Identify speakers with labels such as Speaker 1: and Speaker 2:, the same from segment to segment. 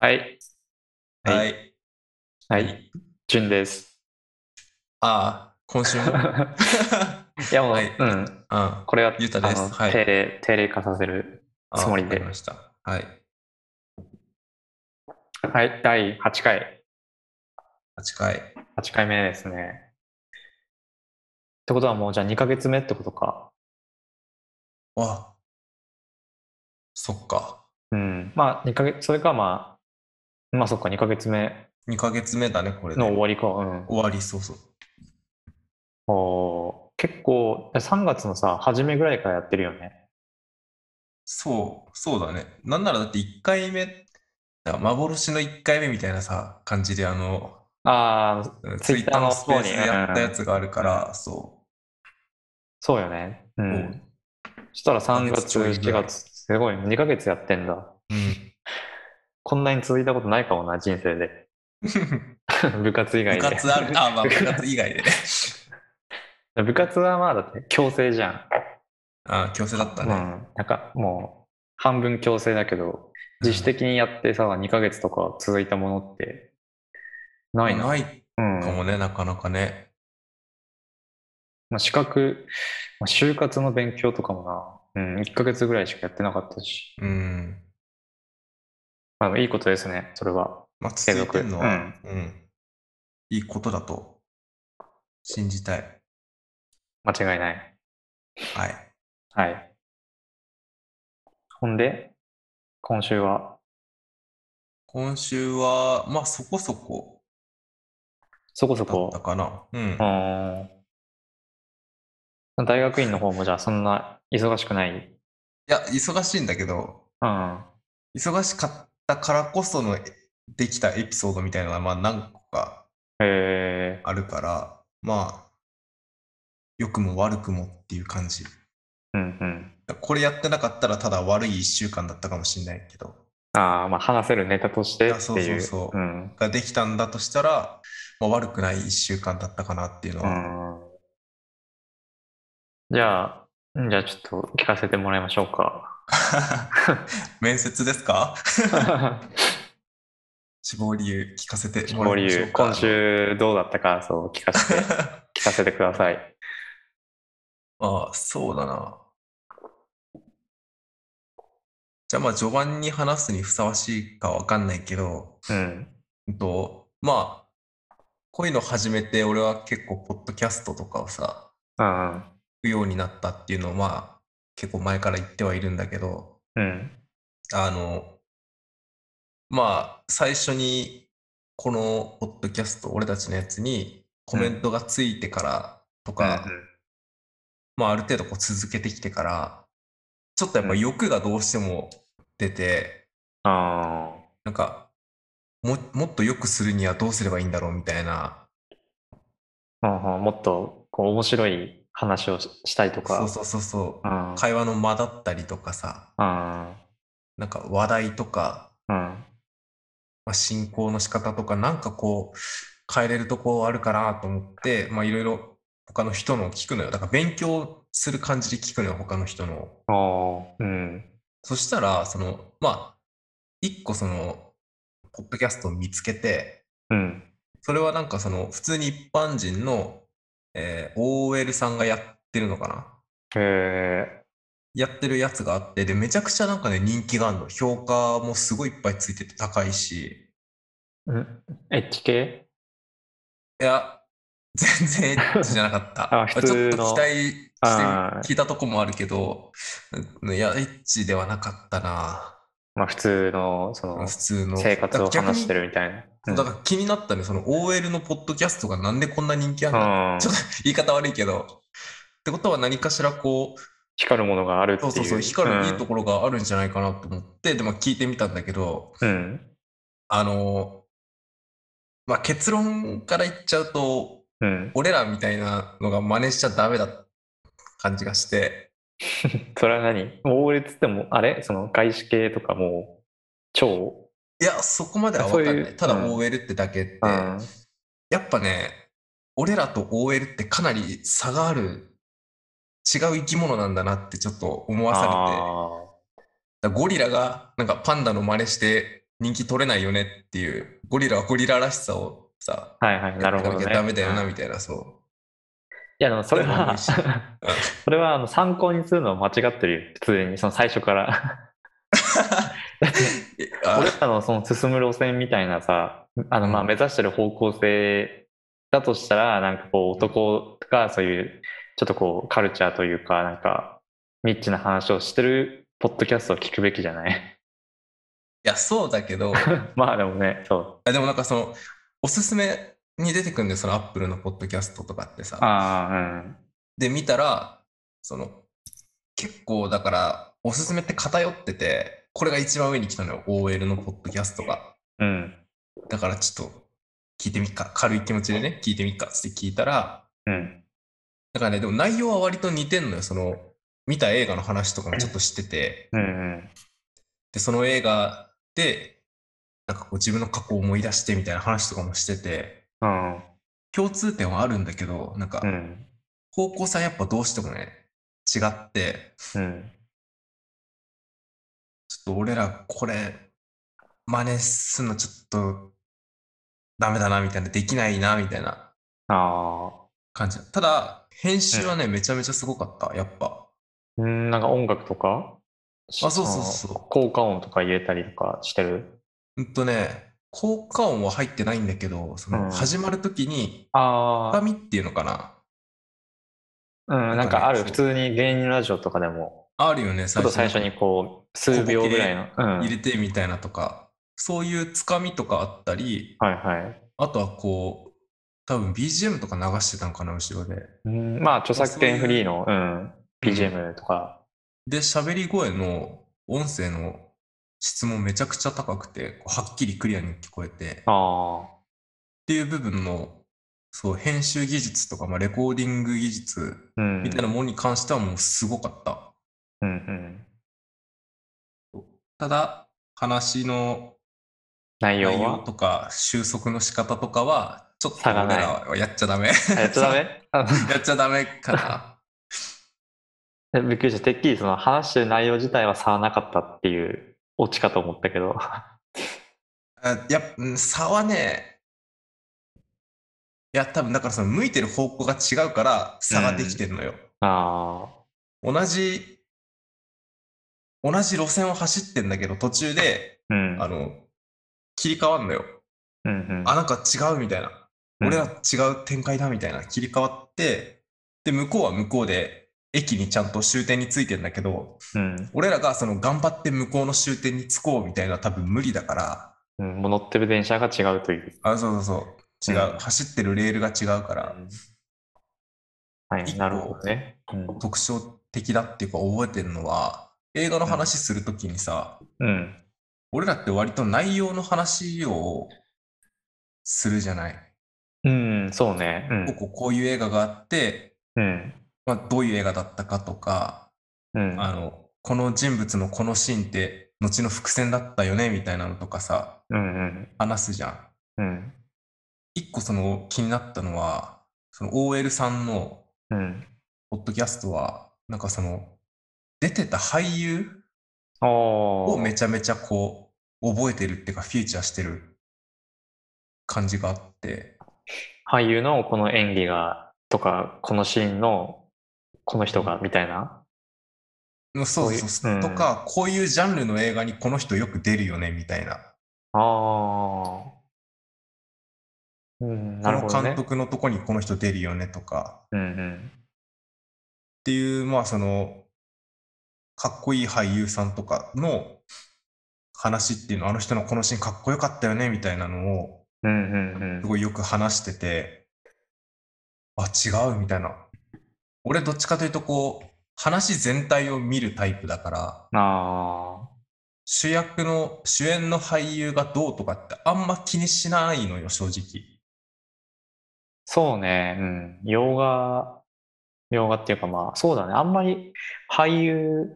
Speaker 1: はい。
Speaker 2: はい。
Speaker 1: はい。じゅん です。
Speaker 3: ああ、今週も。
Speaker 1: いや、もう、
Speaker 3: はい
Speaker 1: うん。
Speaker 3: あ
Speaker 1: これは、
Speaker 3: ゆうたです
Speaker 1: あの
Speaker 3: はい
Speaker 1: 定例、定例化させる。
Speaker 3: あ、
Speaker 1: つもりで
Speaker 3: わかました。はい。
Speaker 1: はい。第8回。
Speaker 3: 8回。
Speaker 1: 8回目ですね。ってことはもう、じゃあ2ヶ月目ってことか。
Speaker 3: わ、そっか。
Speaker 1: うん。まあ、2ヶ月、それかまあ、まあそっか、2ヶ月目
Speaker 3: 2ヶ月目だね、これで。
Speaker 1: の終
Speaker 3: 終
Speaker 1: わりか。うん。
Speaker 3: わり、そうそう。
Speaker 1: おー結構、3月のさ、初めぐらいからやってるよね。
Speaker 3: そう、そうだね。なんならだって1回目、あ幻の1回目みたいなさ、感じで、あの、
Speaker 1: ああ、
Speaker 3: ツイッ
Speaker 1: Twitter
Speaker 3: タ
Speaker 1: の
Speaker 3: ーのスペースでやったやつがあるから、
Speaker 1: う
Speaker 3: そ
Speaker 1: そうよね。う
Speaker 3: う。
Speaker 1: ん。
Speaker 3: う
Speaker 1: そしたら3月、
Speaker 3: 三月ちょいぐ
Speaker 1: 4
Speaker 3: らい
Speaker 1: 月、すごい、2ヶ月やってんだ。
Speaker 3: うん。
Speaker 1: こんなに続いたことないかもな、人生で。 部活以外
Speaker 3: 部
Speaker 1: で。
Speaker 3: 活ある、あ、まあ部活以外でね。
Speaker 1: 部活はまあだって強制じゃん。
Speaker 3: あ、強制だっ た
Speaker 1: うん。
Speaker 3: ね。
Speaker 1: なんかもう、半分強制だけど、自主的にやってさ、2ヶ月とか続いたものって、な
Speaker 3: ないい
Speaker 1: な。
Speaker 3: ない
Speaker 1: うん。
Speaker 3: かもね、なかなかね。
Speaker 1: まあ、資格、まあ、就活の勉強とかもな、うん、1ヶ月ぐらいしかやってなかったし、
Speaker 3: うん。
Speaker 1: あのいいことですね、それは。
Speaker 3: まあ、続いてるの
Speaker 1: う
Speaker 3: は
Speaker 1: ん、
Speaker 3: うん、いいことだと信じたい。
Speaker 1: 間違いない。
Speaker 3: はい。
Speaker 1: はい。ほんで、今週は、
Speaker 3: 今週は、まあ、そこそこ
Speaker 1: そこそ
Speaker 3: だった
Speaker 1: こ、
Speaker 3: かな。うん
Speaker 1: う。ーん。大学院の方もじゃあそんな忙しくない。
Speaker 3: いや、忙しいんだけど、
Speaker 1: うん。
Speaker 3: 忙しかったからこそのできたエピソードみたいなのが、まあ、何個か
Speaker 1: え
Speaker 3: あるから、まあ、良くも悪くもっていう感じ。
Speaker 1: ー、うんうん。
Speaker 3: これやってなかったら、ただ悪い一週間だったかもしれないけど。
Speaker 1: ああ、まあ話せるネタとしてっていう。
Speaker 3: いやそうそうそう
Speaker 1: うん。
Speaker 3: ができたんだとしたら、まあ、悪くない1週間だったかなっていうの
Speaker 1: う
Speaker 3: は、
Speaker 1: ん。じゃあ、じゃあちょっと聞かせてもらいましょうか。
Speaker 3: 面接ですか志望理由聞かせても
Speaker 1: も
Speaker 3: ら
Speaker 1: う理
Speaker 3: いましょ
Speaker 1: 由
Speaker 3: う、か
Speaker 1: 今週どうだったか、そう、聞かせ て、聞かせてください。
Speaker 3: ああそうだなじゃあまあ序盤に話すにふさわしいかわかんないけど、
Speaker 1: うん。
Speaker 3: うんと、まあこういうの始めて俺は結構ポッドキャストとかをさ
Speaker 1: うん。
Speaker 3: 聞くようになったっていうのをまあ結構前から言ってはいるんだけど
Speaker 1: うん。
Speaker 3: あの、まあ、最初に、このポッドキャスト、俺たちのやつにコメントがついてからとか、まあ、ある程度こう続けてきてから、ちょっとやっぱ欲がどうしても出て、
Speaker 1: あ
Speaker 3: なんか、も、もっと良くするにはどうすればいいんだろうみたいな、
Speaker 1: あ、うんうんもっとこう面白い話をししたいとか。
Speaker 3: そうそうそうそう、
Speaker 1: うん
Speaker 3: 会話の間だったりとかさ、
Speaker 1: うん
Speaker 3: なんか話題とか、
Speaker 1: うん
Speaker 3: まあ、進行の仕方とかなんかこう変えれるとこあるかなと思ってまあいろいろ他の人のを聞くのよだから勉強する感じで聞くのよ他の人のを
Speaker 1: あーうん
Speaker 3: そしたらそのまあ一個そのポッドキャストを見つけて
Speaker 1: うん
Speaker 3: それはなんかその普通に一般人の、えー OL さんがやってるのかな
Speaker 1: へ
Speaker 3: やってるやつがあってでめちゃくちゃなんかね人気があるの評価もすごいいっぱいついてて高いし
Speaker 1: ーん H 系
Speaker 3: いや、 全然エッチじゃなかっ た。
Speaker 1: あ普通の
Speaker 3: ちょっと期待して
Speaker 1: あー
Speaker 3: 聞いたとこもあるけど、うんいや、エッチではなかったな。
Speaker 1: まあ普通のその
Speaker 3: 普通の。
Speaker 1: 生活を
Speaker 3: だから逆に
Speaker 1: 話してるみたいな。
Speaker 3: そうだから気になったね、その OL のポッドキャストがなんでこんな人気あるの、
Speaker 1: うん、
Speaker 3: ちょっと言い方悪いけど。ってことは何かしらこう、
Speaker 1: 光るものがあるってい
Speaker 3: そ
Speaker 1: うう。
Speaker 3: そうそう、光るいいところがあるんじゃないかなと思って、で、まあ聞いてみたんだけど、
Speaker 1: うん。うん
Speaker 3: あの、まあ結論から言っちゃうと、
Speaker 1: うん、
Speaker 3: 俺らみたいなのが真似しちゃダメだ感じがして、
Speaker 1: それは何オーレっつってもあれその外資系とかもう超、
Speaker 3: いや、そこまでは分かん
Speaker 1: そう
Speaker 3: ないい。
Speaker 1: う
Speaker 3: ただ
Speaker 1: うん
Speaker 3: OL ってだけって、
Speaker 1: うん、
Speaker 3: やっぱね、俺らと OL ってかなり差がある、違う生き物なんだなってちょっと思わされて、だか
Speaker 1: あ
Speaker 3: らゴリラがなんかパンダの真似して人気取れないよねっていう、ゴリラはゴリラらしさをさ、
Speaker 1: はいはい、なるほど、
Speaker 3: やってい
Speaker 1: ね。
Speaker 3: かなきゃダメだよな、
Speaker 1: うん
Speaker 3: みたいな、そ
Speaker 1: いや、でもそれ
Speaker 3: でもい
Speaker 1: は、
Speaker 3: い し
Speaker 1: それはあの参考にするのは間違ってるよ。普通に、その最初から。
Speaker 3: う。え
Speaker 1: 俺
Speaker 3: あ
Speaker 1: らのその進む路線みたいなさ、あの、まあ
Speaker 3: うん
Speaker 1: 目指してる方向性だとしたら、なんかこう男がそういう、ちょっとこうカルチャーというか、なんか、ニッチな話をしてるポッドキャストを聞くべきじゃない
Speaker 3: いや、そうだけど、
Speaker 1: まあでもね、そう。
Speaker 3: あでもなんかその、おすすめに出てくんだよ、そのアップルのポッドキャストとかってさ。
Speaker 1: ああ、うん。
Speaker 3: で、見たら、その、結構だから、おすすめって偏ってて、これが一番上に来たのよ、OL のポッドキャストが。
Speaker 1: うん。
Speaker 3: だからちょっと、聞いてみっか。軽い気持ちでね、聞いてみっかっつって聞いたら、
Speaker 1: うん。
Speaker 3: だからね、でも内容は割と似てんのよ。その、見た映画の話とかもちょっとしてて、
Speaker 1: うん。うん。
Speaker 3: で、その映画で、なんかこう自分の過去を思い出してみたいな話とかもしてて、
Speaker 1: うん。
Speaker 3: 共通点はあるんだけど、なんか
Speaker 1: う、ん。
Speaker 3: 方向性はやっぱどうしてもね、違って、
Speaker 1: うん。
Speaker 3: ちょっと俺らこれ、真似すんのちょっと、ダメだな、みたいな、できないな、みたいな
Speaker 1: ああ。
Speaker 3: 感じ。ただ、編集はね、めちゃめちゃすごかった、やっぱ。
Speaker 1: うん、なんか音楽とかあ、
Speaker 3: そうそうそう
Speaker 1: の効果音とか入れたりとかしてる
Speaker 3: うんとね、効果音は入ってないんだけど、そ
Speaker 1: うん
Speaker 3: の始まるときに、
Speaker 1: あ
Speaker 3: 鏡っていうのかな
Speaker 1: あ、うん、なん
Speaker 3: なんか
Speaker 1: か
Speaker 3: ね
Speaker 1: ある、
Speaker 3: そう
Speaker 1: 普通に芸人ラジオとかでも、
Speaker 3: あるよね、
Speaker 1: ちょっと最初にこう、数秒ぐらいの、うん、
Speaker 3: 入れてみたいなとか、そういうつかみとかあったり、
Speaker 1: はいはい。
Speaker 3: あとはこう、多分 BGM とか流してたのかな、後ろで。
Speaker 1: うん、まあ、著作権フリーの、うん、BGM とか、
Speaker 3: で、喋り声の音声の質もめちゃくちゃ高くて、こうはっきりクリアに聞こえて、っ
Speaker 1: あ
Speaker 3: ていう部分の、そう、編集技術とか、まあ、レコーディング技術
Speaker 1: あ、うん、
Speaker 3: みたいなものに関してはもうすごかった。
Speaker 1: うんうん。
Speaker 3: ただ、話の
Speaker 1: 内容
Speaker 3: 内容
Speaker 1: は
Speaker 3: とか収束の仕方とかは、ちょっと
Speaker 1: 差が
Speaker 3: 俺
Speaker 1: ない
Speaker 3: らはやっちゃダメ。
Speaker 1: あやっちゃダメあ
Speaker 3: やっちゃダメかな。
Speaker 1: の びっくりした。てっきりその話してる内容自体は差はなかったっていうオチかと思ったけど。
Speaker 3: あやっうん差はね、いや、多分だからその向いてる方向が違うから差ができてるのよ。
Speaker 1: あ
Speaker 3: 同じ、同じ路線を走ってんだけど、途中で、
Speaker 1: あ、うん。
Speaker 3: あの、切り替わんのよ。
Speaker 1: うんうん、
Speaker 3: あ、なんか違うみたいな。
Speaker 1: うん
Speaker 3: 俺ら違う展開だみたいな切り替わって、で、向こうは向こうで、駅にちゃんと終点についてんだけど、
Speaker 1: うん、
Speaker 3: 俺らがその頑張って向こうの終点に着こうみたいな多分無理だから、
Speaker 1: うん。もう乗ってる電車が違うという。
Speaker 3: あ、そうそうそう、違う、
Speaker 1: うん
Speaker 3: 走ってるレールが違うから、
Speaker 1: はい、
Speaker 3: 一個
Speaker 1: なるほどね。うん。
Speaker 3: 特徴的だっていうか覚えてるのは、映画の話するときにさ、
Speaker 1: うん。
Speaker 3: 俺らって割と内容の話をするじゃない。
Speaker 1: うん、そうね。
Speaker 3: こここういう映画があって、
Speaker 1: うん。うん。
Speaker 3: まあ、どういう映画だったかとか、
Speaker 1: うん。
Speaker 3: あの、この人物のこのシーンって後の伏線だったよねみたいなのとかさ、
Speaker 1: うん
Speaker 3: 話すじゃん。
Speaker 1: うん。うん。
Speaker 3: 一個その気になったのは、その OL さんの
Speaker 1: うん。
Speaker 3: ポッドキャストは、なんかその、出てた俳優
Speaker 1: お
Speaker 3: を
Speaker 1: ー
Speaker 3: めちゃめちゃこう、覚えてるっていうか、フィーチャーしてる感じがあって、
Speaker 1: 俳優のこの演技が、とか、このシーンの、この人が、みたいな。
Speaker 3: もうそうそう
Speaker 1: そういううん
Speaker 3: とか、こういうジャンルの映画にこの人よく出るよね、みたいな。
Speaker 1: ああ。うん、なるほ
Speaker 3: こ
Speaker 1: ど
Speaker 3: の
Speaker 1: ね
Speaker 3: 監。督のとこにこの人出るよね、とか。
Speaker 1: うんうん。
Speaker 3: っていう、まあその、かっこいい俳優さんとかの話っていうの、あの人のこのシーンかっこよかったよね、みたいなのを、
Speaker 1: うんうん
Speaker 3: すごいよく話してて、あ、違うみたいな。俺どっちかというとこう、話全体を見るタイプだから、
Speaker 1: うん。あ
Speaker 3: 主役の、主演の俳優がどうとかってあんま気にしないのよ、正直。
Speaker 1: ーそうね。うん。洋画、洋画っていうかまあ、そうだね。あんまり俳優、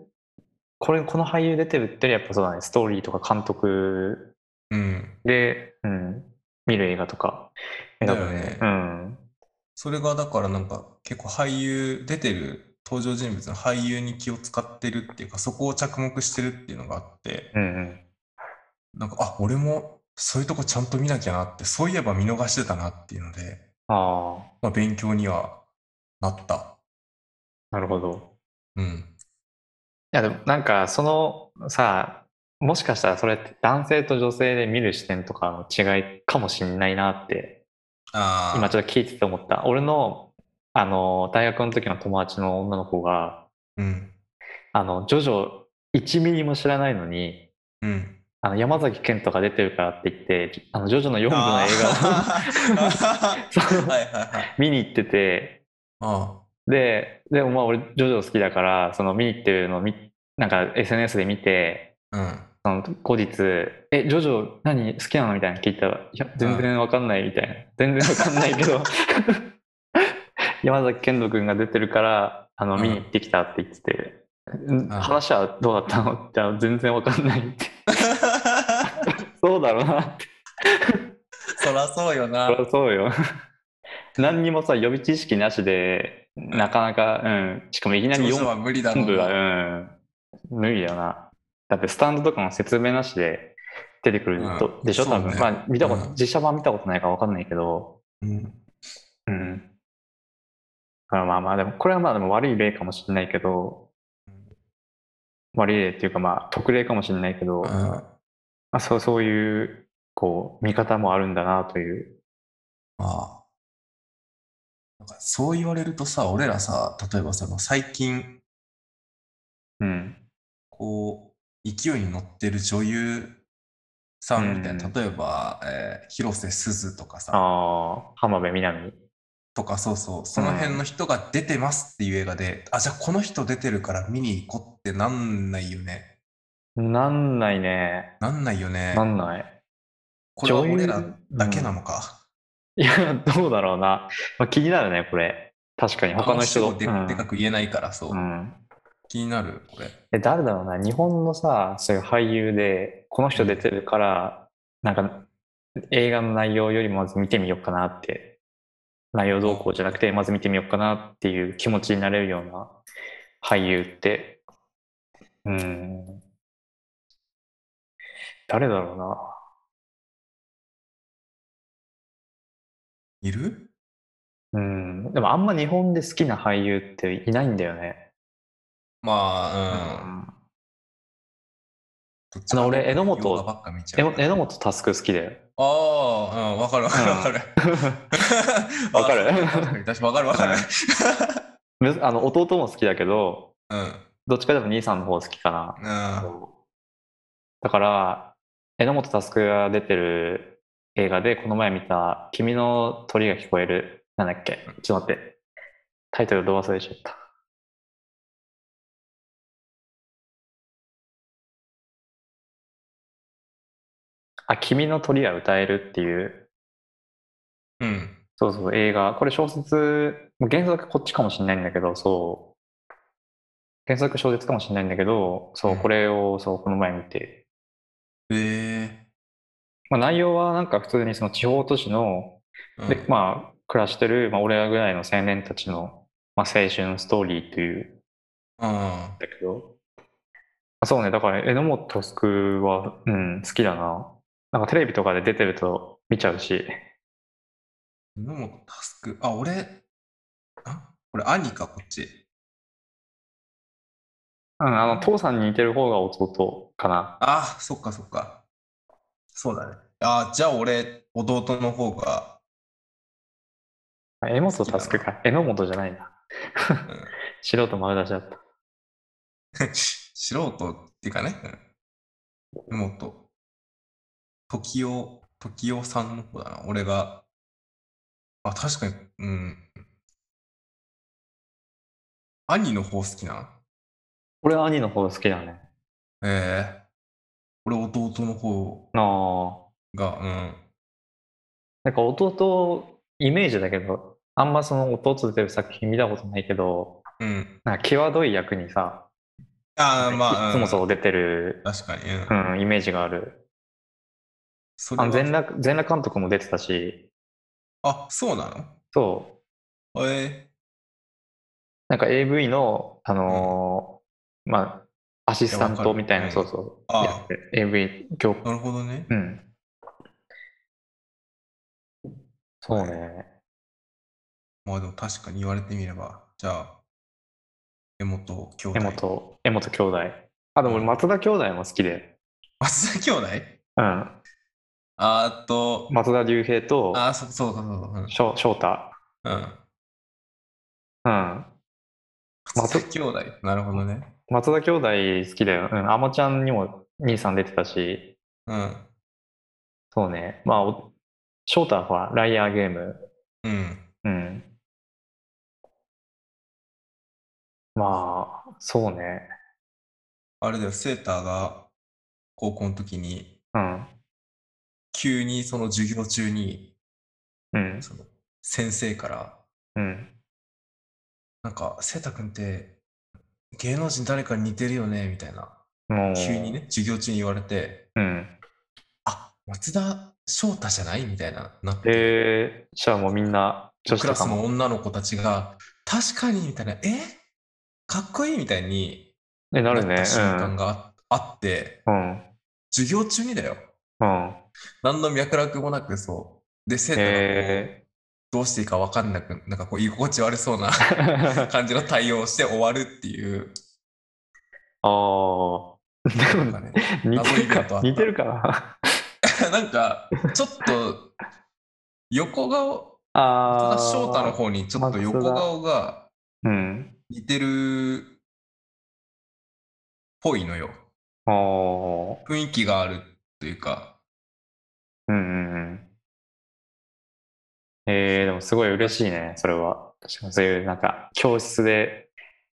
Speaker 1: これ、この俳優出てるってよりやっぱそうだね。ストーリーとか監督
Speaker 3: うん。
Speaker 1: で、うん、見る映画とか選ぶ
Speaker 3: だよね
Speaker 1: うん。
Speaker 3: それがだからなんか結構俳優、出てる登場人物の俳優に気を使ってるっていうか、そこを着目してるっていうのがあって、
Speaker 1: うんうん。
Speaker 3: なんか、あ、俺もそういうとこちゃんと見なきゃなって、そういえば見逃してたなっていうので、
Speaker 1: ああ、
Speaker 3: まあ、勉強にはなった。
Speaker 1: なるほど。
Speaker 3: うん。
Speaker 1: いやでもなんかそのさ、もしかしたらそれって男性と女性で見る視点とかの違いかもしんないなって、
Speaker 3: ああ、
Speaker 1: 今ちょっと聞いてて思った。俺の、あの、大学の時の友達の女の子が、
Speaker 3: うん。
Speaker 1: あの、ジョジョ1ミリも知らないのに、
Speaker 3: うん。
Speaker 1: あの山崎賢人が出てるからって言って、あのジョジョの4部の
Speaker 3: あ
Speaker 1: 映
Speaker 3: あ
Speaker 1: 画をその
Speaker 3: はいはいはい。
Speaker 1: 見に行ってて、
Speaker 3: あ
Speaker 1: で、でもまあ俺、ジョジョ好きだから、その見に行ってるのを見、なんか SNS で見て、
Speaker 3: あ、うん。
Speaker 1: その後日、え、ジョジョ何好きなのみたいなの聞いたら、いや、全然わかんないみたいな。全然わかんないけど、 山崎賢人君が出てるから、あの、
Speaker 3: うん
Speaker 1: 見に行ってきたって言ってて、ん
Speaker 3: ん
Speaker 1: 話はどうだったのって言ったら全然わかんないって。そうだろうなって。
Speaker 3: そらそうよな
Speaker 1: そ。りゃそうよ。何にもさ、予備知識なしで、なかなか、うん。しかもいきなり
Speaker 3: 上手
Speaker 1: 4
Speaker 3: は無理だろう
Speaker 1: 部
Speaker 3: な。
Speaker 1: は、うん。無理だよな。だってスタンドとかの説明なしで出てくると、
Speaker 3: うん
Speaker 1: でしょ、
Speaker 3: そう
Speaker 1: 多
Speaker 3: ね
Speaker 1: 分。まあ、見たこと、
Speaker 3: うん
Speaker 1: 実写版見たことないから分かんないけど、
Speaker 3: うん
Speaker 1: うん。だからまあまあ、でも、これはまあでも悪い例かもしれないけど、悪い例っていうかまあ、特例かもしれないけど、ま
Speaker 3: あ
Speaker 1: あそうそういう、こう、見方もあるんだなという。
Speaker 3: あ。なんかそう言われるとさ、俺らさ、例えばその最近、
Speaker 1: うん。
Speaker 3: こう、勢いに乗ってる女優さんみたいな、
Speaker 1: うん
Speaker 3: 例えば、えー広瀬すずとかさ、
Speaker 1: ああ、浜辺美波。
Speaker 3: とかそうそう、その辺の人が出てますっていう映画で、あ、じゃあこの人出てるから見に行こうってなんないよね。
Speaker 1: なんないね。
Speaker 3: なんないよね。
Speaker 1: なんない。
Speaker 3: これは俺ら
Speaker 1: 女優
Speaker 3: だけなのか。
Speaker 1: いや、どうだろうな。まあ、気になるね、これ。確かに、他の人
Speaker 3: あんま主語で
Speaker 1: うん
Speaker 3: でかく言えないから、そう
Speaker 1: う。ん。
Speaker 3: 気になる、これ。
Speaker 1: え、誰だろうな。日本のさ、そういう俳優で、この人出てるから、なんか、映画の内容よりもまず見てみようかなって。内容動向じゃなくて、まず見てみようかなっていう気持ちになれるような俳優って。うん。誰だろうな。
Speaker 3: いる
Speaker 1: うん、でもあんま日本で好きな俳優っていないんだよね。
Speaker 3: ま
Speaker 1: う
Speaker 3: あ、うん。どっち
Speaker 1: あの俺
Speaker 3: かというと
Speaker 1: 榎本
Speaker 3: 洋画ばっか見ち
Speaker 1: え
Speaker 3: ゃう
Speaker 1: の榎本佑好きだよ。
Speaker 3: ああ、うん、わかるわかるわかる。
Speaker 1: わかる
Speaker 3: あー確かに確かにわかるわかる。
Speaker 1: むあの弟も好きだけど、
Speaker 3: うん、
Speaker 1: どっちかでも兄さんの方好きかな。
Speaker 3: うん、
Speaker 1: だから、榎本佑が出てる映画で、この前見た、君の鳥が聞こえる、なんだっけ、ちょっと待って、タイトルどう忘れちゃった。あ、君の鳥は歌えるっていう、
Speaker 3: うん。
Speaker 1: そうそう、映画。これ小説、原作こっちかもしれないんだけど、そう。原作小説かもしれないんだけど、そう、これを、そう、この前見て、
Speaker 3: え
Speaker 1: まあ、内容はなんか普通にその地方都市の、
Speaker 3: ー、
Speaker 1: でまあ、暮らしてる、まあ、俺らぐらいの青年たちの、まあ、青春ストーリーというん
Speaker 3: あ、
Speaker 1: だけど、あそうねだから榎本佑は、うん、好きだななんかテレビとかで出てると見ちゃうし
Speaker 3: うん。榎本タスク、あ、俺、あ、これ兄か、こっち。
Speaker 1: うんあの父さんに似てる方が弟かな
Speaker 3: あ、そっかそっか。そうだね。あ、じゃあ俺、弟の方が、
Speaker 1: あ榎本佑か榎本じゃないな素人丸出しだった
Speaker 3: 素人っていうかね、うん、妹、時代、時代さんの方だな、俺が、あ、確かに、うん。兄の方好きな
Speaker 1: 俺は兄の方が好きだね
Speaker 3: ええ俺弟の方
Speaker 1: なあ
Speaker 3: が、うん。
Speaker 1: なんか弟イメージだけどあんまその弟出てる作品見たことないけど
Speaker 3: うん。
Speaker 1: なんか際どい役にさ、
Speaker 3: ああ、まあ、
Speaker 1: いつも
Speaker 3: う
Speaker 1: そ
Speaker 3: ん。
Speaker 1: う出てる、
Speaker 3: 確かに、うん。
Speaker 1: うん、イメージがある。
Speaker 3: それ
Speaker 1: あの全
Speaker 3: は、
Speaker 1: 裸全裸監督も出てたし、
Speaker 3: あ、そうな
Speaker 1: そう、
Speaker 3: のえ
Speaker 1: なんか AV の、あのーまあ、アシスタントみたい
Speaker 3: い
Speaker 1: な、
Speaker 3: や
Speaker 1: そ
Speaker 3: わ
Speaker 1: うそう。
Speaker 3: ああ
Speaker 1: やって、AV 教
Speaker 3: なるほどね。
Speaker 1: うん。そうね。
Speaker 3: まあでも確かに言われてみれば、じゃあ、江本兄弟。
Speaker 1: 江本、江本兄弟。あ、でも俺松田兄弟も好きで。
Speaker 3: 松 田兄弟
Speaker 1: うん。
Speaker 3: あーっと、
Speaker 1: 松田龍平と
Speaker 3: あー、そうそうそうそうそう。
Speaker 1: 翔翔太。
Speaker 3: うん。
Speaker 1: うん。松
Speaker 3: 松田兄弟。なるほどね。
Speaker 1: 松田兄弟好きだよ。うん。あまちゃんにも兄さん出てたし、
Speaker 3: うん。
Speaker 1: そうね。まあ、お翔太はほら、ライアーゲーム。
Speaker 3: うん。
Speaker 1: うん。まあ、そうね。
Speaker 3: あれだよ、セーターが高校の時に、
Speaker 1: うん。
Speaker 3: 急にその授業中に、
Speaker 1: うん。
Speaker 3: その先生から、
Speaker 1: うん。
Speaker 3: なんか、セーター君って芸能人誰かに似てるよねみたいな、
Speaker 1: もう。
Speaker 3: 急に。ね、授業中に言われて、
Speaker 1: うん。
Speaker 3: あ松田翔太じゃないみたいな、なって。
Speaker 1: えー、じゃあもうみんな、女子
Speaker 3: ク
Speaker 1: と
Speaker 3: ラス
Speaker 1: か
Speaker 3: の
Speaker 1: も。
Speaker 3: 女の子たちが、確かにみたいな、えかっこいいみたいに
Speaker 1: え、なる
Speaker 3: なっ
Speaker 1: ね。
Speaker 3: た瞬間がああって、
Speaker 1: うん。うん。
Speaker 3: 授業中にだよ。
Speaker 1: うん。
Speaker 3: 何の脈絡もなくそう。で、生徒がこう
Speaker 1: え
Speaker 3: どうしていいか分かんなく、なんかこう居心地悪そう な
Speaker 1: ー。
Speaker 3: 感じの対応をして終わるっていう、
Speaker 1: ああ。で
Speaker 3: なん
Speaker 1: も
Speaker 3: かね、
Speaker 1: 似てる
Speaker 3: 謎イベントあ
Speaker 1: か
Speaker 3: っ、た
Speaker 1: 似てるかな。
Speaker 3: なんかちょっと横顔、
Speaker 1: あ
Speaker 3: た
Speaker 1: あ。
Speaker 3: だ翔太の方にちょっと横顔が
Speaker 1: うん。
Speaker 3: 似てるっぽいのよ。
Speaker 1: ああ。
Speaker 3: 雰囲気があるというか、
Speaker 1: うんうんうん。えー、でもすごい嬉しいね、それは。確かにそういう、なんか、教室で、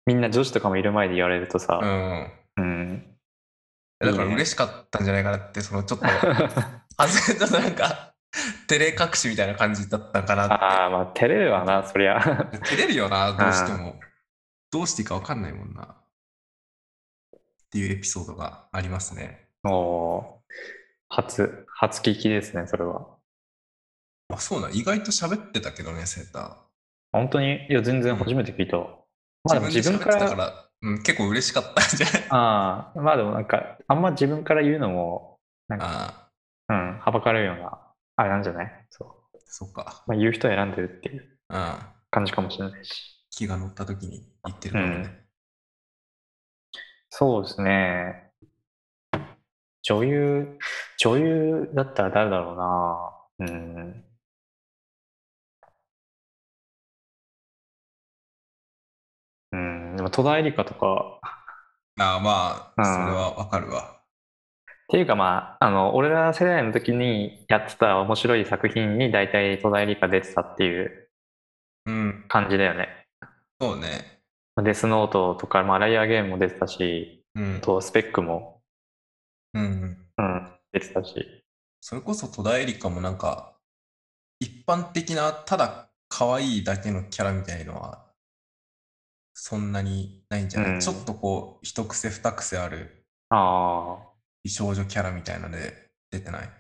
Speaker 1: みんな女子とかもいる前で言われると
Speaker 3: う
Speaker 1: さ、
Speaker 3: ん。
Speaker 1: うん。
Speaker 3: だから
Speaker 1: いいね
Speaker 3: 嬉しかったんじゃないかなって、そのちょっと、外れたなんか、照れ隠しみたいな感じだったんかな
Speaker 1: ああ、まあ、照れるわな、そりゃ。
Speaker 3: って。照れるよな、どうしても。どうしていいか分かんないもんな。っていうエピソードがありますね。
Speaker 1: おー初、初聞きですね、それは。
Speaker 3: あ、そうなん、意外と喋ってたけどね、セータ
Speaker 1: 本当に、いや、全然初めて聞いた。まあ
Speaker 3: ー。
Speaker 1: でも自分
Speaker 3: で
Speaker 1: か
Speaker 3: 喋って
Speaker 1: ら、
Speaker 3: たから、うん、結構嬉しかったんじゃない
Speaker 1: ああ、まあでもなんか、あんま自分から言うのも、なんか、
Speaker 3: ああ、
Speaker 1: うん、はばかるような、あれなんじゃないそう。
Speaker 3: そっか。
Speaker 1: まあ、言う人選んでるっていう
Speaker 3: うん。
Speaker 1: 感じかもしれないし。
Speaker 3: 気が乗った時に言ってるからね。
Speaker 1: そうですね。女優、女優だったら誰だろうな。うん。うん、でも戸田恵梨香とか、っ
Speaker 3: ああ、ま
Speaker 1: うん
Speaker 3: あ、それは分かるわ。
Speaker 1: ていうかまあ、あの、俺ら世代の時にやってた面白い作品に大体戸田恵梨香出てたっていう
Speaker 3: うん、
Speaker 1: 感じだよね。
Speaker 3: そうね。
Speaker 1: デスノートとか、まあ、ライアーゲームも出てたし、
Speaker 3: うん
Speaker 1: あ。とスペックも、
Speaker 3: うん。
Speaker 1: うん、出てたし。
Speaker 3: それこそ戸田恵梨香もなんか、一般的なただ可愛いだけのキャラみたいのは、そんなにないんじゃない、
Speaker 1: うん
Speaker 3: ちょっとこう、一癖二癖ある
Speaker 1: ああ。
Speaker 3: 美少女キャラみたいなので出てない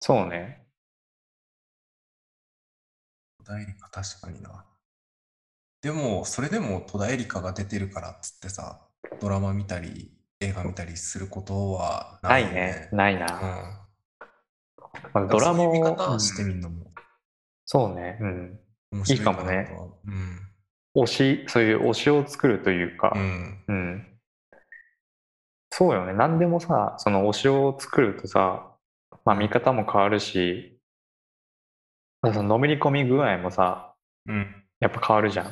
Speaker 1: そうね。
Speaker 3: 戸田恵梨香確かにな。でも、それでも戸田恵梨香が出てるからっつってさ、ドラマ見たり、映画見たりすることは
Speaker 1: な
Speaker 3: ないよ
Speaker 1: いね。ないな。
Speaker 3: う
Speaker 1: まあ
Speaker 3: ん。
Speaker 1: ドラマ
Speaker 3: そういう見
Speaker 1: を
Speaker 3: 方
Speaker 1: うん
Speaker 3: してみるのも
Speaker 1: そうね。うん。
Speaker 3: 面白いかなと
Speaker 1: いいか
Speaker 3: は。うん。
Speaker 1: 推し、そういう推しを作るというか
Speaker 3: う、ん。
Speaker 1: うん。そうよね。何でもさ、その推しを作るとさ、まあ見方も変わるし、そののめり込み具合もさ、
Speaker 3: うん。
Speaker 1: やっぱ変わるじゃん。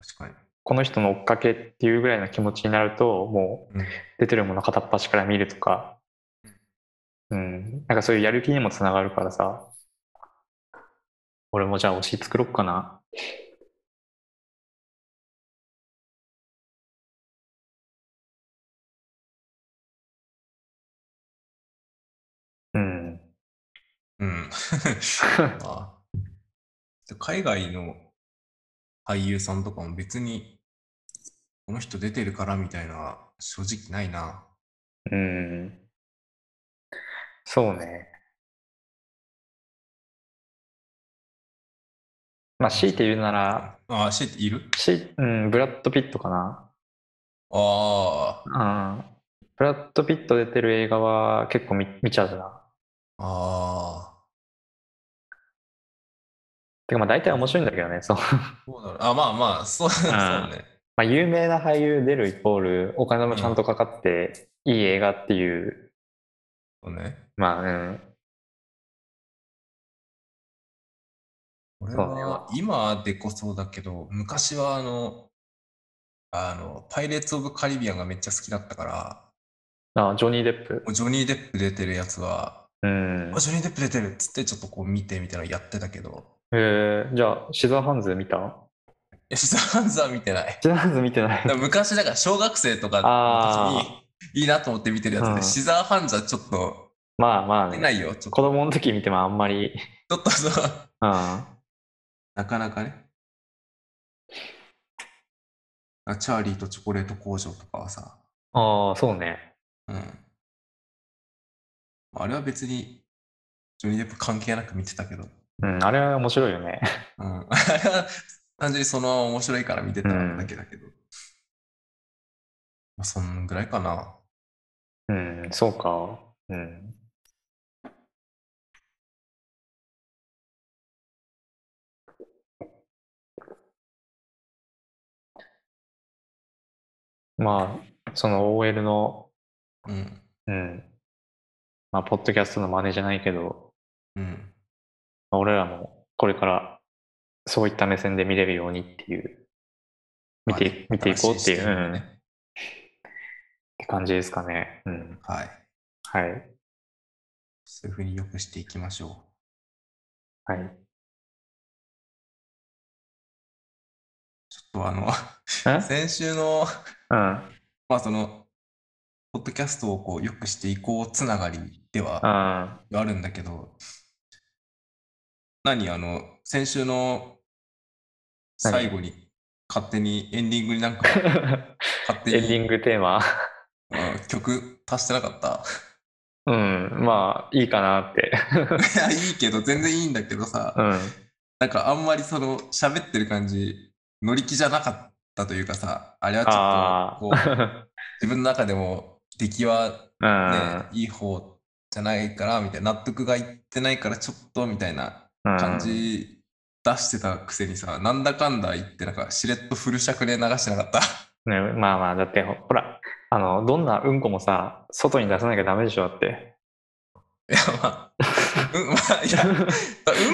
Speaker 3: 確かに。
Speaker 1: この人の追っかけっていうぐらいの気持ちになると、も
Speaker 3: うん
Speaker 1: う出てるもの片っ端から見るとか、うん。なんかそういうやる気にもつながるからさ、俺もじゃあ推し作ろっかな。うん。
Speaker 3: うん。 あで海外の俳優さんとかも別に、この人出てるからみたいな、正直ないな。
Speaker 1: うん。そうね。まあ、強いて言うなら、
Speaker 3: あ、シーっている
Speaker 1: し、うん、ブラッド・ピットかな。
Speaker 3: あ
Speaker 1: う
Speaker 3: ー
Speaker 1: ん。ブラッド・ピット出てる映画は結構見見ちゃうな。
Speaker 3: あ
Speaker 1: てかまあ大体面白いんだけどね。その
Speaker 3: ー、そうだろうあ、まあまあ、そうそうね。
Speaker 1: まあ有名な俳優出るイコール、お金もちゃんとかかって、いい映画っていう、
Speaker 3: そうね。
Speaker 1: まあうん。
Speaker 3: 俺
Speaker 1: そうねま
Speaker 3: は今でこそだけど、昔はあの、あの、パイレーツ・オブ・カリビアンがめっちゃ好きだったから、
Speaker 1: あ、ジョニー・デップ。
Speaker 3: もうジョニー・デップ出てるやつは、
Speaker 1: うん
Speaker 3: あ、。ジョニー・デップ出てるっつってちょっとこう見てみたいなのやってたけど、
Speaker 1: えー、じゃあ、シザーハンズ見た
Speaker 3: いや、シザーハンズは見てない。
Speaker 1: シザーハンズ見てな
Speaker 3: だ
Speaker 1: い。
Speaker 3: から昔だから小学生とかの
Speaker 1: あー
Speaker 3: 時にいいなと思って見てるやつ
Speaker 1: う
Speaker 3: で、
Speaker 1: ん
Speaker 3: シザーハンズはちょっと
Speaker 1: まあまあ
Speaker 3: 見
Speaker 1: ね。
Speaker 3: ないよ、ちょっ
Speaker 1: 子
Speaker 3: と。
Speaker 1: 供の時見てもあんまり、
Speaker 3: ちょっとそう
Speaker 1: うん。
Speaker 3: なかなかね。あチャーリーとチョコレート工場とかはさ、
Speaker 1: ああ、そうね。
Speaker 3: うん。あれは別に、ジョニー・デップ関係なく見てたけど、
Speaker 1: うん、あれは面白いよね。
Speaker 3: うん。 あれは単純にそのまま面白いから見てただけだけど。まあ、そんぐらいかな。
Speaker 1: うん、そうか。うん。まあ、その OL の、
Speaker 3: うん。
Speaker 1: うん。まあ、ポッドキャストの真似じゃないけど、
Speaker 3: うん。
Speaker 1: まあ俺らもこれからそういった目線で見れるようにっていう、見て、
Speaker 3: まあ
Speaker 1: 見ていこうっていう、
Speaker 3: 新し視
Speaker 1: う
Speaker 3: 点
Speaker 1: ん、
Speaker 3: で
Speaker 1: っ
Speaker 3: ね
Speaker 1: て感じですかね。うん。
Speaker 3: はい。
Speaker 1: はい。
Speaker 3: そういうふうによくしていきましょう。
Speaker 1: はい。
Speaker 3: ちょっとあの、
Speaker 1: え
Speaker 3: 先週の、
Speaker 1: うん。
Speaker 3: まあその、ポッドキャストをこうよくしていこうつながりでは
Speaker 1: あ
Speaker 3: あるんだけど、何あの、先週の
Speaker 1: 何
Speaker 3: 最後に勝手にエンディングにな んか勝手
Speaker 1: エンデ
Speaker 3: に
Speaker 1: ィングテーマ。
Speaker 3: うん曲足してなかった。
Speaker 1: うん。まあ、いいかなって。
Speaker 3: いや、いいけど、全然いいんだけどさ、
Speaker 1: うん。
Speaker 3: なんかあんまりその喋ってる感じ、乗り気じゃなかったというかさ、あれはち
Speaker 1: あ
Speaker 3: ょっとこう自分の中でも出来は
Speaker 1: あ。
Speaker 3: ね、いい方じゃないから、みたいな、納得がいってないからちょっとみたいな
Speaker 1: うん。うん
Speaker 3: 感。じ出してたくせにさ、なんだかんだ言って、なんかしれっとフル尺で流してなかった。
Speaker 1: ね、まあまあ、だってほ、ほら、あの、どんなうんこもさ、外に出さなきゃダメでしょだ って。
Speaker 3: いや、まあ、うん、まあ、いや、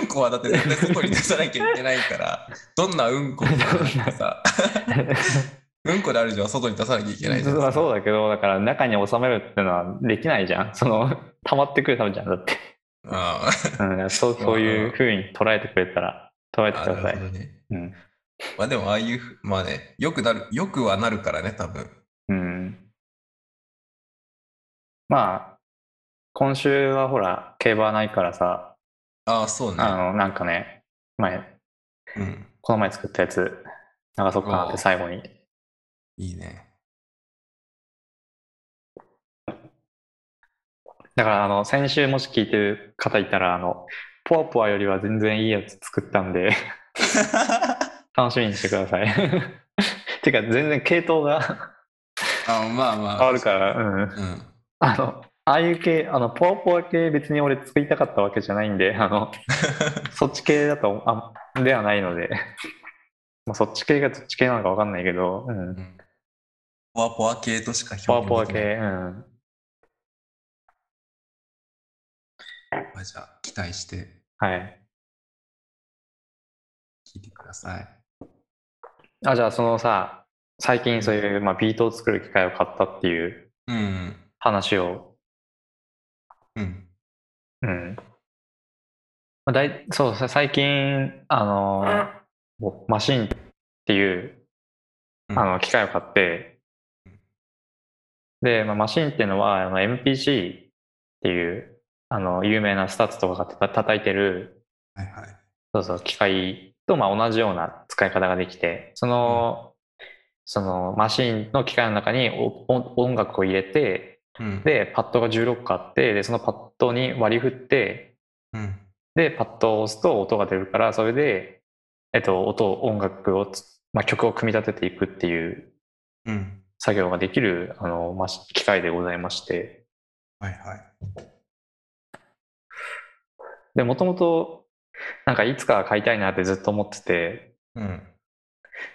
Speaker 3: うんこはだって絶対外に出さなきゃいけないから、どんなうんこもさ、 うんこである以上は外に出さなきゃいけないじゃん。
Speaker 1: まあそうだ けど、だから中に収めるってのはできないじゃん。 その、溜まってくるためじゃん。だって。
Speaker 3: あ
Speaker 1: うん、 そうそういうふうに捉えてくれたら、捉えて
Speaker 3: あ、
Speaker 1: くだ
Speaker 3: な
Speaker 1: さ
Speaker 3: るほ
Speaker 1: い。
Speaker 3: どね。
Speaker 1: うん。
Speaker 3: まあでも、ああいうふ、まあね、よくなる、よくはなるからね、多分。
Speaker 1: うん。まあ、今週はほら、競馬ないからさ、
Speaker 3: ああ、そうね。
Speaker 1: あの、なんかね、前、
Speaker 3: うん。
Speaker 1: この前作ったやつ、流そうかなっ
Speaker 3: お
Speaker 1: て
Speaker 3: う
Speaker 1: 最後に。
Speaker 3: いいね。
Speaker 1: だから、あの、先週もし聞いてる方いたら、あの、ポワポワよりは全然いいやつ作ったん で、楽しみにしてください。 てか、全然系統が
Speaker 3: あまあまあ。
Speaker 1: 変わるから、うん。
Speaker 3: うん。
Speaker 1: あの、ああいう系、あの、ポワポワ系別に俺作りたかったわけじゃないんで、あ の、そっち系だと、あ、ではないので、まあ、そっち系がどっち系なのかわかんないけど、うん。
Speaker 3: うんポワポワ系としか表
Speaker 1: ポワポワ
Speaker 3: 現できな
Speaker 1: 系、
Speaker 3: い
Speaker 1: うん。
Speaker 3: まあじゃあ、期待して
Speaker 1: はい。
Speaker 3: 聞いてください。
Speaker 1: あ、じゃあそのさ、最近そういう、まあ、ビートを作る機会を買ったっていう
Speaker 3: うん。
Speaker 1: 話を、
Speaker 3: うん。
Speaker 1: うん。まあ、だいそう、さ最近、あのー、おマシンっていう、
Speaker 3: うん
Speaker 1: あの、機械を買って
Speaker 3: うん、
Speaker 1: で、まあ、マシンっていうのは、あの、MPC っていう、あの、有名なスタッツとかがたた叩いてる、
Speaker 3: はいはい。
Speaker 1: そうそう、機械と、まあ、同じような使い方ができて、その、その、マシンの機械の中にお音音楽を入れて、
Speaker 3: うん、
Speaker 1: で、パッドが16個あって、で、そのパッドに割り振って、
Speaker 3: うん。
Speaker 1: で、パッドを押すと音が出るから、それで、えっと、音、音楽をつ、まあ、曲を組み立てていくっていう
Speaker 3: うん。
Speaker 1: ス作業ができる、あの、まあ、機械でございまして。
Speaker 3: はいはい。
Speaker 1: で、もともと、なんかいつか買いたいなってずっと思ってて、
Speaker 3: うん。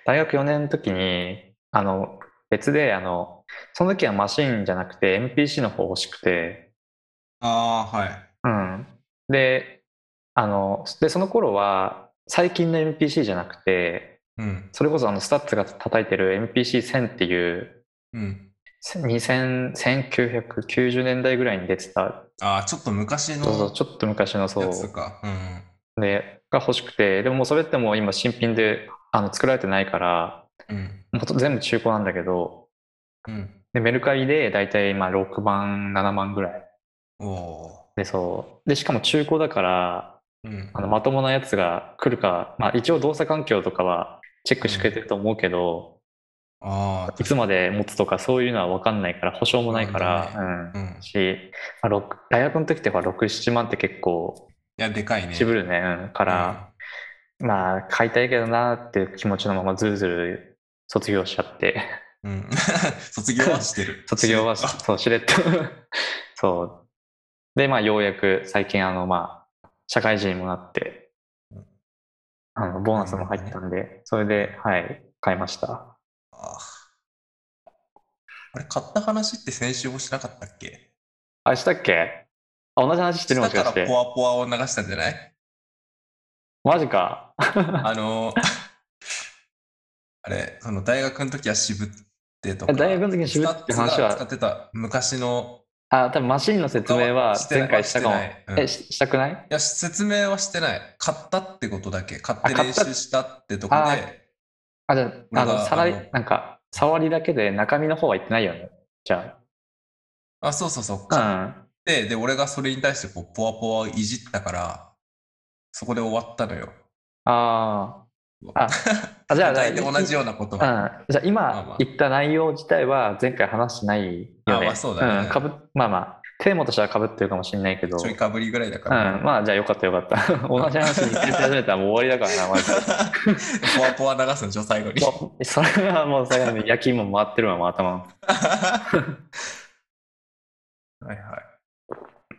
Speaker 1: 大学4年の時に、あの、別で、あの、その時はマシンじゃなくて MPC の方欲しくて、
Speaker 3: ああ、はい。
Speaker 1: うん。で、あの、で、その頃は、最近の MPC じゃなくて、
Speaker 3: うん。
Speaker 1: それこそあの、スタッツが叩いてる MPC1000 っていう、
Speaker 3: うん。
Speaker 1: 2000 1990年代ぐらいに出てた、
Speaker 3: ああ、ちょっと昔
Speaker 1: そうそう
Speaker 3: の
Speaker 1: ちょっと昔のそ
Speaker 3: やつ
Speaker 1: う、
Speaker 3: か。うん
Speaker 1: で、が欲しくて、でももうそれってもう今新品で、あの、作られてないから、
Speaker 3: うん。
Speaker 1: もう全部中古なんだけど、
Speaker 3: うん。うん。
Speaker 1: で、メルカリで大体まあ6万、7万ぐらい。
Speaker 3: おお
Speaker 1: で、そう。で、しかも中古だから、
Speaker 3: ー。うん
Speaker 1: あ。のまともなやつが来るか、まあ一応動作環境とかはチェックしてくれてると思うけど、
Speaker 3: あ
Speaker 1: いつまで持つとかそういうのは分かんないから、保証もないから、
Speaker 3: そう
Speaker 1: うん。
Speaker 3: あ。うん。い
Speaker 1: し、まあ、六大学の時ってほら6、7万って結構
Speaker 3: や、でかいね。
Speaker 1: 渋るね、うん、から、まあ買いたいけどなっていう気持ちのままずるずる卒業しちゃって。
Speaker 3: うん。うん。 卒業はしてる。
Speaker 1: 卒業はし
Speaker 3: してる。
Speaker 1: そう、しれっと。 そう。で、まあ、ようやく最近、あの、まあ、社会人にもなって
Speaker 3: うん、
Speaker 1: あの、ボーナスも入ったんで、それで、はい、買いました。
Speaker 3: あーあれ、買った話って先週もしなかったっけ
Speaker 1: あ、したっけあ、同じ話してるも
Speaker 3: だ
Speaker 1: しか
Speaker 3: から
Speaker 1: して
Speaker 3: ポ。ワポワを流したんじゃない
Speaker 1: マジか。
Speaker 3: あのーあれ、その大学の時は渋ってとか、
Speaker 1: え 大学の時に渋って話は
Speaker 3: スタッツが使ってた昔の、
Speaker 1: あ、多分マシンの説明は前回したかも
Speaker 3: 他は。してないうん
Speaker 1: え、
Speaker 3: い
Speaker 1: ししたくない
Speaker 3: や、説明はしてない。買ったってことだけ。買って
Speaker 1: あ買
Speaker 3: 練
Speaker 1: った
Speaker 3: 習したってとこで、
Speaker 1: ああ、じゃあ、あ
Speaker 3: 俺
Speaker 1: の、
Speaker 3: が
Speaker 1: さら
Speaker 3: あの
Speaker 1: い、なんか、触りだけで中身の方は言ってないよね。じゃ
Speaker 3: あ、そうそうそう、買っ
Speaker 1: あ。うん。
Speaker 3: て、で、俺がそれに対してこう、ポワポワをいじったから、そこで終わったのよ。
Speaker 1: ああ あ。あ、じゃあ、じゃあ
Speaker 3: 大体同じようなこと
Speaker 1: うん、じ
Speaker 3: が。
Speaker 1: ゃあ
Speaker 3: まあま
Speaker 1: 今
Speaker 3: あ
Speaker 1: 言った内容自体は前回話してないよね。
Speaker 3: あまあそうだね
Speaker 1: ん、かぶまあまあ、テーマとしてはかぶってるかもしれないけど、
Speaker 3: ちょいかぶりぐらいだか
Speaker 1: うん、
Speaker 3: ら。
Speaker 1: まあじゃあよかったよかった。 同じ話に行き始めたらもう終わりだ からな、マジ
Speaker 3: ポワポワ流すの、じゃあ最後に
Speaker 1: で。もうそれはもう最後に焼き芋回ってるわ、もう頭の。
Speaker 3: はいはい。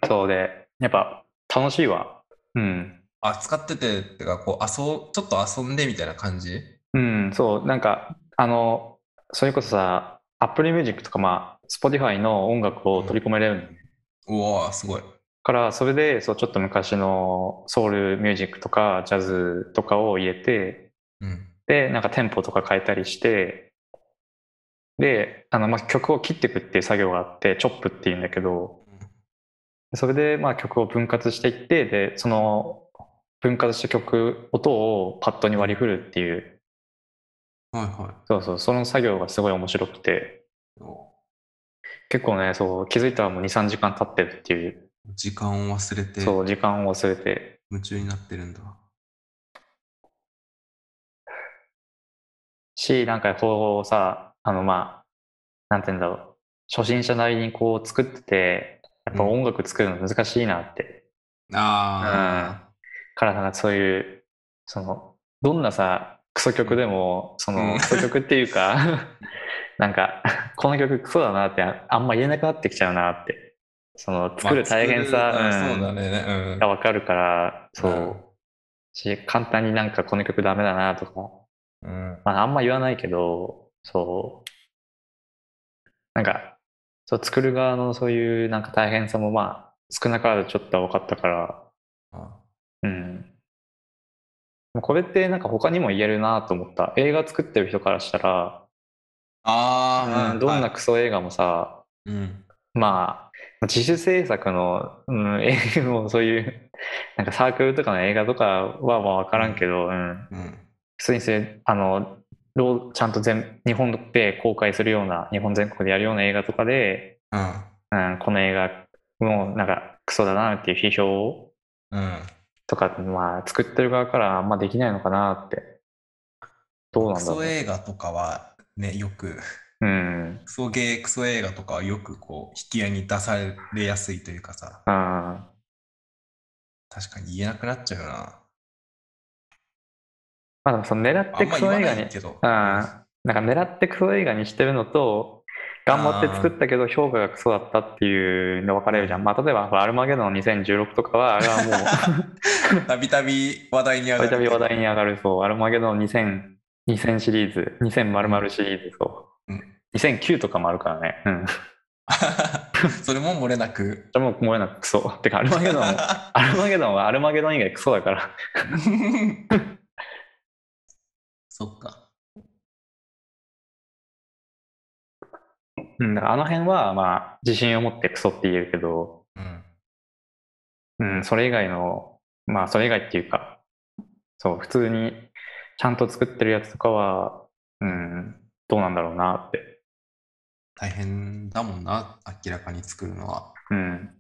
Speaker 1: そうで、やっぱ楽しいわ。うん。
Speaker 3: あ、使ってて、ってか、こう、遊、ちょっと遊んでみたいな感じ
Speaker 1: うん、そう、なんか、あの、それこそさ、Apple Music とか、まあ、Spotify の音楽を取り込めれるんだよね
Speaker 3: うわーすごい。
Speaker 1: からそれでそうちょっと昔のソウルミュージックとかジャズとかを入れて
Speaker 3: うん。
Speaker 1: でなんかテンポとか変えたりしてであのまあ曲を切っていくっていう作業があってチョップっていうんだけどそれでまあ曲を分割していってでその分割した曲音をパッドに割り振るっていう
Speaker 3: はいは
Speaker 1: そうそうその作業がすごい面白くて
Speaker 3: いお。
Speaker 1: 結構ねそう気づいたらもう23時間経ってるっていう
Speaker 3: 時間を忘れて
Speaker 1: そう時間を忘れて
Speaker 3: 夢中になってるんだ。
Speaker 1: し、なんかこうさ、あのまあ、なんて言うんだろう。初心者なりにこう作ってて、やっぱ
Speaker 3: うん
Speaker 1: 音楽作るの難しいなって。
Speaker 3: あ
Speaker 1: からなんかそういう、その、どんなさ、クソ曲でも、その、
Speaker 3: うん
Speaker 1: クソ曲っていうか、 なんか、この曲クソだなってああんま言えなくなってきちゃうなって。その、
Speaker 3: ー
Speaker 1: 作る大変さ、
Speaker 3: まあ
Speaker 1: う
Speaker 3: 作るうんんそうだね。
Speaker 1: がわかるから、そう。
Speaker 3: うん
Speaker 1: し、簡単になんかこの曲ダメだなとか、
Speaker 3: うん。うん。
Speaker 1: まあ、あんま言わないけど、そう。なんか、そう、作る側のそういうなんか大変さもまあ、少なからずちょっとは分かったから、
Speaker 3: あ
Speaker 1: うん。まあこれってなんか他にも言えるなと思った。映画作ってる人からしたら、
Speaker 3: あ
Speaker 1: う
Speaker 3: ー、うんん、
Speaker 1: どん
Speaker 3: は
Speaker 1: ないクソ映画もさ、
Speaker 3: うん。
Speaker 1: まあ、自主制作の、うん、 映画もそういう、なんかサークルとかの映画とかはまあ分からんけど、うん。
Speaker 3: うん。
Speaker 1: 普通にそれあのローちゃんと全日本で公開するような日本全国でやるような映画とかで、
Speaker 3: うん。
Speaker 1: うん、この映画もうなんかクソだなっていう批評
Speaker 3: うん。
Speaker 1: とか、まあ、作ってる側からあんまできないのかなってどうな
Speaker 3: ク
Speaker 1: んだろ
Speaker 3: ソ
Speaker 1: う、
Speaker 3: 映画とかは、ね、よく、
Speaker 1: うん
Speaker 3: クソゲー、クソ映画とかはよくこう、引き合いに出されやすいというかさ、
Speaker 1: うん、
Speaker 3: 確かに言えなくなっちゃうよな。
Speaker 1: まあでもその狙っ
Speaker 3: あ
Speaker 1: て
Speaker 3: んま
Speaker 1: ク
Speaker 3: 言
Speaker 1: ソ
Speaker 3: わ
Speaker 1: 映画
Speaker 3: な
Speaker 1: に
Speaker 3: いけど。
Speaker 1: うんなんか狙ってクソ映画にしてるのと頑張って作ったけど評価がクソだったっていうの分かれるじゃん。まあ、例えば、ほらアルマゲドンの2016とかは、あれはもう、
Speaker 3: たびたび話題に上が
Speaker 1: た
Speaker 3: る。
Speaker 1: びたび話題に上がる、そう、アルマゲドン2000、2000シリーズ、2000シリーズ、そう
Speaker 3: うん。
Speaker 1: 2009とかもあるからね。うん。
Speaker 3: それも漏れなく。
Speaker 1: それももれなくクソ。 てか、アルマゲドン、アルマゲドンはアルマゲドン以外クソだから。
Speaker 3: そっか。
Speaker 1: うん、だからあの辺は、まあ、自信を持ってクソって言えるけど、
Speaker 3: うん。
Speaker 1: うん、それ以外の、まあ、それ以外っていうか、そう、普通に、ちゃんと作ってるやつとかは、うん、どうなんだろうなって。
Speaker 3: 大変だもんな、明らかに作るのは。
Speaker 1: うん。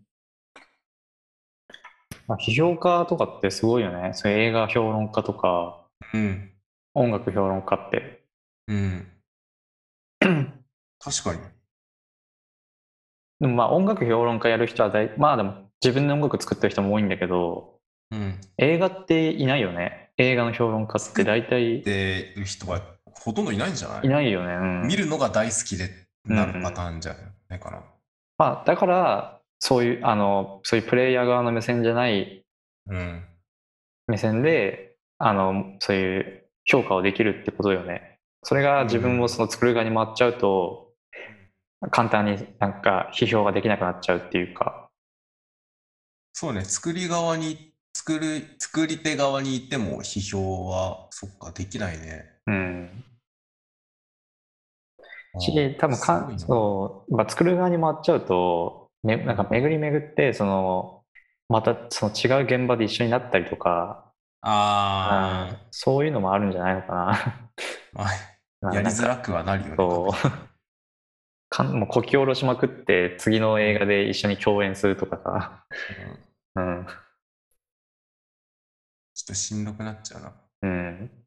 Speaker 1: まあ、批評家とかってすごいよね。そういう映画評論家とか、
Speaker 3: うん。
Speaker 1: 音楽評論家って。
Speaker 3: うん。確かに。
Speaker 1: でもまあ、音楽評論家やる人は大、まあでも、自分で音楽作ってる人も多いんだけど、
Speaker 3: うん。
Speaker 1: 映画っていないよね。映画の評論家って大体
Speaker 3: で、人がほとんどいないんじゃない
Speaker 1: いないよね。うん、
Speaker 3: 見るのが大好きでなるパターンじゃないかな。
Speaker 1: まあ、だから、そういう、あの、そういうプレイヤー側の目線じゃない
Speaker 3: うん。
Speaker 1: 目線で、あの、そういう評価をできるってことよね。それが自分もその作る側に回っちゃうと、簡単になんか批評ができなくなっちゃうっていうか、
Speaker 3: そうね、作り側に、作る、作り手側にいても批評は、そっか、できないね。
Speaker 1: うん。
Speaker 3: あ
Speaker 1: し
Speaker 3: ー
Speaker 1: 多分かん
Speaker 3: すごいな
Speaker 1: そう、まあ、作る側に回っちゃうと、ね、なんか巡り巡って、その、またその違う現場で一緒になったりとか、
Speaker 3: あ
Speaker 1: うんそういうのもあるんじゃないのかな。
Speaker 3: ーま
Speaker 1: ま
Speaker 3: あ、
Speaker 1: あ
Speaker 3: やり
Speaker 1: なんか
Speaker 3: づらくはなるよね。
Speaker 1: そう。 かんもうこき下ろしまくって、次の映画で一緒に共演するとかさ。う
Speaker 3: うん
Speaker 1: ん。
Speaker 3: ちょっとしんどくなっちゃうな。
Speaker 1: うん。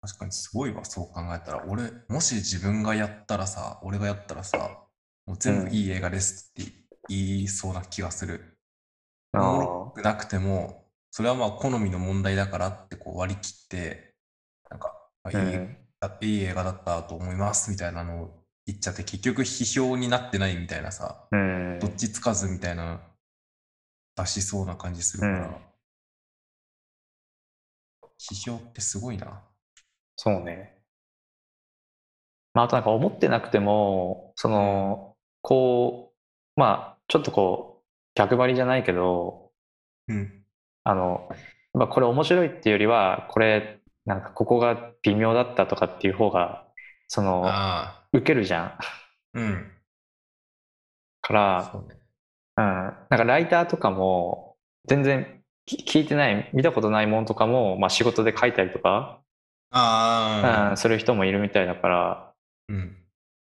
Speaker 3: 確かにすごいわ、そう考えたら。俺、もし自分がやったらさ、俺がやったらさ、もう全部いい映画ですって言いそうな気がする。おもろくなくても、それはまあ好みの問題だからってこう割り切って、なんか、まあ
Speaker 1: う
Speaker 3: いい
Speaker 1: ん。
Speaker 3: あいい映画だったと思いますみたいなのを言っちゃって結局批評になってないみたいなさ
Speaker 1: うん
Speaker 3: どっちつかずみたいな出しそうな感じするから、
Speaker 1: うん
Speaker 3: 批評ってすごいな
Speaker 1: そうね。まあ、あとなんか思ってなくても、その、こう、まあ、ちょっとこう、逆張りじゃないけど、
Speaker 3: うん
Speaker 1: あの、まあ、これ面白いっていうよりは、これ、なんかここが微妙だったとかっていう方が、その、
Speaker 3: ああ
Speaker 1: 受けるじゃん。
Speaker 3: うん
Speaker 1: から、
Speaker 3: そうね
Speaker 1: うん、なんかライターとかも全然き聞いてない見たことないものとかも、まあ、仕事で書いたりとか、う
Speaker 3: ああ
Speaker 1: ん、する人もいるみたいだから
Speaker 3: うん、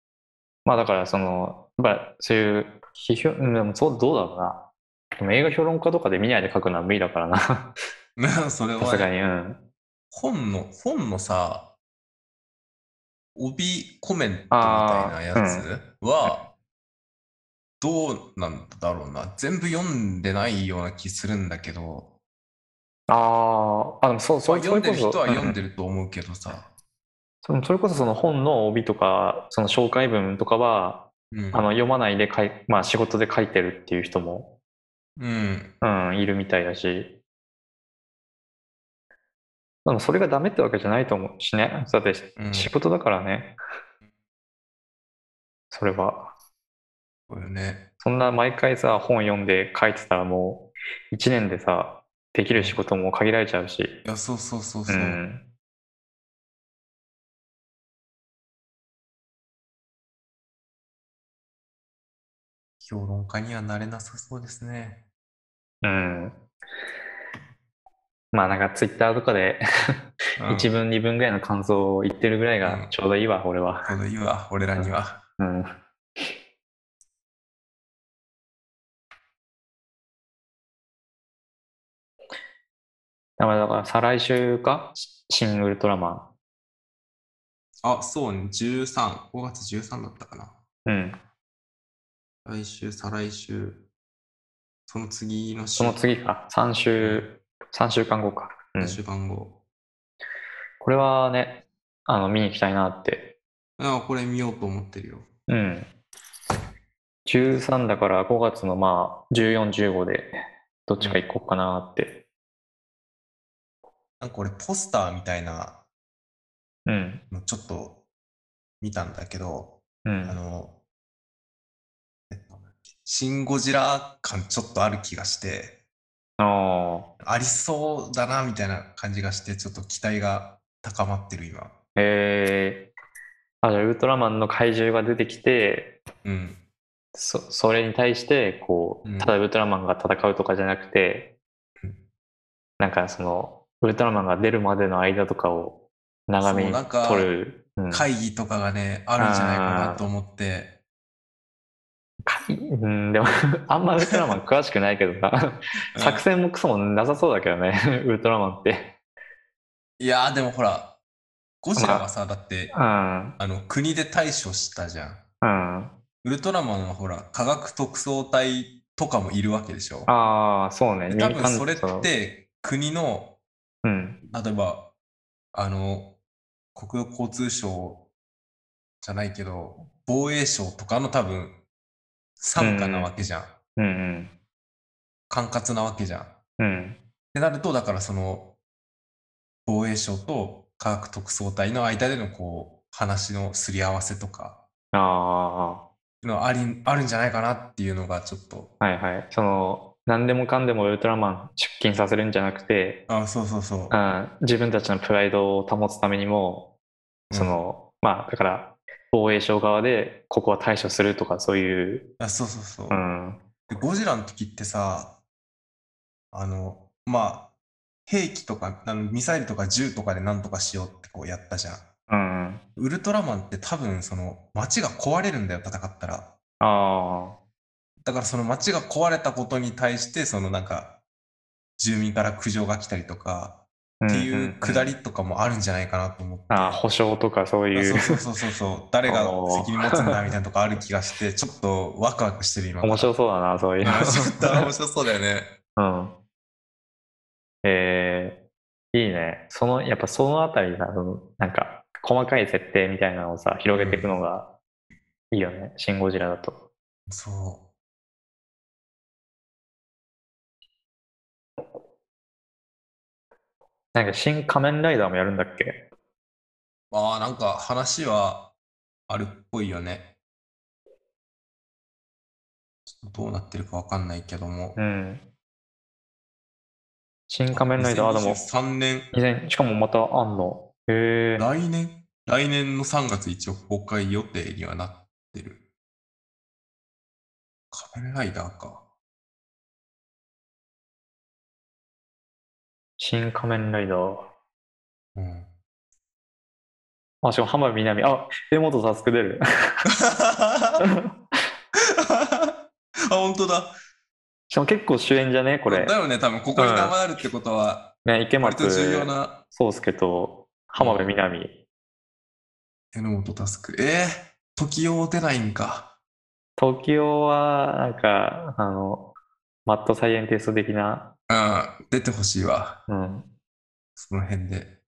Speaker 1: まあだからそのやっぱそういう批評うんでもそうどうだろうなでも映画評論家とかで見ないで書くのは無理だからなさ
Speaker 3: それ
Speaker 1: すが
Speaker 3: は
Speaker 1: にうん
Speaker 3: 本の本のさ帯コメントみたいなや
Speaker 1: あ
Speaker 3: つはどうなんだろうな全部読んでないような気するんだけど
Speaker 1: あーあでもそう
Speaker 3: ま
Speaker 1: そ
Speaker 3: あ
Speaker 1: う
Speaker 3: 読んでる人
Speaker 1: それこ
Speaker 3: は
Speaker 1: そ
Speaker 3: 読んで
Speaker 1: うん
Speaker 3: ると思うけどさ、
Speaker 1: そのそれこそその本の帯とかその紹介文とかは、
Speaker 3: うん
Speaker 1: あの読まないで書い、まあ、仕事で書いてるっていう人も、
Speaker 3: うん、
Speaker 1: うん、いるみたいだしでもそれがダメってわけじゃないと思うしね。だって
Speaker 3: うん
Speaker 1: 仕事だからね。それは。
Speaker 3: これね、
Speaker 1: そんな毎回さ、本読んで書いてたらもう、1年でさ、できる仕事も限られちゃうし。
Speaker 3: いや、そうそうそう
Speaker 1: う
Speaker 3: そう、
Speaker 1: ん。
Speaker 3: 評論家にはなれなさそうですね。
Speaker 1: うん。まあなんかツイッターとかで
Speaker 3: うん
Speaker 1: 1文2文ぐらいの感想を言ってるぐらいがちょうどいいわ、俺は。
Speaker 3: このいわ、俺らには。
Speaker 1: うん。だから、だから再来週かシ新ウルトラマ
Speaker 3: あ、そうね、13、5月13だったかな。
Speaker 1: ン。うん。
Speaker 3: 来週、再来週、その次の週、
Speaker 1: その次か。3週、三週間後か。うん
Speaker 3: 来。週番号。
Speaker 1: これはね、あの、見に行きたいなって
Speaker 3: あこれ見ようと思ってるよ。
Speaker 1: うん。13だから5月のまあ14、15でどっちか行こうかなって。
Speaker 3: なんか俺、ポスターみたいな
Speaker 1: うん。
Speaker 3: のちょっと見たんだけど、
Speaker 1: う
Speaker 3: あ
Speaker 1: ん。
Speaker 3: の、えっとなんだっけシン・ゴジラ感ちょっとある気がして、
Speaker 1: ああ。
Speaker 3: ありそうだなみたいな感じがして、ちょっと期待が高まってる今。
Speaker 1: へえ。あ、じゃあウルトラマンの怪獣が出てきて、
Speaker 3: うん。
Speaker 1: そ、それに対して、こ
Speaker 3: うん
Speaker 1: う、ただウルトラマンが戦うとかじゃなくて
Speaker 3: うん、
Speaker 1: なんかその、ウルトラマンが出るまでの間とかを長めに
Speaker 3: そうなんか
Speaker 1: 撮る。うん。
Speaker 3: 会議とかがね、あるんじゃないかなと思って、
Speaker 1: 会うん、でも、 あんまウルトラマン詳しくないけどさ、
Speaker 3: うん
Speaker 1: 作戦もクソもなさそうだけどね、 ウルトラマンって。
Speaker 3: いやーでもほら、ゴジラはさ、だって、
Speaker 1: うん、
Speaker 3: あの、国で対処したじゃん。
Speaker 1: うん。
Speaker 3: ウルトラマンはほら、科学特捜隊とかもいるわけでしょ。
Speaker 1: ああ、そうね、
Speaker 3: で
Speaker 1: 民
Speaker 3: 多
Speaker 1: 間
Speaker 3: 分それっ
Speaker 1: の
Speaker 3: て、国の
Speaker 1: うん、
Speaker 3: 例えば、あの、国土交通省じゃないけど、防衛省とかの多分、傘下なわけじゃん。
Speaker 1: うん、うん、
Speaker 3: 管轄なわけじゃん。っ
Speaker 1: うん。
Speaker 3: てなると、だからその、防衛省と科学特捜隊の間でのこう、話のすり合わせとか、
Speaker 1: あ
Speaker 3: のあり、あるんじゃないかなっていうのがちょっと、
Speaker 1: あ、はいはい。その、何でもかんでもウルトラマン出勤させるんじゃなくて、
Speaker 3: あ、そうそうそう。
Speaker 1: うん、自分たちのプライドを保つためにも、その、まあ、だから、防衛省側でここは対処するとか、そういう、
Speaker 3: うん、あ、そうそうそう。
Speaker 1: うん、うん、
Speaker 3: でゴジラの時ってさ、あの、まあ、兵器とか、あのミサイルとか銃とかでなんとかしようってこうやったじゃん。
Speaker 1: あ
Speaker 3: ウルトラマンって多分その街が壊れるんだよ、戦ったら。
Speaker 1: あ、
Speaker 3: だからその街が壊れたことに対して、そのなんか、住民から苦情が来たりとか、
Speaker 1: うん
Speaker 3: っ
Speaker 1: う
Speaker 3: て
Speaker 1: ん
Speaker 3: いうくだりとかもあるんじゃないかなと思って。
Speaker 1: ああ、保証とかそう
Speaker 3: あ
Speaker 1: い
Speaker 3: そうう、そうそうそうそう、誰 が
Speaker 1: あのー
Speaker 3: 責任持つんだみたいなとかある気がして、ちょっとワクワクしてる今。
Speaker 1: 面白そうだな、そういうの。
Speaker 3: あちょっと面白そうだよね。
Speaker 1: うん。えー、いいね。その、やっぱそのあたりさ、そのなんか、細かい設定みたいなのをさ、広げていくのがいいよね。シン・ゴジラだと。
Speaker 3: そう。
Speaker 1: なんか、新仮面ライダーもやるんだっけ
Speaker 3: ああ、なんか話はあるっぽいよね。ちょっとどうなってるかわかんないけども
Speaker 1: う。ん。新仮面ライダー、あ、でも、
Speaker 3: 2023年、
Speaker 1: 以前、しかもまたあんの。へえー、
Speaker 3: 来年来年の3月一応公開予定にはなってる。仮面ライダーか。
Speaker 1: 新仮面ライダー。
Speaker 3: うん。
Speaker 1: あ、しかも浜辺美波。あ、江本サスク出る。
Speaker 3: あ、本当だ。
Speaker 1: しかも結構主演じゃねこれ
Speaker 3: だ。よね、多分ここに名前あるってことは、
Speaker 1: ね、池
Speaker 3: 割
Speaker 1: 松
Speaker 3: と重要な
Speaker 1: 壮介と浜辺美波。
Speaker 3: 榎本タスク。えー、時を打てないんか。
Speaker 1: 東京は、なんか、あの、マッドサイエンティスト的な、
Speaker 3: うん、出てほしいわ。
Speaker 1: うん。
Speaker 3: その辺で。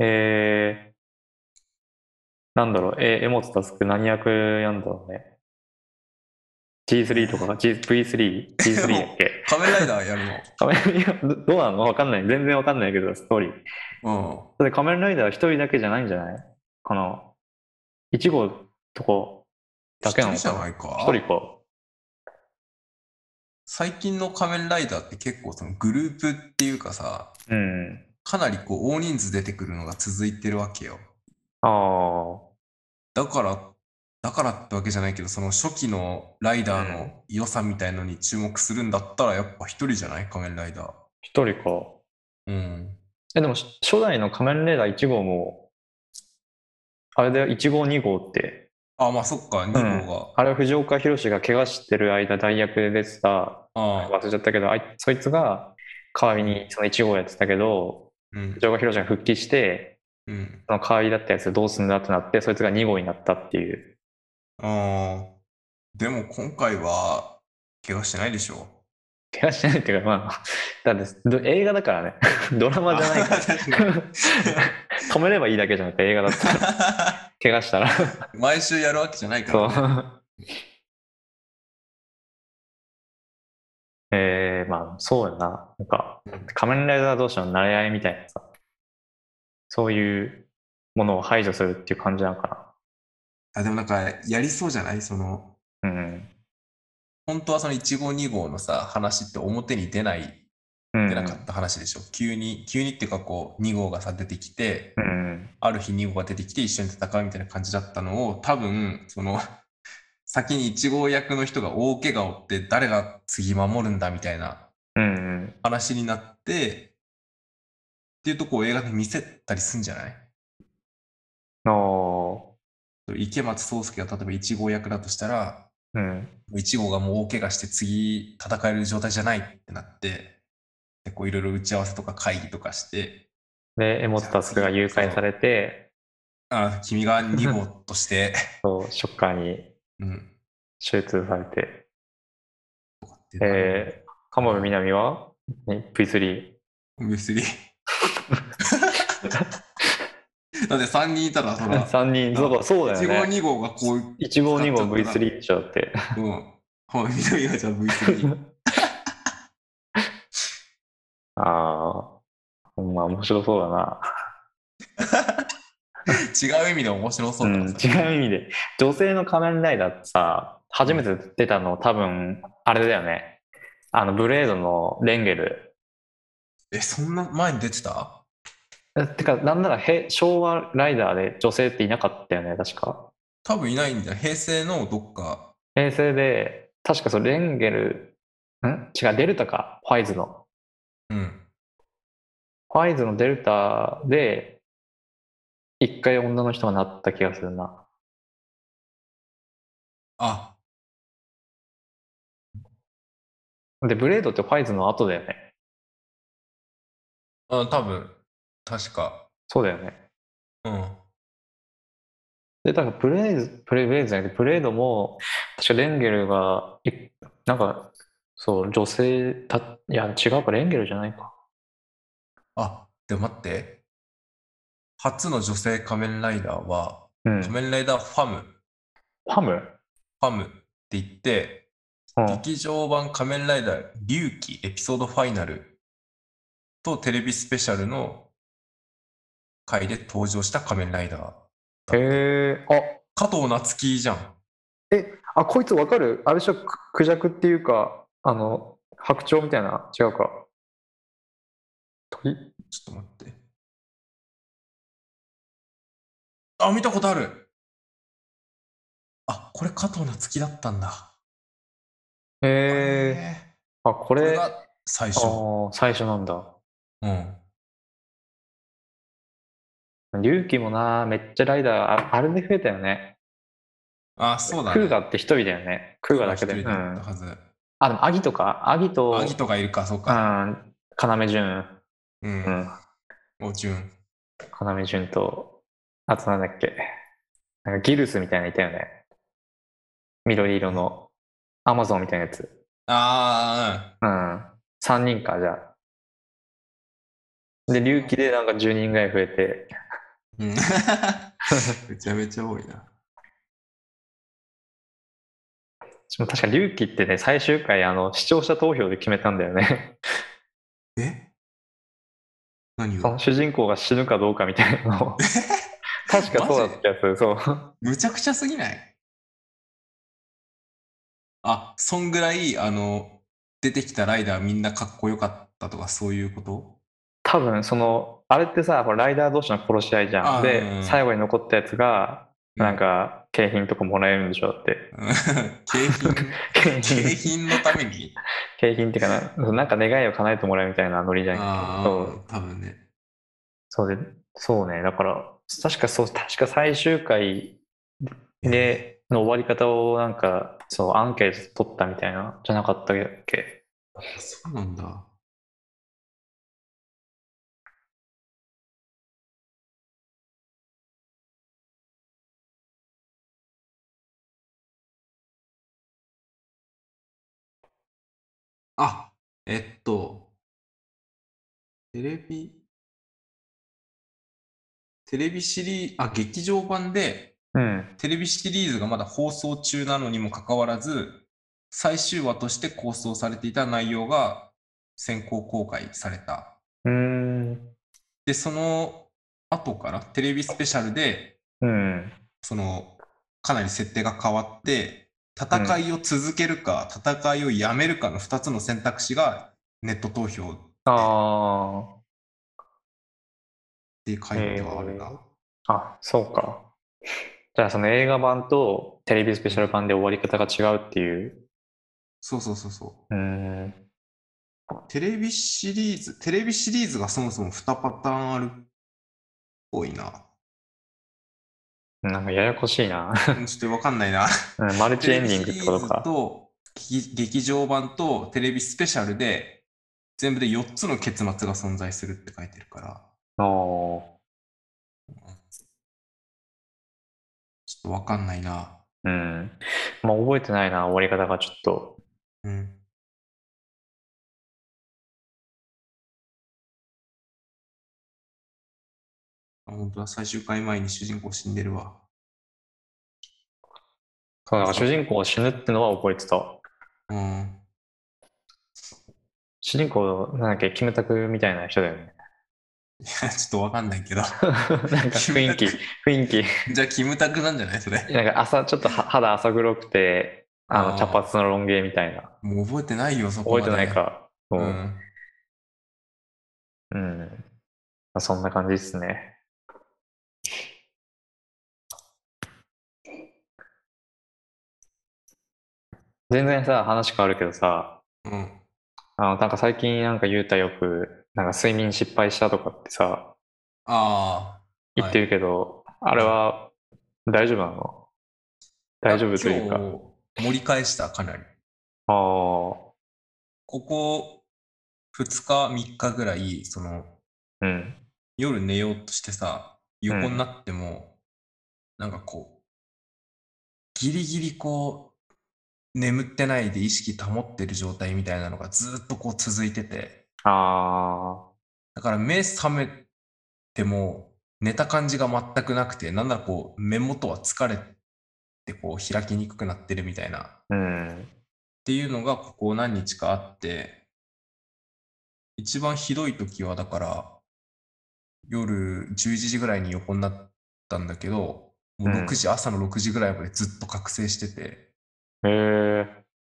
Speaker 1: えー、なんだろう、え、エモツタスク何役やんだろうね。G3 とか、G、V3、G3 だっ け
Speaker 3: 仮面ライダーやる
Speaker 1: 仮面いやどどうなのわかんない。全然わかんないけど、ストーリー。だ
Speaker 3: の。
Speaker 1: って仮面ライダーは一人だけじゃないんじゃないこの、1号とこ
Speaker 3: うん。
Speaker 1: だけなの
Speaker 3: 一人
Speaker 1: か
Speaker 3: じゃ
Speaker 1: な
Speaker 3: ないか。
Speaker 1: 一人か。
Speaker 3: 最近の仮面ライダーって結構そのグループっていうかさ、
Speaker 1: うん。
Speaker 3: かなりこう大人数出てくるのが続いてるわけよ。
Speaker 1: ああ。
Speaker 3: だから、だからってわけじゃないけど、その初期のライダーの良さみたいのに注目するんだったら、やっぱ一人じゃない仮面ライダー。
Speaker 1: 一人か。
Speaker 3: うん。
Speaker 1: え、でもし初代の仮面ライダー1号も、あれだよ、1号、2号って、
Speaker 3: あ、まあそっか、2号が。
Speaker 1: あれは藤岡弘が怪我してる間、代役で出てた、
Speaker 3: ああ、
Speaker 1: 忘れちゃったけど、あいそいつが代わりにその1号やってたけど、
Speaker 3: うん。
Speaker 1: 藤岡弘が復帰して、
Speaker 3: うん。
Speaker 1: その代わりだったやつどうすんだってなって、そいつが2号になったっていう。
Speaker 3: ああ。でも今回は、怪我してないでしょ。
Speaker 1: 怪我してない っていうか、まあ、だってど映画だからね、ドラマじゃないから。
Speaker 3: 確かに
Speaker 1: 止めればいいだけじゃなくて映画だったら怪我したら
Speaker 3: 毎週やるわけじゃないか
Speaker 1: そ
Speaker 3: ら
Speaker 1: う
Speaker 3: ね、
Speaker 1: えー、まあそうやななんか
Speaker 3: うん
Speaker 1: 仮面ライダー同士の馴れ合いみたいなさそういうものを排除するっていう感じなのか
Speaker 3: あでもなんかやりそうじゃないその
Speaker 1: なうん
Speaker 3: 本当はその1号2号のさ話って表に出ない
Speaker 1: うん
Speaker 3: 出なかった話でしょ、急に急にっていうかこう2号がさ出てきて
Speaker 1: うん
Speaker 3: ある日2号が出てきて一緒に戦うみたいな感じだったのを多分その 先に1号役の人が大怪我を負って誰が次守るんだみたいな
Speaker 1: うんうん
Speaker 3: 話になってっていうとこを映画で見せたりすんじゃない
Speaker 1: の
Speaker 3: 池松壮亮が例えば1号役だとしたら
Speaker 1: うん
Speaker 3: 1号がもう大怪我して次戦える状態じゃないってなってでこういろいろ打ち合わせとか会議とかして
Speaker 1: でエモテタスが誘拐されて
Speaker 3: あ君が2号として、
Speaker 1: そうショッカーに
Speaker 3: うん、
Speaker 1: 手術されて
Speaker 3: とかって
Speaker 1: えー、浜辺美波はに V3
Speaker 3: 別 にだって3人いたらそら
Speaker 1: 3人そうそうだ
Speaker 3: 1
Speaker 1: よ
Speaker 3: 号
Speaker 1: ね
Speaker 3: 2号がこう、うん、
Speaker 1: 1号2号
Speaker 3: 使っちゃった
Speaker 1: V3 でしょだって
Speaker 3: 本緑がじゃあ V3
Speaker 1: ああ、ほんま面白そうだな。、
Speaker 3: 違う意味で面白そううんだなそれ
Speaker 1: 違う意味で。女性の仮面ライダーってさ、初めて出たの多分、あれだよね。あの、ブレードのレンゲル。
Speaker 3: えそんな前に出てた
Speaker 1: えてか、なんならへ昭和ライダーで女性っていなかったよね、確か。
Speaker 3: 多分いないんだよ平成のどっか
Speaker 1: 平成で、確かそのレンゲル、ん違う、デルタか、ファイズの。
Speaker 3: うん
Speaker 1: ファイズのデルタで、一回女の人がなった気がするな。
Speaker 3: あ
Speaker 1: で、ブレードってファイズの後だよね。
Speaker 3: あ多分確か
Speaker 1: そうだよね。
Speaker 3: うん
Speaker 1: で、だからブレーズ、ブレブレーズじゃなくて、ブレードも、確かレンゲルが、いなんか、そう、女性た、いや、違うか、レンゲルじゃないか。
Speaker 3: あ、でも待って。初の女性仮面ライダーは、
Speaker 1: うん。
Speaker 3: 仮面ライダーファム、フ
Speaker 1: ハム
Speaker 3: ァムって言って、
Speaker 1: うん。
Speaker 3: 劇場版仮面ライダー龍騎エピソードファイナルとテレビスペシャルの回で登場した仮面ライダー。
Speaker 1: へえー、
Speaker 3: 加藤夏希じゃん。
Speaker 1: あ、あ、こいつわかるあれでしょ、ククジャクっていうか、あの、白鳥みたいな、違うか。鳥
Speaker 3: ちょっと待って。あ、見たことある。あ、これ加藤夏希だったんだ。
Speaker 1: へえ
Speaker 3: え
Speaker 1: ー、あ、こ
Speaker 3: これ
Speaker 1: れ、あ
Speaker 3: が最初。
Speaker 1: ー最初なんだ。
Speaker 3: うん。
Speaker 1: 龍騎もな、めっちゃライダー、ああれで増えたよね。
Speaker 3: あ、そうだ
Speaker 1: ク
Speaker 3: ね。
Speaker 1: ーガって一人だよね。クーガだけで。
Speaker 3: 一
Speaker 1: う
Speaker 3: 人だっ
Speaker 1: ん
Speaker 3: た。はず。
Speaker 1: あ、でもアギトか。アギト、
Speaker 3: アギトがいるか、そう
Speaker 1: う
Speaker 3: か。
Speaker 1: ん、要潤、う
Speaker 3: う。
Speaker 1: んん、
Speaker 3: おじゅん。
Speaker 1: 要潤と、あとなんだっけ、なんかギルスみたいなのいたよね。緑色の、アマゾンみたいなやつ。
Speaker 3: あ
Speaker 1: うん、3人か、じゃあ。で、隆起でなんか10人ぐらい増えて、
Speaker 3: ー、 うん。うんめちゃめちゃ多いな。
Speaker 1: でも確か隆起ってね、最終回、あの、視聴者投票で決めたんだよね。
Speaker 3: え何
Speaker 1: そ
Speaker 3: を
Speaker 1: の主人公が死ぬかどうかみたいなのを。確かそうだった気がする、そう。
Speaker 3: むちゃくちゃすぎないあ、そんぐらい、あの、出てきたライダーみんなかっこよかったとか、そういうこと
Speaker 1: 多分そのあれってさほらライダー同士の殺し合いじゃ
Speaker 3: あ
Speaker 1: ん
Speaker 3: ーうんうん
Speaker 1: で最後に残ったやつがなん。か景品とかもらえるんでしょだって
Speaker 3: うん景 品、
Speaker 1: 景
Speaker 3: 景
Speaker 1: 品
Speaker 3: 品のために
Speaker 1: 景品っていうかななんか願いを叶えてもらうみたいなノリじゃん
Speaker 3: あ
Speaker 1: そう、
Speaker 3: あ多分ね。
Speaker 1: そうでそうねだから確かそう確か最終回での終わり方をなんかそうアンケート取ったみたいなじゃなかったっけ
Speaker 3: そうなんだ。あ、えっと、テレビ、テレビシリーあ、劇場版で、
Speaker 1: うん。
Speaker 3: テレビシリーズがまだ放送中なのにもかかわらず、最終話として構想されていた内容が先行公開された。
Speaker 1: うーん。
Speaker 3: で、その後からテレビスペシャルで、
Speaker 1: うん。
Speaker 3: その、かなり設定が変わって、戦いを続けるか、戦いをやめるかの2つの選択肢がネット投票っ
Speaker 1: あ
Speaker 3: て書いてはあるな。
Speaker 1: へーあ。あ、そうか。じゃあ、その映画版とテレビスペシャル版で終わり方が違うっていう。
Speaker 3: そうそうそうそう。
Speaker 1: うーん。
Speaker 3: テレビシリーズ、テレビシリーズがそもそも2パターンあるっぽいな。
Speaker 1: なんかややこしいな。
Speaker 3: ちょっとわかんないな。
Speaker 1: うんマル
Speaker 3: テ
Speaker 1: チエ
Speaker 3: レ
Speaker 1: ン
Speaker 3: ビ
Speaker 1: ディン
Speaker 3: シ
Speaker 1: グっ
Speaker 3: リ
Speaker 1: てこ
Speaker 3: ー
Speaker 1: と
Speaker 3: ズ
Speaker 1: か。
Speaker 3: と劇劇場版とテレビスペシャルで全部で4つの結末が存在するって書いてるから、
Speaker 1: おー
Speaker 3: ちょっとわかんないな。
Speaker 1: うん。まあ、覚えてないな、終わり方がちょっと。
Speaker 3: うん。あ、本当だ、最終回前に主人公死んでるわ。
Speaker 1: そう、だから主人公が死ぬってのは覚えてた。
Speaker 3: うん。
Speaker 1: 主人公、なんだっけ、キムタクみたいな人だよね。
Speaker 3: いや、ちょっとわかんないけど。
Speaker 1: なんか雰囲気、雰囲気。
Speaker 3: じゃあ、キムタクなんじゃないそれ。
Speaker 1: なんか朝、ちょっとは肌浅黒くて、あ
Speaker 3: あ
Speaker 1: の、
Speaker 3: ー
Speaker 1: 茶髪のロン毛みたいな。
Speaker 3: もう覚えてないよ、そこ
Speaker 1: 覚
Speaker 3: ま
Speaker 1: え
Speaker 3: で。
Speaker 1: てない。か。そうう。
Speaker 3: ん。
Speaker 1: うん。まあ、そんな感じですね。全然さ、話変わるけどさ、
Speaker 3: うん。
Speaker 1: あの、なんか最近なんか言うたよく、なんか睡眠失敗したとかってさ、
Speaker 3: ああ。
Speaker 1: 言ってるけど、あれは大丈夫なの大丈夫というか。
Speaker 3: 今日盛り返した、かな
Speaker 1: あ
Speaker 3: り。
Speaker 1: あ、
Speaker 3: ここ2日、3日ぐらい、その、
Speaker 1: うん、
Speaker 3: 夜寝ようとしてさ、横になっても、なんかこう、ギリギリこう、眠ってないで意識保ってる状態みたいなのがずーっとこう続いてて、
Speaker 1: あ
Speaker 3: だから目覚めても寝た感じが全くなくて、なんならこう目元は疲れてこう開きにくくなってるみたいな、っ
Speaker 1: あ、うん、
Speaker 3: ていうのがここ何日かあって、一番ひどい時はだから夜11時ぐらいに横になったんだけど、もう
Speaker 1: うん
Speaker 3: 6時、朝の6時ぐらいまでずっと覚醒してて、
Speaker 1: へえ、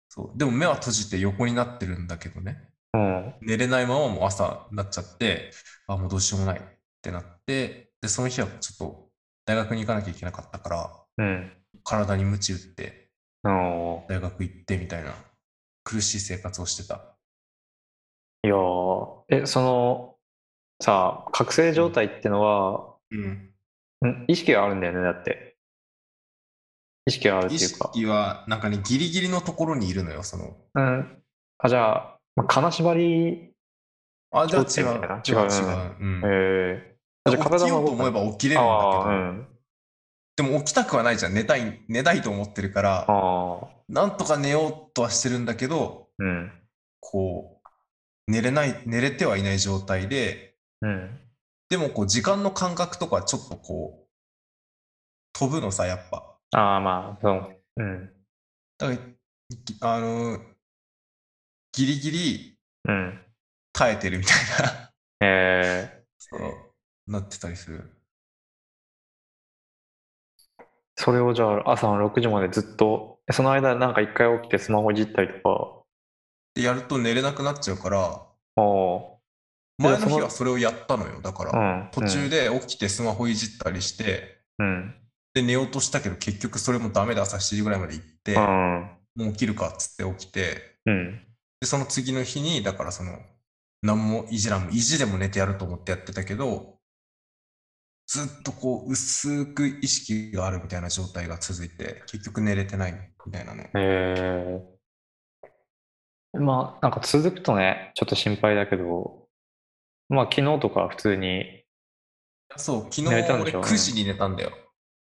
Speaker 3: そう、でも目は閉じて横になってるんだけどね。
Speaker 1: うん、
Speaker 3: 寝れないままもう朝になっちゃって、あ、もうどうしようもないってなって、で、その日はちょっと大学に行かなきゃいけなかったから、
Speaker 1: うん、
Speaker 3: 体に鞭打って、
Speaker 1: うん。
Speaker 3: 大学行ってみたいな、苦しい生活をしてた。
Speaker 1: いやー、え、その、さ、覚醒状態ってのは、
Speaker 3: うん。
Speaker 1: ん意識があるんだよね、だって。意識があるって
Speaker 3: 意
Speaker 1: いうか。
Speaker 3: 識は、なんかね、ギリギリのところにいるのよ、その。
Speaker 1: うん。あ、じゃあ、まあ金縛り、
Speaker 3: あ、じゃあ
Speaker 1: ち
Speaker 3: 違
Speaker 1: ょっと
Speaker 3: う。
Speaker 1: みたいな
Speaker 3: 違
Speaker 1: 違
Speaker 3: う、
Speaker 1: う
Speaker 3: 違う。うん。
Speaker 1: えー、
Speaker 3: だ
Speaker 1: じ
Speaker 3: か
Speaker 1: ゃあ
Speaker 3: ら
Speaker 1: 体
Speaker 3: 起き
Speaker 1: も
Speaker 3: よう
Speaker 1: 動か
Speaker 3: と思
Speaker 1: ない
Speaker 3: えば起きれるん
Speaker 1: ああ、う
Speaker 3: だ
Speaker 1: ん。
Speaker 3: けど、でも起きたくはないじゃん。寝たい、寝たいと思ってるから、
Speaker 1: ああ、
Speaker 3: なんとか寝ようとはしてるんだけど、
Speaker 1: うん。
Speaker 3: こう、寝れない、寝れてはいない状態で、
Speaker 1: うん。
Speaker 3: でもこう、時間の感覚とかちょっとこう、飛ぶのさ、やっぱ。
Speaker 1: ああ、まあ、そう。うん。
Speaker 3: だからぎ、あのーギリギリ
Speaker 1: うん。
Speaker 3: 耐えてるみたいな、
Speaker 1: えー、
Speaker 3: そう、なってたりする。
Speaker 1: それをじゃあ朝の6時までずっと、えその間なんか一回起きてスマホいじったりと
Speaker 3: で、やると寝れなくなっちゃうから、
Speaker 1: か、あ
Speaker 3: 前の
Speaker 1: その
Speaker 3: 日はそれをやったのよ。だか
Speaker 1: あ、
Speaker 3: ら、
Speaker 1: うん。
Speaker 3: 途中で起きてスマホいじったりして、
Speaker 1: うん。
Speaker 3: で、寝ようとしたけど、結局それもダメで朝7時ぐらいまで行って、
Speaker 1: うん。
Speaker 3: もう起きるかっつって起きて、
Speaker 1: うん。
Speaker 3: で、その次の日に、だからその、何もいじらんも、意地でも寝てやると思ってやってたけど、ずっとこう、薄く意識があるみたいな状態が続いて、結局寝れてないみたいなね。
Speaker 1: えー、まあ、なんか続くとね、ちょっと心配だけど、まあ昨日とか普通に、
Speaker 3: そう、昨日
Speaker 1: 寝れたんで
Speaker 3: 俺
Speaker 1: しょ
Speaker 3: 9時に寝たんだよ。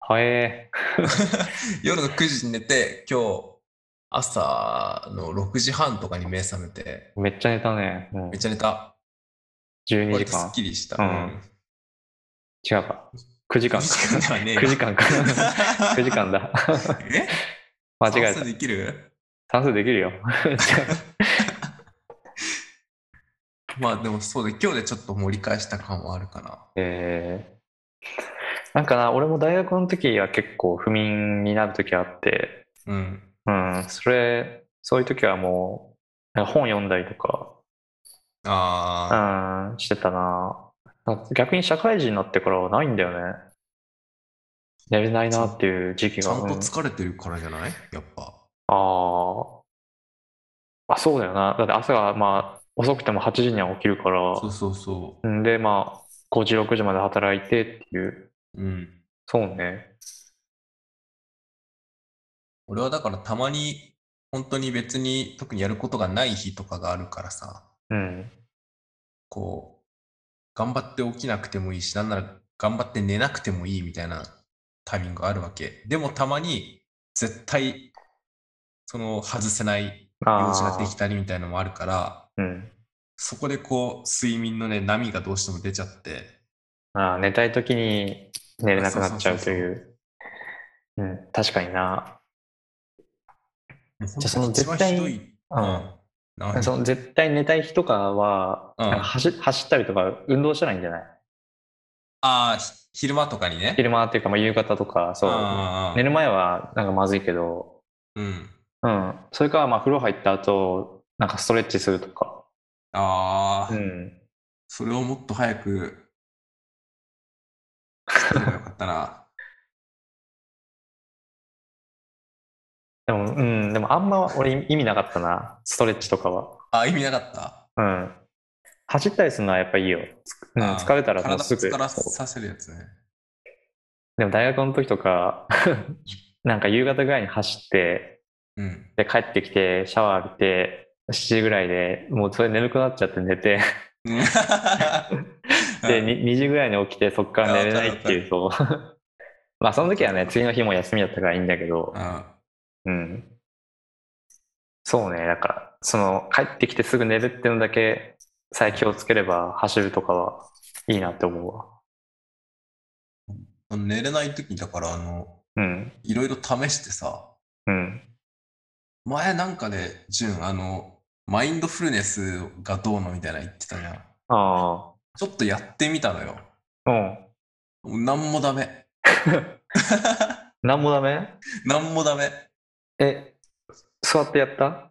Speaker 1: はえ
Speaker 3: 夜の9時に寝て、今日、朝の6時半とかに目覚めて、
Speaker 1: ー、めっちゃ寝たね。うん
Speaker 3: めっ。ちゃ寝た。
Speaker 1: 12時
Speaker 3: 割とす
Speaker 1: 間
Speaker 3: っ。きりした。
Speaker 1: うん違うか。9時間か。
Speaker 3: 時間ではねえよ
Speaker 1: 9時 間か。9時間だ。
Speaker 3: え
Speaker 1: 間違えた
Speaker 3: 算数。できる
Speaker 1: 算数できるよ。
Speaker 3: まあでもそうで、今日でちょっと盛り返した感はあるかな。
Speaker 1: えーなんかな、俺も大学の時は結構不眠になる時あって、
Speaker 3: うん。
Speaker 1: うん、それ、そういう時はもう、なんか本読んだりとか、
Speaker 3: ああ、
Speaker 1: うん、してたな。なんか逆に社会人になってからはないんだよね。やれないなっていう時期
Speaker 3: ち
Speaker 1: が。
Speaker 3: ゃん
Speaker 1: う
Speaker 3: と
Speaker 1: ん
Speaker 3: 疲れてるからじゃないやっぱ。
Speaker 1: ああ。あ、そうだよな。だって朝が、まあ、遅くても8時には起きるから、
Speaker 3: そうそうそ
Speaker 1: うんで、まあ、5時、6時まで働いてっていう。
Speaker 3: う。うん。
Speaker 1: そうね。
Speaker 3: 俺はだからたまに、本当に別に特にやることがない日とかがあるからさ、
Speaker 1: うん。
Speaker 3: こう、頑張って起きなくてもいいし、なんなら頑張って寝なくてもいいみたいなタイミングがあるわけ。でもたまに、絶対、その外せない用事
Speaker 1: あ
Speaker 3: ができたりみたいなのもあるから、
Speaker 1: あ。うん。
Speaker 3: そこでこう、睡眠のね、波がどうしても出ちゃって、
Speaker 1: ああ、寝たい時に寝れなくなっちゃうという。うん、確かにな。
Speaker 3: もう本
Speaker 1: じゃあ
Speaker 3: 当に
Speaker 1: その絶対
Speaker 3: 一番ひ
Speaker 1: う。
Speaker 3: どい。うんん。何
Speaker 1: その絶対寝たい日とかは、
Speaker 3: うん
Speaker 1: なんか走走ったりとか運動したらいいんじゃない
Speaker 3: ああ、ひ昼間とかにね。
Speaker 1: 昼間っていうか、まあ、夕方とか、そう。
Speaker 3: ああ
Speaker 1: 寝る前はなんかまずいけど、
Speaker 3: うん。
Speaker 1: うん。それから、まあ、風呂入った後、なんかストレッチするとか。
Speaker 3: ああ、
Speaker 1: うん。
Speaker 3: それをもっと早く、すればよかったな。
Speaker 1: でも、うん。でも、あんま俺意味なかったな。ストレッチとかは。
Speaker 3: あー意味なかった。
Speaker 1: うん。走ったりするのはやっぱいいよ。つうん、
Speaker 3: あー
Speaker 1: 疲れたらもう
Speaker 3: 体
Speaker 1: すぐ。
Speaker 3: 疲らさせるやつね。
Speaker 1: でも、大学の時とか、 なんか夕方ぐらいに走って、
Speaker 3: うん。
Speaker 1: で、帰ってきて、シャワー浴びて、7時ぐらいで、もうそれ眠くなっちゃって寝 て、 で、に2時ぐらいに起きて、そっから寝れないっていう、そう。 まあ、その時はね、次の日も休みだったからいいんだけど、
Speaker 3: うん、
Speaker 1: うん。そうね、だから、その、帰ってきてすぐ寝るっていうのだけ、さえ気をつければ、走るとかはいいなって思うわ。
Speaker 3: うん寝れない時だから、あの、
Speaker 1: うん、
Speaker 3: いろいろ試してさ、
Speaker 1: うん。
Speaker 3: 前なんかで、純、あの、マインドフルネスがどうのみたいな言ってたじゃん。
Speaker 1: あ
Speaker 3: ちょっとやってみたのよ。
Speaker 1: あ、うん。
Speaker 3: もうなんもダメ。
Speaker 1: なんもダメ
Speaker 3: なんもダメ。
Speaker 1: え、座ってやった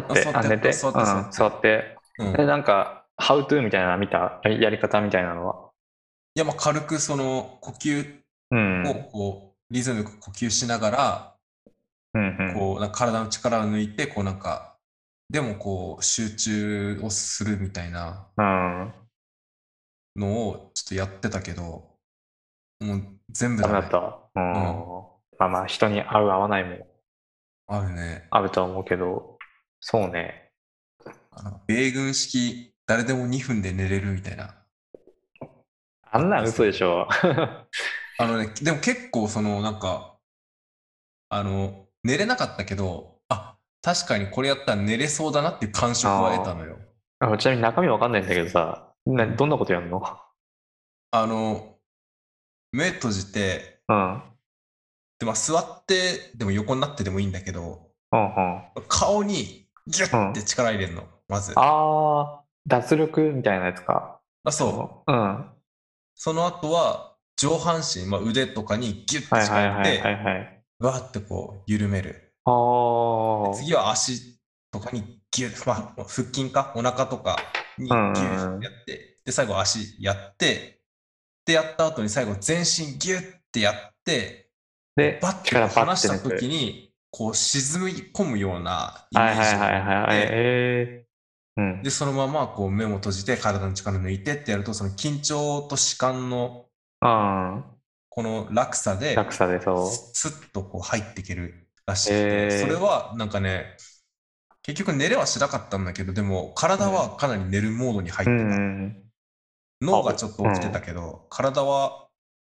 Speaker 1: 立って、
Speaker 3: あ座
Speaker 1: あ、
Speaker 3: って
Speaker 1: 寝て、
Speaker 3: 座って
Speaker 1: うん、座って。
Speaker 3: うん、
Speaker 1: え、なんか、ハウトゥーみたいなの見たややり方みたいなのは。
Speaker 3: いや、まあ、軽くその呼吸
Speaker 1: うん。う
Speaker 3: を
Speaker 1: ん、
Speaker 3: こう、リズムよく呼吸しながら、
Speaker 1: うん。
Speaker 3: こう、なんか体の力を抜いて、こうなんか、でもこう、集中をするみたいな
Speaker 1: うん。
Speaker 3: のをちょっとやってたけど、もう全部
Speaker 1: ダメだ
Speaker 3: だ
Speaker 1: った。うん。まあまあ、人に合う合わないも
Speaker 3: あるね。
Speaker 1: あるとは思うけど、そうね。
Speaker 3: あの米軍式、誰でも2分で寝れるみたいな。
Speaker 1: あんなん嘘でしょ。
Speaker 3: あのね、でも結構そのなんか、あの、寝れなかったけど、あ、確かにこれやったら寝れそうだなっていう感触は得たのよ。
Speaker 1: あちなみに中身わかんないんだけどさ、などんなことやんの
Speaker 3: あの、目閉じて、
Speaker 1: うん。うん
Speaker 3: で、まあ座ってでも横になってでもいいんだけど、
Speaker 1: うん。あ
Speaker 3: 顔にギュッて力入れるの、まず。ま
Speaker 1: あー、脱力みたいなやつか。
Speaker 3: あ、そう。
Speaker 1: うん。は
Speaker 3: その後は、上半身、まあ、腕とかにギュッ
Speaker 1: いはい
Speaker 3: て力入
Speaker 1: は
Speaker 3: れ
Speaker 1: いは
Speaker 3: て、
Speaker 1: いはい。
Speaker 3: わーってこう緩める。
Speaker 1: あ
Speaker 3: で
Speaker 1: ー。
Speaker 3: 次は足とかにギュッ、まあ、腹筋か、お腹とかにギ
Speaker 1: うんうん
Speaker 3: ュッてやって、で、最後足やって、で、やった後に最後全身ギュッてやって、
Speaker 1: で
Speaker 3: バッ、て
Speaker 1: 力バ
Speaker 3: 離
Speaker 1: ッ
Speaker 3: してた
Speaker 1: 抜く。
Speaker 3: 時に、こう沈み込むようなイメ
Speaker 1: はい
Speaker 3: ー
Speaker 1: はい
Speaker 3: ジ
Speaker 1: はいはい。
Speaker 3: で
Speaker 1: ええー。うん。
Speaker 3: で、そのままこう目も閉じて体の力抜いてってやると、その緊張と弛緩の
Speaker 1: あ
Speaker 3: この落差
Speaker 1: ー。
Speaker 3: で、
Speaker 1: 落差でそう。
Speaker 3: スッとこう入っていけるらしくて、
Speaker 1: へー
Speaker 3: それはなんかね、結局寝れはしなかったんだけど、でも体はかなり寝るモードに入っ
Speaker 1: う
Speaker 3: て
Speaker 1: ん
Speaker 3: た。
Speaker 1: うん。
Speaker 3: 脳がちょっと起きてたけど、体は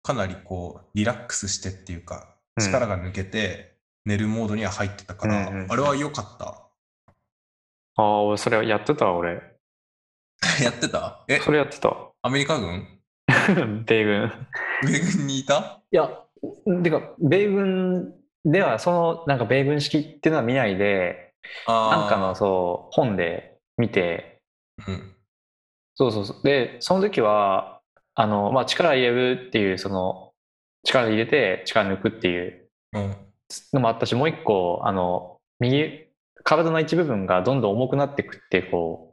Speaker 3: かなりこうリラックスしてっていうか、
Speaker 1: うん
Speaker 3: 力が抜けて寝るモードには入ってたから、
Speaker 1: うんうん
Speaker 3: あれは良かった。
Speaker 1: ああ、俺それやってたわ俺。
Speaker 3: やってたえ、
Speaker 1: それやってた。
Speaker 3: アメリカ軍
Speaker 1: 米軍。
Speaker 3: 米軍にいた
Speaker 1: いや、てか、米軍では、その、なんか米軍式っていうのは見ないで、
Speaker 3: あー
Speaker 1: なんかの、そう、本で見て、
Speaker 3: うん。
Speaker 1: そうそうそう。で、その時は、あの、まあ、力入れるっていう、その、力入れて力抜くっていう
Speaker 3: うん。
Speaker 1: のもあったし、もう一個、あの、右、体の一部分がどんどん重くなってくって、こう、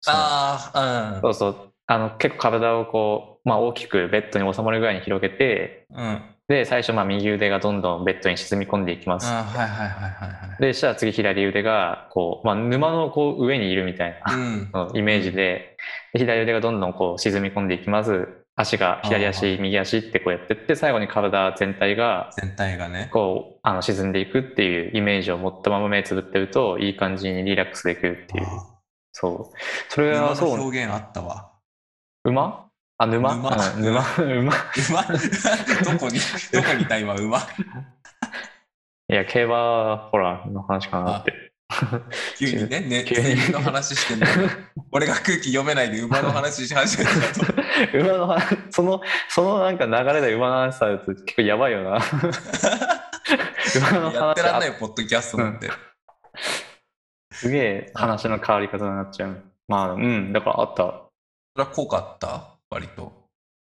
Speaker 1: その
Speaker 3: ああ、
Speaker 1: そうそう。あの、結構体をこう、まあ、大きくベッドに収まるぐらいに広げて、
Speaker 3: うん。うん。あ
Speaker 1: で、最初、まあ、右腕がどんどんベッドに沈み込んでいきま
Speaker 3: あ、
Speaker 1: す。
Speaker 3: はいはいはいはいはい。
Speaker 1: で、したら次、左腕が、こう、まあ、沼のこう上にいるみたいな。
Speaker 3: うん。
Speaker 1: のイメージでで左腕がどんどんこう沈み込んでいきます足が左
Speaker 3: あ
Speaker 1: 足右足ってこうやってって最後に体全体が
Speaker 3: 全体がね。
Speaker 1: こうあの沈んでいくっていうイメージを持ったまま目つぶってるといい感じにリラックスできるっていう
Speaker 3: あ
Speaker 1: そうそ
Speaker 3: ー
Speaker 1: れ
Speaker 3: 馬
Speaker 1: は
Speaker 3: の
Speaker 1: そう
Speaker 3: 表現あったわ。
Speaker 1: 馬あ沼
Speaker 3: 沼
Speaker 1: うん沼 馬
Speaker 3: 馬どこに、どこにいた今、馬。
Speaker 1: いや競馬ほらの話かなって
Speaker 3: 急にね、ね、
Speaker 1: 急に
Speaker 3: セリフの話してんのに。俺が空気読めないで馬の話し始めたと。
Speaker 1: 馬の話 そのそのなんか流れで馬の話されると結構やばいよ な馬の話
Speaker 3: やってらんないよ、ポッドキャストなんて。
Speaker 1: すげえ話の変わり方になっちゃう。まあ、うん、だからあった。
Speaker 3: それは効果あった割と。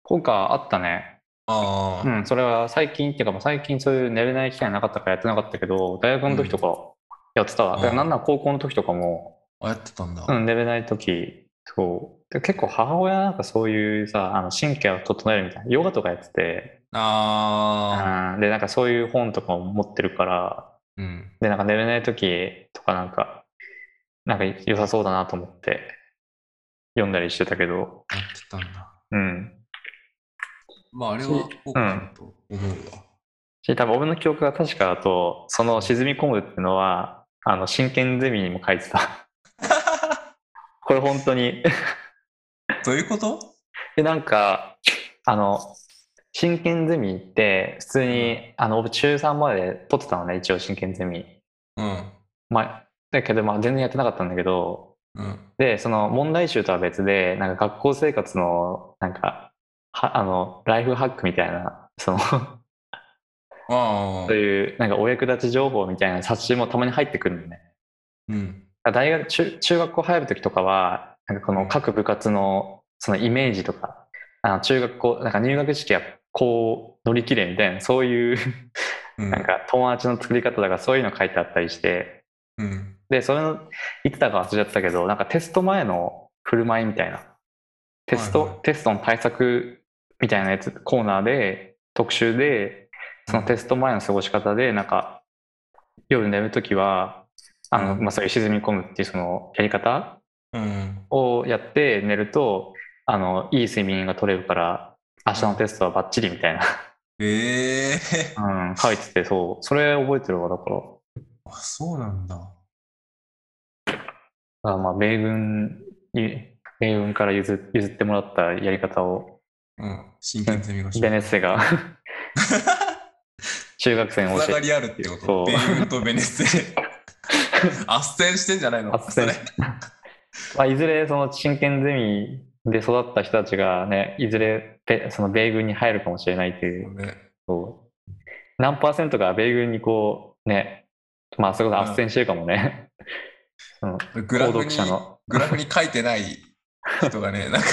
Speaker 1: 効果あったね。
Speaker 3: あ
Speaker 1: うん、それは最近っていうか、まあ最近そういう寝れない機会なかったからやってなかったけど、大学の時とかやってたわ。
Speaker 3: うん
Speaker 1: だからなんなら高校の時とかも、
Speaker 3: あ、あやってたんだ。
Speaker 1: うん、寝れない時、そう。で結構母親なんかそういうさ、あの神経を整えるみたいな、ヨガとかやってて、
Speaker 3: ああ、
Speaker 1: うん、で、なんかそういう本とかも持ってるから、
Speaker 3: うん。
Speaker 1: で、なんか寝れない時とかなんか、なんか良さそうだなと思って読んだりしてたけど、
Speaker 3: やってたんだ。
Speaker 1: うん。
Speaker 3: まあ、あれは効果あると思うわ。
Speaker 1: し多分俺の記憶が確かだとその沈み込むっていうのはあの真剣ゼミにも書いてたこれ本当に
Speaker 3: どういうこと
Speaker 1: でなんかあの真剣ゼミって普通にあの俺中3まで取ってたのね一応真剣ゼミ
Speaker 3: うん。
Speaker 1: まあだけど、まあ、全然やってなかったんだけど
Speaker 3: うん。
Speaker 1: でその問題集とは別でなんか学校生活のなんかはあのライフハックみたいなその
Speaker 3: ああ
Speaker 1: そう。いうなんかお役立ち情報みたいな冊子もたまに入ってくるのね
Speaker 3: うん。
Speaker 1: 大学中中学校入る時とかはなんかこの各部活のそのイメージとかあの中学校なんか入学式はこう乗り切れみたいなそういう
Speaker 3: うん
Speaker 1: なんか友達の作り方とかそういうの書いてあったりして
Speaker 3: うん。
Speaker 1: でそれのいつだか忘れちゃったけどなんかテスト前の振る舞いみたいなテスト、
Speaker 3: はいはい
Speaker 1: テストの対策みたいなやつコーナーで特集でそのテスト前の過ごし方で、なんか、夜寝るときは、あの、
Speaker 3: うん
Speaker 1: まあ、そういう沈み込むっていうそのやり方
Speaker 3: うん。
Speaker 1: をやって寝ると、あの、いい睡眠が取れるから、明日のテストはバッチリみたいな、
Speaker 3: え えー。
Speaker 1: うん、書いてて、そう、それ覚えてるわ、だから。だか
Speaker 3: あ、そうなんだ。
Speaker 1: らまあ、米軍に、米軍から譲譲ってもらったやり方を、
Speaker 3: うん。真剣ゼミがし
Speaker 1: ベネッセ が中学生に
Speaker 3: つな
Speaker 1: 教
Speaker 3: が
Speaker 1: えて、
Speaker 3: りあるってこ
Speaker 1: そ
Speaker 3: と
Speaker 1: う
Speaker 3: 米軍とベ ネッセ。圧旋してんじゃないの
Speaker 1: 斡旋
Speaker 3: それ
Speaker 1: まあ、いずれその真剣ゼミで育った人たちがね、いずれべその米軍に入るかもしれないという
Speaker 3: そうね
Speaker 1: そう何パーセントが米軍にこうねまあそれこそ斡旋してるかもね、
Speaker 3: グラフ
Speaker 1: 読
Speaker 3: に
Speaker 1: 者の
Speaker 3: グラフに書いてない人がね、なん か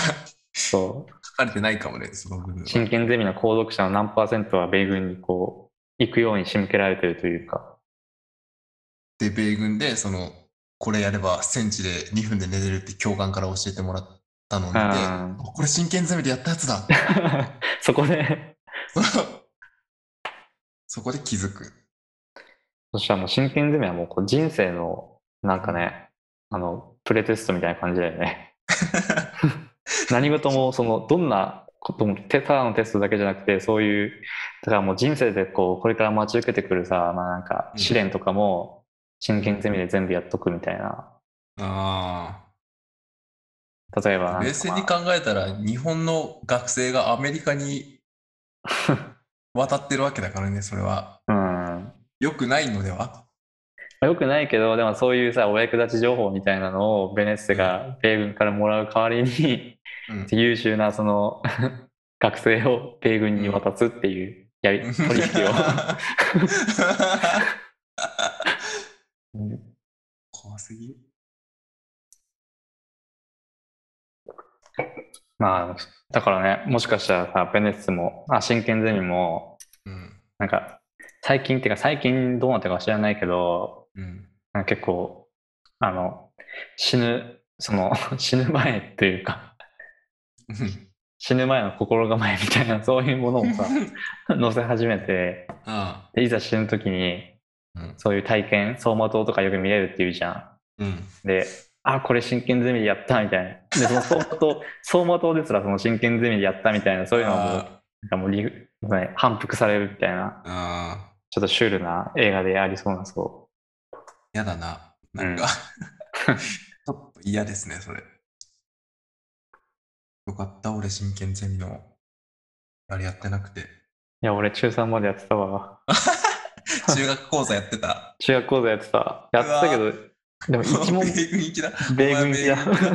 Speaker 1: そう
Speaker 3: 書かれてないかもね、その部分は。
Speaker 1: 真剣ゼミの購読者の何パーセントは米軍にこう行くように仕向けられてるというか
Speaker 3: で、米軍で、その、これやればセンチで2分で寝れるって教官から教えてもらったのを見て、あ
Speaker 1: うん
Speaker 3: これ真剣ゼミでやったやつだ
Speaker 1: そこで
Speaker 3: その そこで気づく。
Speaker 1: そしたらもう真剣ゼミはもうこう人生のなんかねあのプレテストみたいな感じだよ ね何事もそのどんなこともてただのテストだけじゃなくてそういうだからもう人生でこうこれから待ち受けてくるさ、まあ、なんか試練とかも真剣ゼミで全部やっとくみたいな
Speaker 3: あ
Speaker 1: 例えばなんかまあ
Speaker 3: 冷静に考えたら、日本の学生がアメリ カに渡ってるわけだからね、それは。
Speaker 1: うん
Speaker 3: 良くないのでは
Speaker 1: よくないけどでもそういうさお役立ち情報みたいなのをベネッセが米軍からもらう代わりに
Speaker 3: うん。
Speaker 1: 優秀なその 学生を米軍に渡すっていうやり取引を うん
Speaker 3: 怖すぎ。
Speaker 1: まあだからねもしかしたらさベネッツもあ真剣ゼミも
Speaker 3: うん。
Speaker 1: なんか最近っていうか最近どうなったか知らないけど
Speaker 3: うん。
Speaker 1: なんか結構あの死ぬその 死ぬ前っていうか死ぬ前の心構えみたいなそういうものを さ載せ始めて
Speaker 3: あ
Speaker 1: でいざ死ぬ時に
Speaker 3: あ。うん。
Speaker 1: そういう体験走馬灯とかよく見れるっていうじゃん
Speaker 3: うん。
Speaker 1: で、あ、これ真剣ゼミでやったみたいな。で、その走馬灯、 走馬灯ですらその真剣ゼミでやったみたいな、そういうのはもう、
Speaker 3: あ
Speaker 1: なんかもうリフ、ね、反復されるみたいな、
Speaker 3: あ
Speaker 1: ちょっとシュールな映画でありそうな、そ
Speaker 3: ー。やだな。な んか、ちょっと嫌ですね、それ。よかった、俺、真剣ゼミの、あれやってな くて。
Speaker 1: う。いや、俺中3までやってたわ。
Speaker 3: 中学講座やってた。
Speaker 1: 中学講座やってた。やってたけ
Speaker 3: う
Speaker 1: ど
Speaker 3: わ、
Speaker 1: でも一 問、
Speaker 3: 米軍行きだ。
Speaker 1: 米軍いや
Speaker 3: お前米軍行きだ。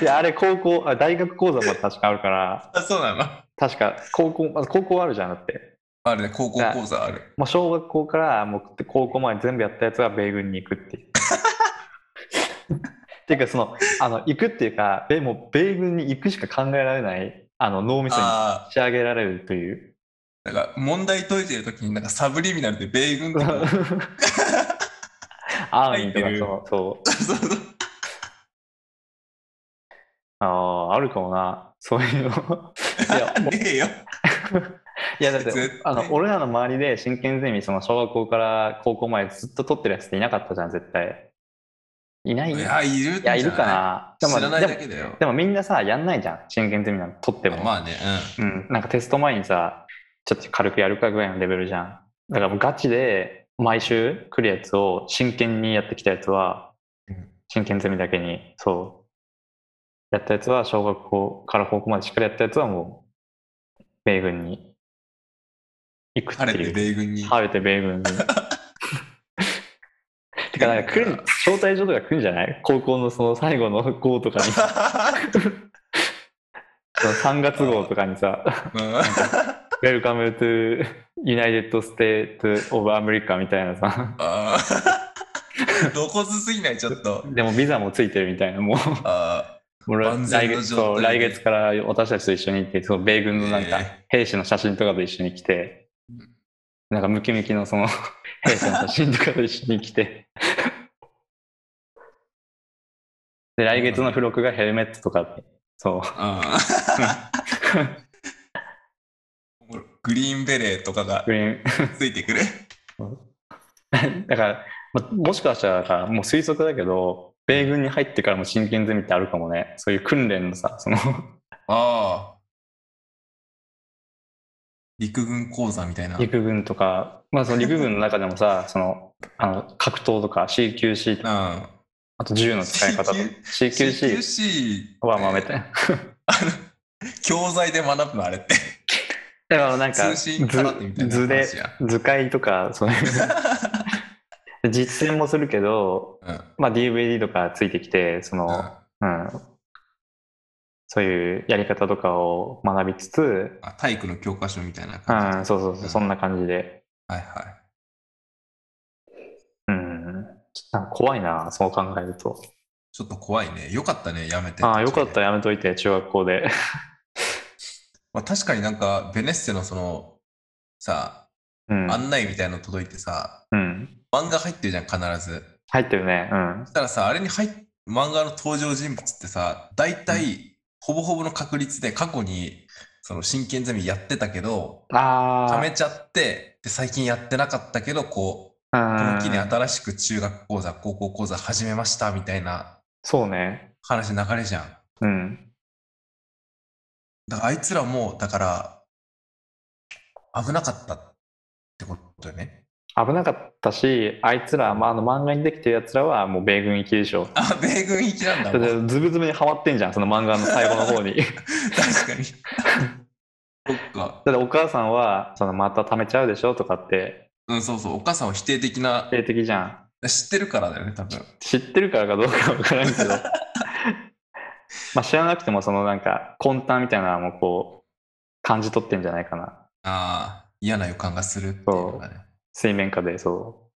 Speaker 1: いや、あれ高校、あ大学講座も確かあるから、
Speaker 3: あ、 そうなの
Speaker 1: 確か高校、まず高校あるじゃん、だって。
Speaker 3: あるね、高校講座ある。
Speaker 1: もう小学校からもう高校まで全部やったやつが米軍に行くって いう。っていうかそのあの行くっていうか米もう米軍に行くしか考えられないあの脳みそに
Speaker 3: あ
Speaker 1: 仕上げられると いう。
Speaker 3: あ、なんか問題解いてるときになんかサブリミナルで米軍とか
Speaker 1: アーミンと
Speaker 3: 入ってる
Speaker 1: かそうそう
Speaker 3: そうそうそう
Speaker 1: あーあるかもなそう いうの。いや もう
Speaker 3: ねえよ。
Speaker 1: いやだって
Speaker 3: 絶対
Speaker 1: あの俺らの周りで真剣ゼミその小学校から高校までずっと取ってるやつっていなかったじゃん絶対。いない
Speaker 3: い
Speaker 1: い
Speaker 3: や、いるんじゃ
Speaker 1: やいるかな。でも
Speaker 3: 知らない
Speaker 1: で
Speaker 3: だ
Speaker 1: も
Speaker 3: けだよ。
Speaker 1: でもみんなさやんないじゃん真剣ゼミなんて取っても、
Speaker 3: まあね、
Speaker 1: うん、なんかテスト前にさちょっと軽くやるかぐらいのレベルじゃんだからもうガチで毎週来るやつを真剣にやってきたやつは
Speaker 3: うん
Speaker 1: 真剣ゼミだけにそうやったやつは小学校から高校までしっかりやったやつはもう米軍に行く
Speaker 3: うん。
Speaker 1: って
Speaker 3: 晴れ
Speaker 1: い
Speaker 3: て
Speaker 1: う
Speaker 3: 米軍に。
Speaker 1: 晴れて米 軍にてかなんか来る招待状とか来るんじゃない高校のその最後の号とか に3月号とかにさ
Speaker 3: うん
Speaker 1: ウェルカム to United States of America みたいなさ、
Speaker 3: あー 露骨すぎない、ちょっと。
Speaker 1: でもビザもついてるみたいな、もう、
Speaker 3: あ
Speaker 1: もう
Speaker 3: 万
Speaker 1: 来
Speaker 3: 全の
Speaker 1: 月
Speaker 3: 状
Speaker 1: そう
Speaker 3: 態で
Speaker 1: 来月から私たちと一緒に行って、その米軍のなんか
Speaker 3: えー
Speaker 1: 兵士の写真とかと一緒に来て
Speaker 3: うん、
Speaker 1: なんかムキムキの その兵士の写真とかと一緒に来て、で、来月の付録がヘルメットとか、そう、
Speaker 3: ーあーグリーンベレーとかが
Speaker 1: グリーン
Speaker 3: つい てくる。
Speaker 1: だから、まもしかしたらだからもう推測だけど、米軍に入ってからも真剣ゼミってあるかもね。そういう訓練のさ、その、
Speaker 3: ああ。陸軍講座みたいな。
Speaker 1: 陸軍とか、まあその陸軍の中でも さ、その、あの、格闘とか CQC とか、
Speaker 3: あ
Speaker 1: あと銃の使い方とか、CQC
Speaker 3: CQC
Speaker 1: はまあめたいな。
Speaker 3: 教材で学ぶのあれって。
Speaker 1: だからなんか、
Speaker 3: 通信空手みたい
Speaker 1: 図
Speaker 3: な
Speaker 1: 図で
Speaker 3: 話、や。
Speaker 1: 図解とか、そういう、 実践もするけど、
Speaker 3: うん。
Speaker 1: まあ DVD とかついてきて、その、
Speaker 3: あ
Speaker 1: うん、そういうやり方とかを学びつつ、
Speaker 3: 体育の教科書みたいな感じ。
Speaker 1: うん、そうそうそう、そんな感じで。
Speaker 3: はいは
Speaker 1: うん。なんか怖いな、そう考えると。
Speaker 3: い。ちょっと怖いね。よかったね、やめて。
Speaker 1: ああ、よかった、。やめといて、中学校で。
Speaker 3: まあ、確かになんか、ベネッセのその、さ、
Speaker 1: うん。
Speaker 3: 案内みたいの届いてさ、
Speaker 1: うん。
Speaker 3: 漫画入ってるじゃん、必ず。
Speaker 1: 入ってるね。うん
Speaker 3: そ。したらさ、あれに入っ漫画の登場人物ってさ、大体、ほぼほぼの確率で過去に、その真剣ゼミやってたけど、
Speaker 1: あ
Speaker 3: 貯めちゃって、で、最近やってなかったけど、こう、こ
Speaker 1: あ。
Speaker 3: の機に
Speaker 1: うん。
Speaker 3: 新しく中学講座、高校講座始めました、みたいな
Speaker 1: そうね。
Speaker 3: 話流れじゃん。
Speaker 1: うん。
Speaker 3: だからあいつらも、だから、危なかったってことよね。
Speaker 1: 危なかったし、あいつら、まあ、あの漫画にできてるやつらは、もう米軍行きでしょ。
Speaker 3: あ、米軍行きなんだ
Speaker 1: だ
Speaker 3: も
Speaker 1: っ
Speaker 3: ん。
Speaker 1: てズブズブにハマってんじゃん、その漫画の最後の 方に。
Speaker 3: 確かに。そっか。
Speaker 1: だってお母さんは、そのまた貯めちゃうでしょとかって、
Speaker 3: うん、そうそう。お母さんは否定的な、
Speaker 1: 否定的じゃん。
Speaker 3: 知ってるからだよね、多分。
Speaker 1: 知ってるからかどうかわからんけどまあ知らなくてもそのなんか魂胆みたいなのもこ感じ取ってんじゃないかな。
Speaker 3: ああ、嫌な予感がするっていうのがね。
Speaker 1: 水面下で、そ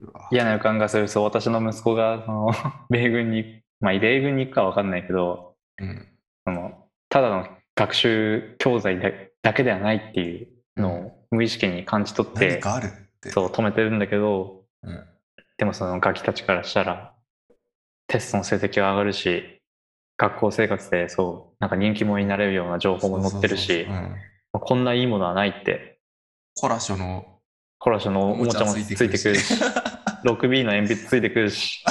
Speaker 1: う
Speaker 3: わ
Speaker 1: う。嫌な予感がする、そう、私の息子が、その、 米軍に、まあ、米軍に行くかわかんないけど、
Speaker 3: うん。
Speaker 1: その、ただの学習教材だだけではないっていうのを無意識に感じ取っ
Speaker 3: 何
Speaker 1: て、
Speaker 3: かあるって。
Speaker 1: そう、止めてるんだけど、
Speaker 3: うん。
Speaker 1: でもそのガキたちからしたら、テストの成績は上がるし、学校生活でそう、なんか人気者になれるような情報も載ってるし
Speaker 3: そう、そうそううん
Speaker 1: こんないいものはないって、
Speaker 3: コラショの
Speaker 1: コラショのおもちゃもついてくるし、6B の鉛筆ついてくるし。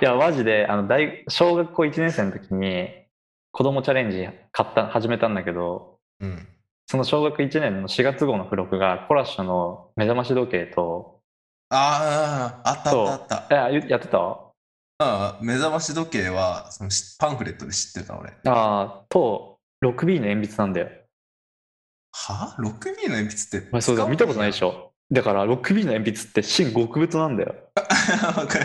Speaker 1: いや、マジで、あの、大、小学校1年生の時に、子供チャレンジ買った、始めたんだけど、
Speaker 3: うん。
Speaker 1: その小学1年の4月号の付録が、コラショの目覚まし時計と、
Speaker 3: ああ、あったあったあった。
Speaker 1: え、やってた
Speaker 3: ああ目覚まし時計はそのしパンフレットで知ってた俺。
Speaker 1: ああ、と、6B の鉛筆なんだよ。
Speaker 3: は ?6B の鉛筆って
Speaker 1: まあ、そうだ、見たことないで
Speaker 3: し。
Speaker 1: しょ。だから、6B の鉛筆って真極太なんだよ。
Speaker 3: わか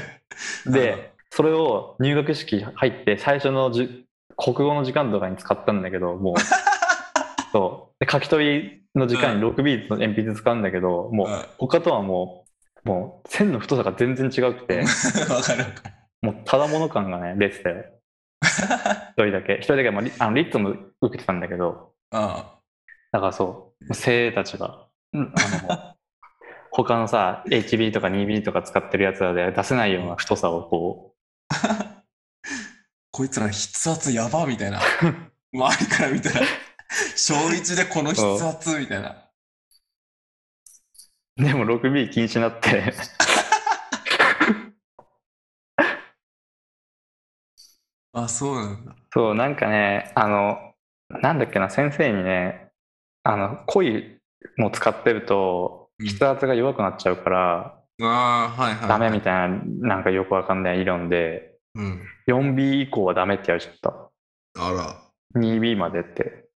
Speaker 3: る
Speaker 1: で、それを入学式入って、最初のじゅ国語の時間とかに使ったんだけど、 もう。そう。で、書き取りの時間に 6B の鉛筆使うんだけど、も
Speaker 3: うん
Speaker 1: う、
Speaker 3: わ
Speaker 1: 他とはもう、もう、線の太さが全然違くて、
Speaker 3: かるわかる。
Speaker 1: もう、ただもの感がね、出てた よ。一人だけ。一人だけ、まあリ、あのリットも受けてたんだけど、
Speaker 3: あ
Speaker 1: だからそう、精鋭たちが、あの 他のさ、HB とか 2B とか使ってるやつらで出せないような太さをこ
Speaker 3: こいつら筆圧やばみたい な。周りから見たら、小1でこの筆圧みたい な。
Speaker 1: う、でも 6B 禁止になって、
Speaker 3: あ、そうなんだ。
Speaker 1: そう、なんかね、あの、なんだっけな、先生にね、あの、濃いも使ってると、
Speaker 3: うん
Speaker 1: 筆圧が弱くなっちゃうから、
Speaker 3: ああ、はいはい。
Speaker 1: ダメみたいな、なんかよくわかんない理論で、
Speaker 3: うん。
Speaker 1: 4B 以降はダメってやわれちゃった。
Speaker 3: あ
Speaker 1: 2B までって。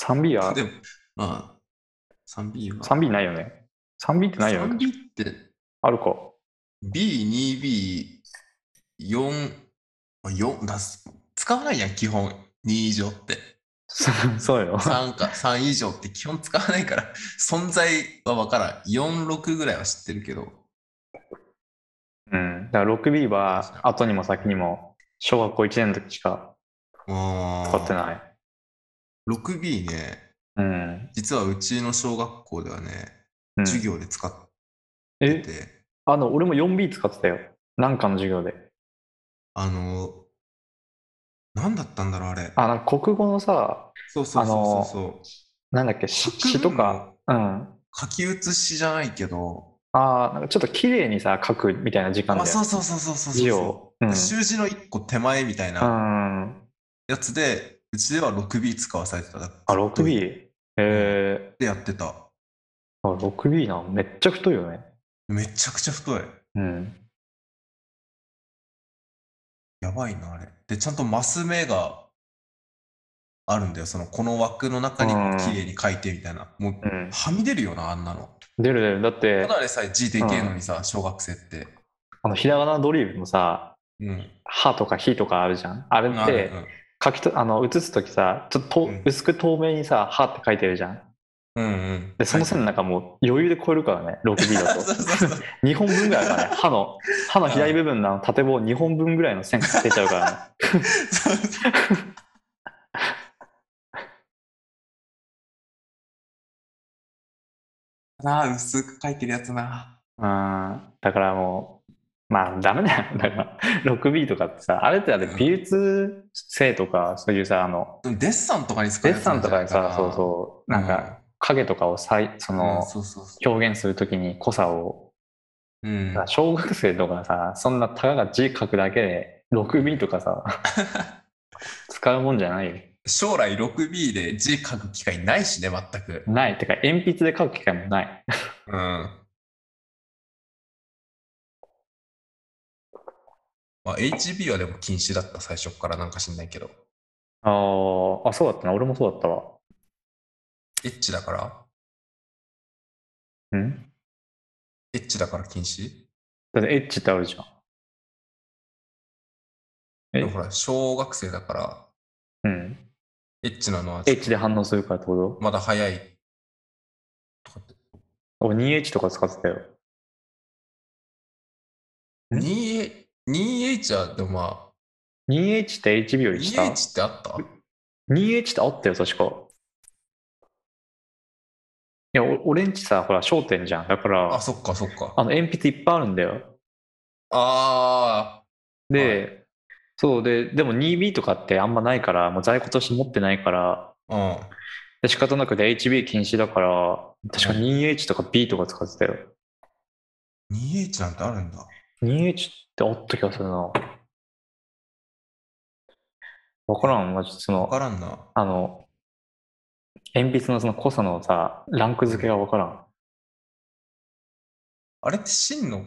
Speaker 1: 3B は
Speaker 3: ら。で、も、まあ、3B は。
Speaker 1: 3B ないよね。3B ってないよね。
Speaker 3: 3B って、
Speaker 1: あるか。
Speaker 3: B、2B、4、まあ4だす。使わないやん、基本。2以上って。
Speaker 1: そ そうよ。
Speaker 3: 3か、3 以上って基本使わないから、存在はわからん。4、6ぐらいは知ってるけど。
Speaker 1: うん。だから 6B は後にも先にも小学校1年の時しか使ってない。
Speaker 3: 6B ね、
Speaker 1: うん。
Speaker 3: 実はうちの小学校ではね、
Speaker 1: うん、
Speaker 3: 授業で使っ
Speaker 1: え
Speaker 3: て、て、
Speaker 1: あの、俺も 4B 使ってたよ。なんかの授業で。
Speaker 3: あの、何だったんだろう、あれ。
Speaker 1: あ、なんか国語のさ、
Speaker 3: そうそうそうそうそう。
Speaker 1: なんだっけ、詩
Speaker 3: 作文
Speaker 1: 詩とか、うん。
Speaker 3: 書き写しじゃないけど、
Speaker 1: ああ、なんかちょっと綺麗にさ、書くみたいな時間
Speaker 3: あ、
Speaker 1: で。
Speaker 3: そうそうそうそうそう
Speaker 1: 字
Speaker 3: そ
Speaker 1: を。うん。。
Speaker 3: う。習字の一個手前みたいうなんやつで、うちでは 6B 使わされてた。あ、
Speaker 1: あ、6B? え
Speaker 3: でやってた。
Speaker 1: ー、あ 6B な。めっちゃ太いよね。
Speaker 3: めちゃくちゃ太い。
Speaker 1: うん。
Speaker 3: やばいな、あれ。で、ちゃんとマス目があるんだよ。その、この枠の中に
Speaker 1: うん
Speaker 3: 綺麗に書いてみたいな。もう、
Speaker 1: うん。
Speaker 3: はみ出るよな、あんなの。
Speaker 1: 出る出る。だって
Speaker 3: た、だでさえ字でけえのにさ、小学生って。
Speaker 1: あの、ひらがなドリルのさ、
Speaker 3: うん。
Speaker 1: 歯とか火とかあるじゃん。あれっ
Speaker 3: ある
Speaker 1: て書きとあの写す時さちょっとと、
Speaker 3: うん
Speaker 1: 薄く透明にさ「歯」って書いてるじゃん。
Speaker 3: うんうんうん。
Speaker 1: でその線なんかもう余裕で超えるからね 6B だ
Speaker 3: そう
Speaker 1: と。
Speaker 3: そうそう。
Speaker 1: 2本分ぐらいだからね 歯の歯の左部分のあの縦棒2本分ぐらいの線が出ちゃう からね。
Speaker 3: そうそう なあ、薄く書いてるやつな。
Speaker 1: うんだからもうまあダメだよだから 6B とかってさあれってだって美術生とかそういうさあの
Speaker 3: でもデッサンとかに使
Speaker 1: デッ
Speaker 3: うやつな
Speaker 1: サ
Speaker 3: ん
Speaker 1: ン
Speaker 3: じ
Speaker 1: と
Speaker 3: ゃな
Speaker 1: か
Speaker 3: い
Speaker 1: でさそうそうなんか影とかをさいそ
Speaker 3: うん、うん
Speaker 1: の
Speaker 3: そうそうそ
Speaker 1: 表現するときに濃さを
Speaker 3: う。うん
Speaker 1: さ。小学生とかさそんなたかが字書くだけで 6B とか さ使うもんじゃないよ
Speaker 3: 将来 6B で字書く機会ないしね、全く。
Speaker 1: ないてか鉛筆で書く機会もない
Speaker 3: うん。まあ、HB はでも禁止だった、最初っからなんか知んないけど。
Speaker 1: あーあそうだったな俺もそうだったわ
Speaker 3: エッチだから
Speaker 1: ん
Speaker 3: エッチだから禁止
Speaker 1: だってエッチってあるじゃんえ
Speaker 3: でもほら、小学生だから、
Speaker 1: うん
Speaker 3: エッチなのは
Speaker 1: H で反応するからってこ
Speaker 3: まだ早い。とかって。
Speaker 1: と俺 2H とか使ってたよ。
Speaker 3: 2H 2H は、でもま
Speaker 1: 2H って HB よ
Speaker 3: あ、
Speaker 1: り下。
Speaker 3: 2H ってあった
Speaker 1: 2H ってあったよ、確か。いや、お俺んちさ、ほら、焦点じゃん。だから、
Speaker 3: あ、そっかそっか。
Speaker 1: あの、鉛筆いっぱいあるんだよ。
Speaker 3: あ
Speaker 1: で、そうで、でも 2B とかってあんまないから、もう在庫として持ってないから、
Speaker 3: あ、うん。
Speaker 1: で仕方なくで HB 禁止だから、確か
Speaker 3: うん
Speaker 1: 2H とか B とか使ってたよ。
Speaker 3: 2H なんてあるんだ。
Speaker 1: 2H ってあった気がするな。わからん、まじ、そ
Speaker 3: わ
Speaker 1: の
Speaker 3: か、らんな。
Speaker 1: あの、鉛筆のその濃さのさ、ランク付けがわからん。
Speaker 3: あれって芯の、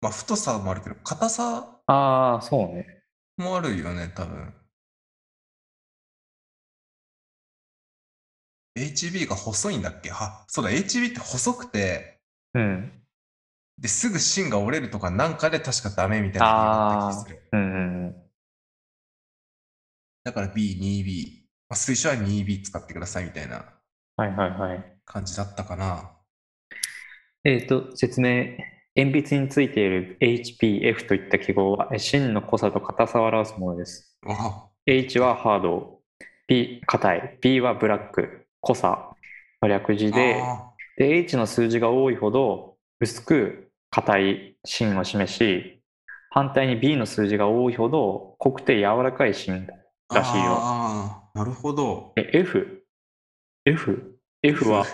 Speaker 3: まあ、太さもあるけど、硬さ
Speaker 1: ああ、そうね。
Speaker 3: もあるよね、多分。HB が細いんだっけは、そうだ、HB って細くて、
Speaker 1: うん。
Speaker 3: で、すぐ芯が折れるとかなんかで確かダメみたいなのがあった気がする。
Speaker 1: うんうんうん。
Speaker 3: だから B、2B。まあ、推奨は 2B 使ってくださいみたいな
Speaker 1: はいはいはい。
Speaker 3: 感じだったかな。
Speaker 1: えっ、と、説明。鉛筆についている HPF といった記号は、え芯の濃さと硬さを表すものです。
Speaker 3: わ
Speaker 1: H はハード、B、硬い、B はブラック、濃さの略字で、
Speaker 3: あ
Speaker 1: で、H の数字が多いほど薄く硬い芯を示し、反対に B の数字が多いほど濃くて柔らかい芯。
Speaker 3: ー
Speaker 1: らしいよ
Speaker 3: あーなるほど。
Speaker 1: で F、F、F はフ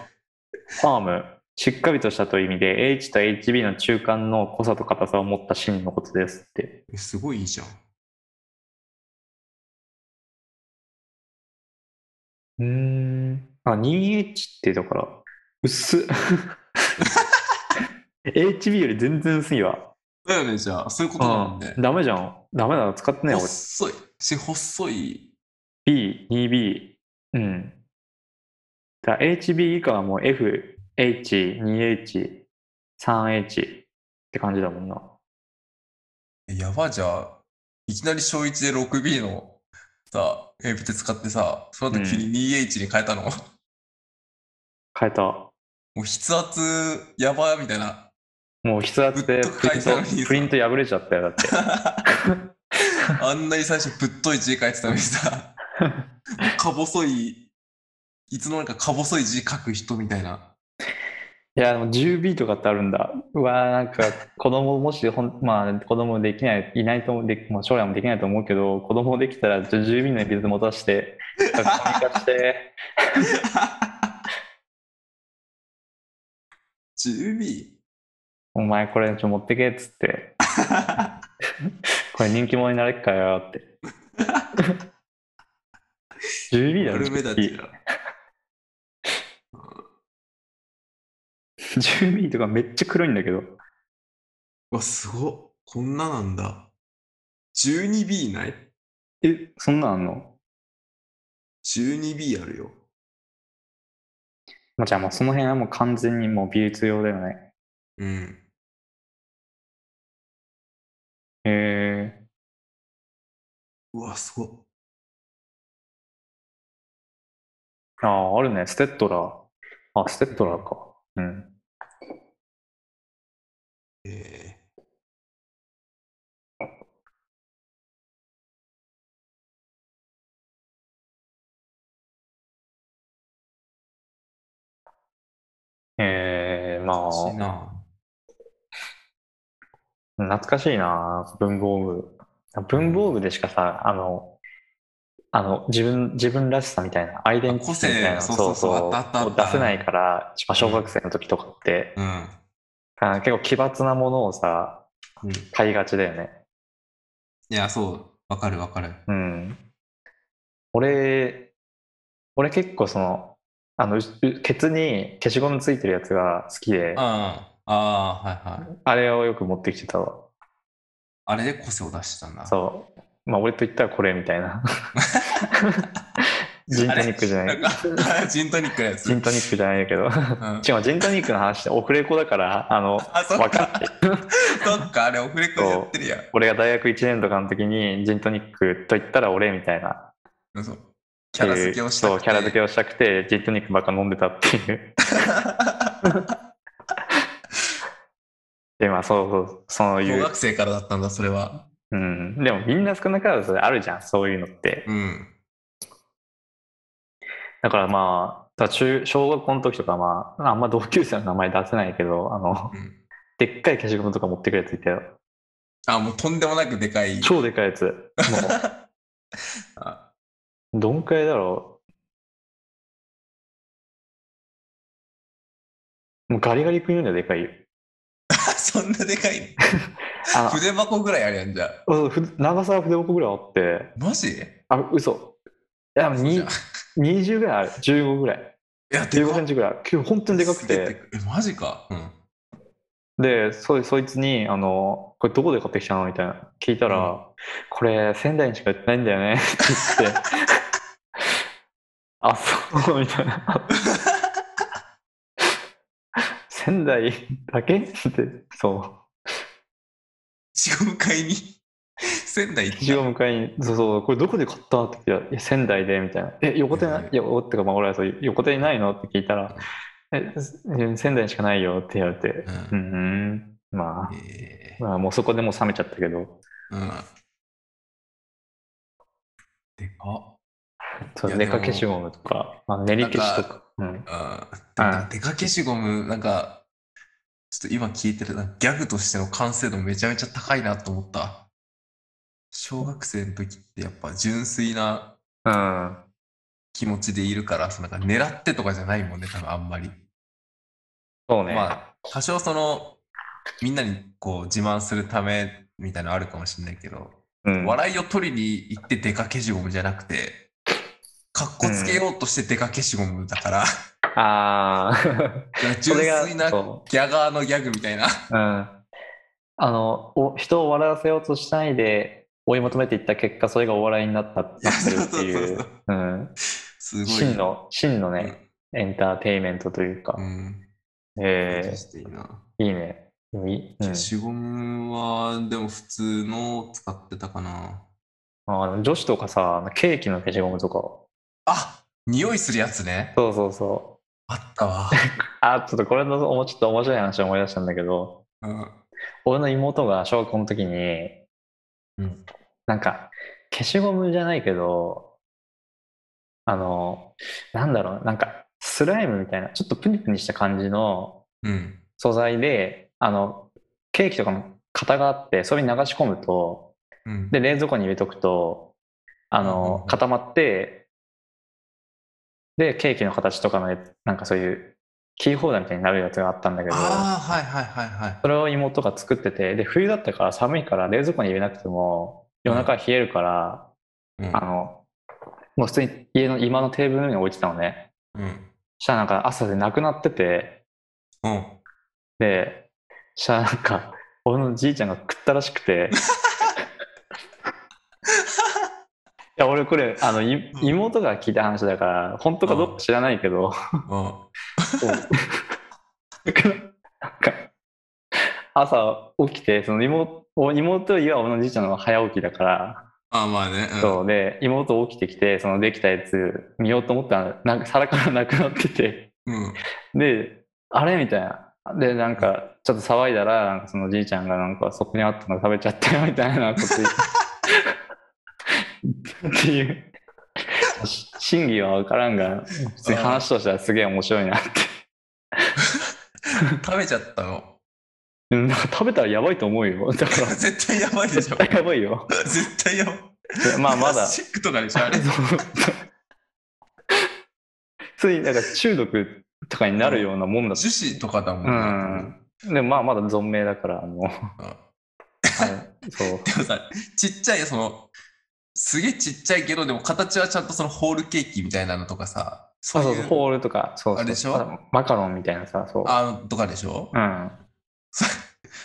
Speaker 1: ァー ム、しっかりとしたという意味で、H と HB の中間の濃さと硬さを持った芯のことですって。
Speaker 3: えすごいいいじゃん。
Speaker 1: うーん。あ、2H ってだから、 薄っ。HB より全然薄いわ。
Speaker 3: だよね、じゃあ、そういうこ
Speaker 1: う
Speaker 3: とだもんね
Speaker 1: ん。。ダメじゃん。ダメだな、使ってない俺。
Speaker 3: 細い。し、細い。
Speaker 1: B、2B。うん。だ HB 以下はもう F、H、2H、3H って感じだもんな。
Speaker 3: えやば、じゃあ、いきなり小1で 6B のさ、鉛筆使ってさ、その後急
Speaker 1: う
Speaker 3: に 2H に変えたの。
Speaker 1: 変えた。
Speaker 3: もう筆圧、やば、みたいな。
Speaker 1: もう筆圧で
Speaker 3: ぶっと
Speaker 1: プリン
Speaker 3: く書いてあるのに
Speaker 1: ト
Speaker 3: さ
Speaker 1: プリント破れちゃったよ、だって。
Speaker 3: あんなに最初ぶっとい字書いてたの にさ、か細い、いつの間にかか細い字書く人みたいな。
Speaker 1: いや、でも 10B とかってあるんだ。うわー、なんか子供もしほん、 まあ子供できない、いないと思う、でまあ将来もできないと思うけど、子供できたらちょ 10B の鉛筆持たして、学校に行かして、
Speaker 3: 10B?
Speaker 1: お前これちょっと持ってけっつ って、これ人気者になれっかよって。10B だろ、
Speaker 3: 悪目立ち
Speaker 1: 10B。
Speaker 3: だ。
Speaker 1: 10B とかめっちゃ黒いんだけど。
Speaker 3: うわ、すごっ。こんななんだ。12B ない
Speaker 1: え、そんなんあんの
Speaker 3: ?12B あるよ。
Speaker 1: まあ、じゃあもうその辺はもう完全にもう美術用だよね。
Speaker 3: うん。
Speaker 1: へえ
Speaker 3: うわ、すごっ。
Speaker 1: ああ、あるね。ステッドラー。あ、ステッドラーか。うん。
Speaker 3: えー
Speaker 1: ええま
Speaker 3: 欲しい
Speaker 1: あ、
Speaker 3: な。
Speaker 1: 懐かしいな、文房具。文房具でしかさ、あの、あの、自分、自分らしさみたいな、アイデンティティみたいな、
Speaker 3: 個性そうそうそうあったあったあった
Speaker 1: を出せないから、まあ小学生の時とかって、
Speaker 3: うん。
Speaker 1: あ結構奇抜なものをさ、
Speaker 3: うん、い
Speaker 1: 買いがちだよね。
Speaker 3: や、そう。わかるわかる。
Speaker 1: うん。俺、俺結構その、あの、ううケツに消しゴムついてるやつが好きで、
Speaker 3: ああ、ああ、はいはい。
Speaker 1: あれをよく持ってきてたわ。
Speaker 3: あれで個性を出してたんだ。
Speaker 1: そう。まあ、俺と言ったらこれみたいな。ジントニックじゃない。
Speaker 3: なんか ジントニックのやつ。
Speaker 1: ジントニックじゃないけど。
Speaker 3: うん
Speaker 1: 違う、ジントニックの話ってオフレコだから、あの、
Speaker 3: あ、そっ
Speaker 1: 分か
Speaker 3: か。
Speaker 1: って。
Speaker 3: そっか、あれ、オフレコでやってるやん。
Speaker 1: 俺が大学1年とかの時にジントニックと言ったら俺みたいな。
Speaker 3: そうキャラ付けをしたくて
Speaker 1: そう、キャラ付けをしたくて、ジェット肉ばっか飲んでたっていう。で、まあ、そうそう、そう
Speaker 3: 小
Speaker 1: いう
Speaker 3: 学。生からだったんだ、それは。
Speaker 1: うん。でも、みんな少なからずあるじゃん、そういうのって。
Speaker 3: うん。
Speaker 1: だからまあ、だから中小学校の時とか、まあ、あんま同級生の名前出せないけど、あの、
Speaker 3: うん
Speaker 1: でっかい消しゴムとか持ってくるやついたよ。
Speaker 3: あ、もうとんでもなくでかい。
Speaker 1: 超でかいやつ。も
Speaker 3: あ
Speaker 1: う、どんくらいだろう。もうガリガリ君よりはでかいよ。
Speaker 3: そんなでかい。
Speaker 1: あの
Speaker 3: 筆箱ぐらいあるやんじゃあ。
Speaker 1: そうふ長さは筆箱ぐらいあって、
Speaker 3: マジい
Speaker 1: あ、嘘。いや、
Speaker 3: 嘘じ
Speaker 1: に
Speaker 3: ゃん
Speaker 1: 20ぐらいある。15ぐらい。
Speaker 3: や、で
Speaker 1: 15
Speaker 3: か
Speaker 1: センチぐらいある。けど本当にでかく
Speaker 3: すげえで
Speaker 1: て。
Speaker 3: かいえ、マジか。うん。
Speaker 1: で、そそいつに、あの、これどこで買ってきたのみたいな。聞いたら、
Speaker 3: う
Speaker 1: これ仙台にしか売ってないんだよね。って言 って。あ、そう、みたいな。仙台だけって、そう。
Speaker 3: 地獄会に 仙台行っ
Speaker 1: 一応
Speaker 3: た。
Speaker 1: 向かいに、そうそう、これどこで買ったって聞いたら、いや、仙台で、みたいな。え、横手な
Speaker 3: うん
Speaker 1: い、いや、おってか、まあ、俺はそう、横手にないのって聞いたら、え、仙台にしかないよって言われて、う、
Speaker 3: うんん
Speaker 1: うん、まあ、
Speaker 3: え
Speaker 1: まあ、もうそこでもう冷めちゃったけど、
Speaker 3: ーうん。でか
Speaker 1: そう
Speaker 3: いや
Speaker 1: ネカ
Speaker 3: でも
Speaker 1: 消しゴムとか、まあ、練り消しとか、うん。
Speaker 3: っ。うん。でか消しゴム、なんか、ちょっと今聞いてる、なんかギャグとしての完成度めちゃめちゃ高いなと思った。小学生の時ってやっぱ純粋な
Speaker 1: うん。
Speaker 3: 気持ちでいるから、そのなんか狙ってとかじゃないもんね、多分あんまり。
Speaker 1: そうね。
Speaker 3: まあ、多少その、みんなにこう自慢するためみたいなのあるかもしれないけど、
Speaker 1: うん、
Speaker 3: 笑いを取りに行って出かけしゴムじゃなくて、かっこつけようとして出かけしゴムだから、
Speaker 1: ああ、 そ
Speaker 3: 純
Speaker 1: れ
Speaker 3: 粋な
Speaker 1: が、
Speaker 3: ギ
Speaker 1: そ
Speaker 3: ャガーのギャグみたいな。
Speaker 1: う。うん。あの、お人を笑わせようとしないで、追い求めていった結果、それがお笑いになったっていうって
Speaker 3: いやそう
Speaker 1: い
Speaker 3: そううそう、
Speaker 1: うん。
Speaker 3: すごい。
Speaker 1: 真の、真のね、エンターテインメントというか
Speaker 3: う、ん。
Speaker 1: え
Speaker 3: していいな。
Speaker 1: ーいいね。でもいいうん
Speaker 3: 消しゴムは、でも普通の使ってたかな。
Speaker 1: あの女子とかさ、あのケーキの消しゴムとか、
Speaker 3: あ匂いするやつね。
Speaker 1: そうそうそ
Speaker 3: あった わ。
Speaker 1: う。あ、ちょっとこれの、おもちょっと面白い話を思い出したんだけど、
Speaker 3: うん。
Speaker 1: 俺の妹が小学校の時に、
Speaker 3: うん
Speaker 1: なんか、消しゴムじゃないけど、あの、なんだろう、なんか、スライムみたいな、ちょっとプニプニした感じの
Speaker 3: うん。
Speaker 1: 素材で、あの、ケーキとかの型があって、それに流し込むと、
Speaker 3: うん。
Speaker 1: で、冷蔵庫に入れとくと、あ
Speaker 3: うんうん
Speaker 1: の
Speaker 3: う、ん
Speaker 1: 固まって、で、ケーキの形とかのやつ、なんかそういう、キーホルダーみたいになるやつがあったんだけど、
Speaker 3: ああ、はいはいはいはい。
Speaker 1: それを妹が作ってて、で、冬だったから寒いから冷蔵庫に入れなくても、夜中冷えるから、
Speaker 3: うん
Speaker 1: あの、もう普通に家の今のテーブルの上に置いてたのね。
Speaker 3: うん。
Speaker 1: したらなんか朝でなくなってて、
Speaker 3: うん。
Speaker 1: で、したらなんか、 俺のじいちゃんが食ったらしく て。いや、俺これ、あの、い
Speaker 3: うん
Speaker 1: 妹が聞いた話だから、本当かどうか知らないけど、
Speaker 3: うん。
Speaker 1: なんか、朝起きて、その妹、妹よりは俺のじいちゃんの方が早起きだから、
Speaker 3: ああ、まあね。うん
Speaker 1: そうで、妹起きてきて、そのできたやつ見ようと思ったら、なんか皿からなくなってて、
Speaker 3: うん。
Speaker 1: で、あれみたいな。で、なんか、ちょっと騒いだら、なんかそのじいちゃんがなんか、そこにあったの食べちゃったよみたいなこと言って。って いう。し真偽は分からんが、普通に話としてはすげえ面白いなって。
Speaker 3: 食べちゃったの。
Speaker 1: うんなんか食べたらやばいと思うよ。 だから、
Speaker 3: 絶対やばいでし
Speaker 1: 絶。
Speaker 3: ょ
Speaker 1: 対やばいよ。
Speaker 3: 絶対やばい。
Speaker 1: でまあ、ま
Speaker 3: プラ
Speaker 1: だ。
Speaker 3: スチックとかでしょ、あれ。
Speaker 1: そう普通になんか中毒とかになるようなもんだし、
Speaker 3: 樹脂とかだもん
Speaker 1: う
Speaker 3: な。
Speaker 1: ん、でもまあまだ存命だからあ の、はいそう
Speaker 3: でもさ、ちっちゃい、その、すげえちっちゃいけど、でも形はちゃんとそのホールケーキみたいなのとかさ、そ
Speaker 1: そう
Speaker 3: う
Speaker 1: そ
Speaker 3: いうう
Speaker 1: そうホールとかそうそう
Speaker 3: あれでしょ
Speaker 1: あマカロンみたいなさそう
Speaker 3: あのとかでしょ、
Speaker 1: うん
Speaker 3: そ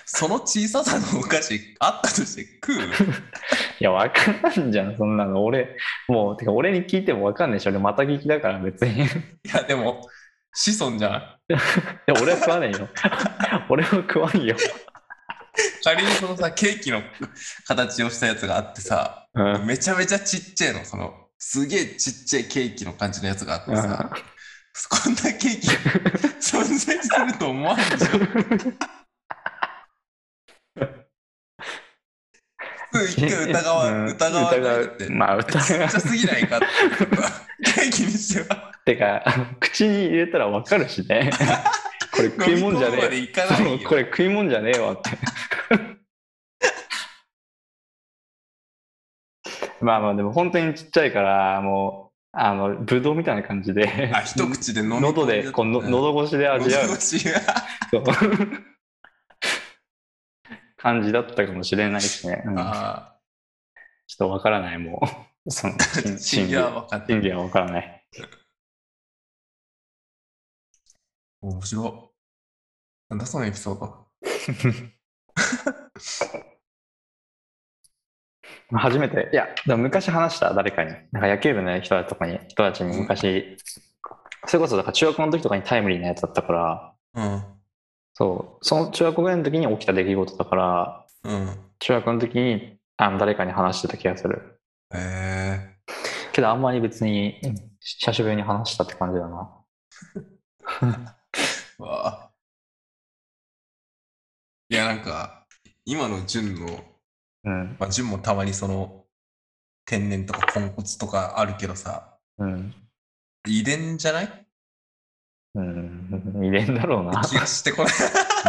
Speaker 3: その小ささのお菓子あったとして食 う
Speaker 1: いやわかんじゃんそんなの俺もうてか俺に聞いてもわかんないでしょ俺また聞きだから別にい
Speaker 3: いや、でも、子孫じゃん。
Speaker 1: や俺は食わない よ俺は食わんよ、
Speaker 3: 仮にそのさ、ケーキの形をしたやつがあってさ、
Speaker 1: うん、
Speaker 3: めちゃめちゃちっちゃいの、その、すげえちっちゃいケーキの感じのやつがあって
Speaker 1: うん
Speaker 3: さ、こんなケーキ存在すると思わんじゃん。普通一回疑わ
Speaker 1: うん
Speaker 3: 疑わないっ
Speaker 1: 疑
Speaker 3: て。
Speaker 1: うまあ
Speaker 3: ちっち
Speaker 1: 疑う
Speaker 3: ゃすぎないかって。ケーキにしては。
Speaker 1: てか あの口に入れたらわかるし ねこれ食い物じゃね
Speaker 3: 飲み込むま
Speaker 1: え
Speaker 3: でいかない
Speaker 1: こ
Speaker 3: よ。
Speaker 1: れ食い物じゃねえわって まあまあでも本当にちっちゃいからもうあのブドウみたいな感じで
Speaker 3: あ、一口で飲み込んじゃった
Speaker 1: 喉でこうの喉越しで味わ う
Speaker 3: 喉越しが
Speaker 1: そう感じだったかもしれないしね、うんちょっ
Speaker 3: あ
Speaker 1: とわからないもう その真
Speaker 3: ー真
Speaker 1: 偽
Speaker 3: 偽は分かって
Speaker 1: 真
Speaker 3: る。
Speaker 1: 偽はわからない
Speaker 3: 面白い。なんだそのエピソード。
Speaker 1: 初めて、いや、でも昔話した、誰かに。なんか野球部の人とかに、人たちに昔、それこそ、だから中学の時とかにタイムリーなやつだったから、
Speaker 3: うん。
Speaker 1: そう、その中学ぐらいの時に起きた出来事だから、
Speaker 3: うん。
Speaker 1: 中学の時にあの誰かに話してた気がする。
Speaker 3: へえ
Speaker 1: けど、あんまり別に、久しぶりに話したって感じだな。
Speaker 3: ー。わあ。いや、なんか、今の純の、
Speaker 1: うん、
Speaker 3: まあ、純もたまにその、天然とかポンコツとかあるけどさ、
Speaker 1: うん、
Speaker 3: 遺伝じゃない
Speaker 1: うん、遺伝だろうな。
Speaker 3: 気がしてこな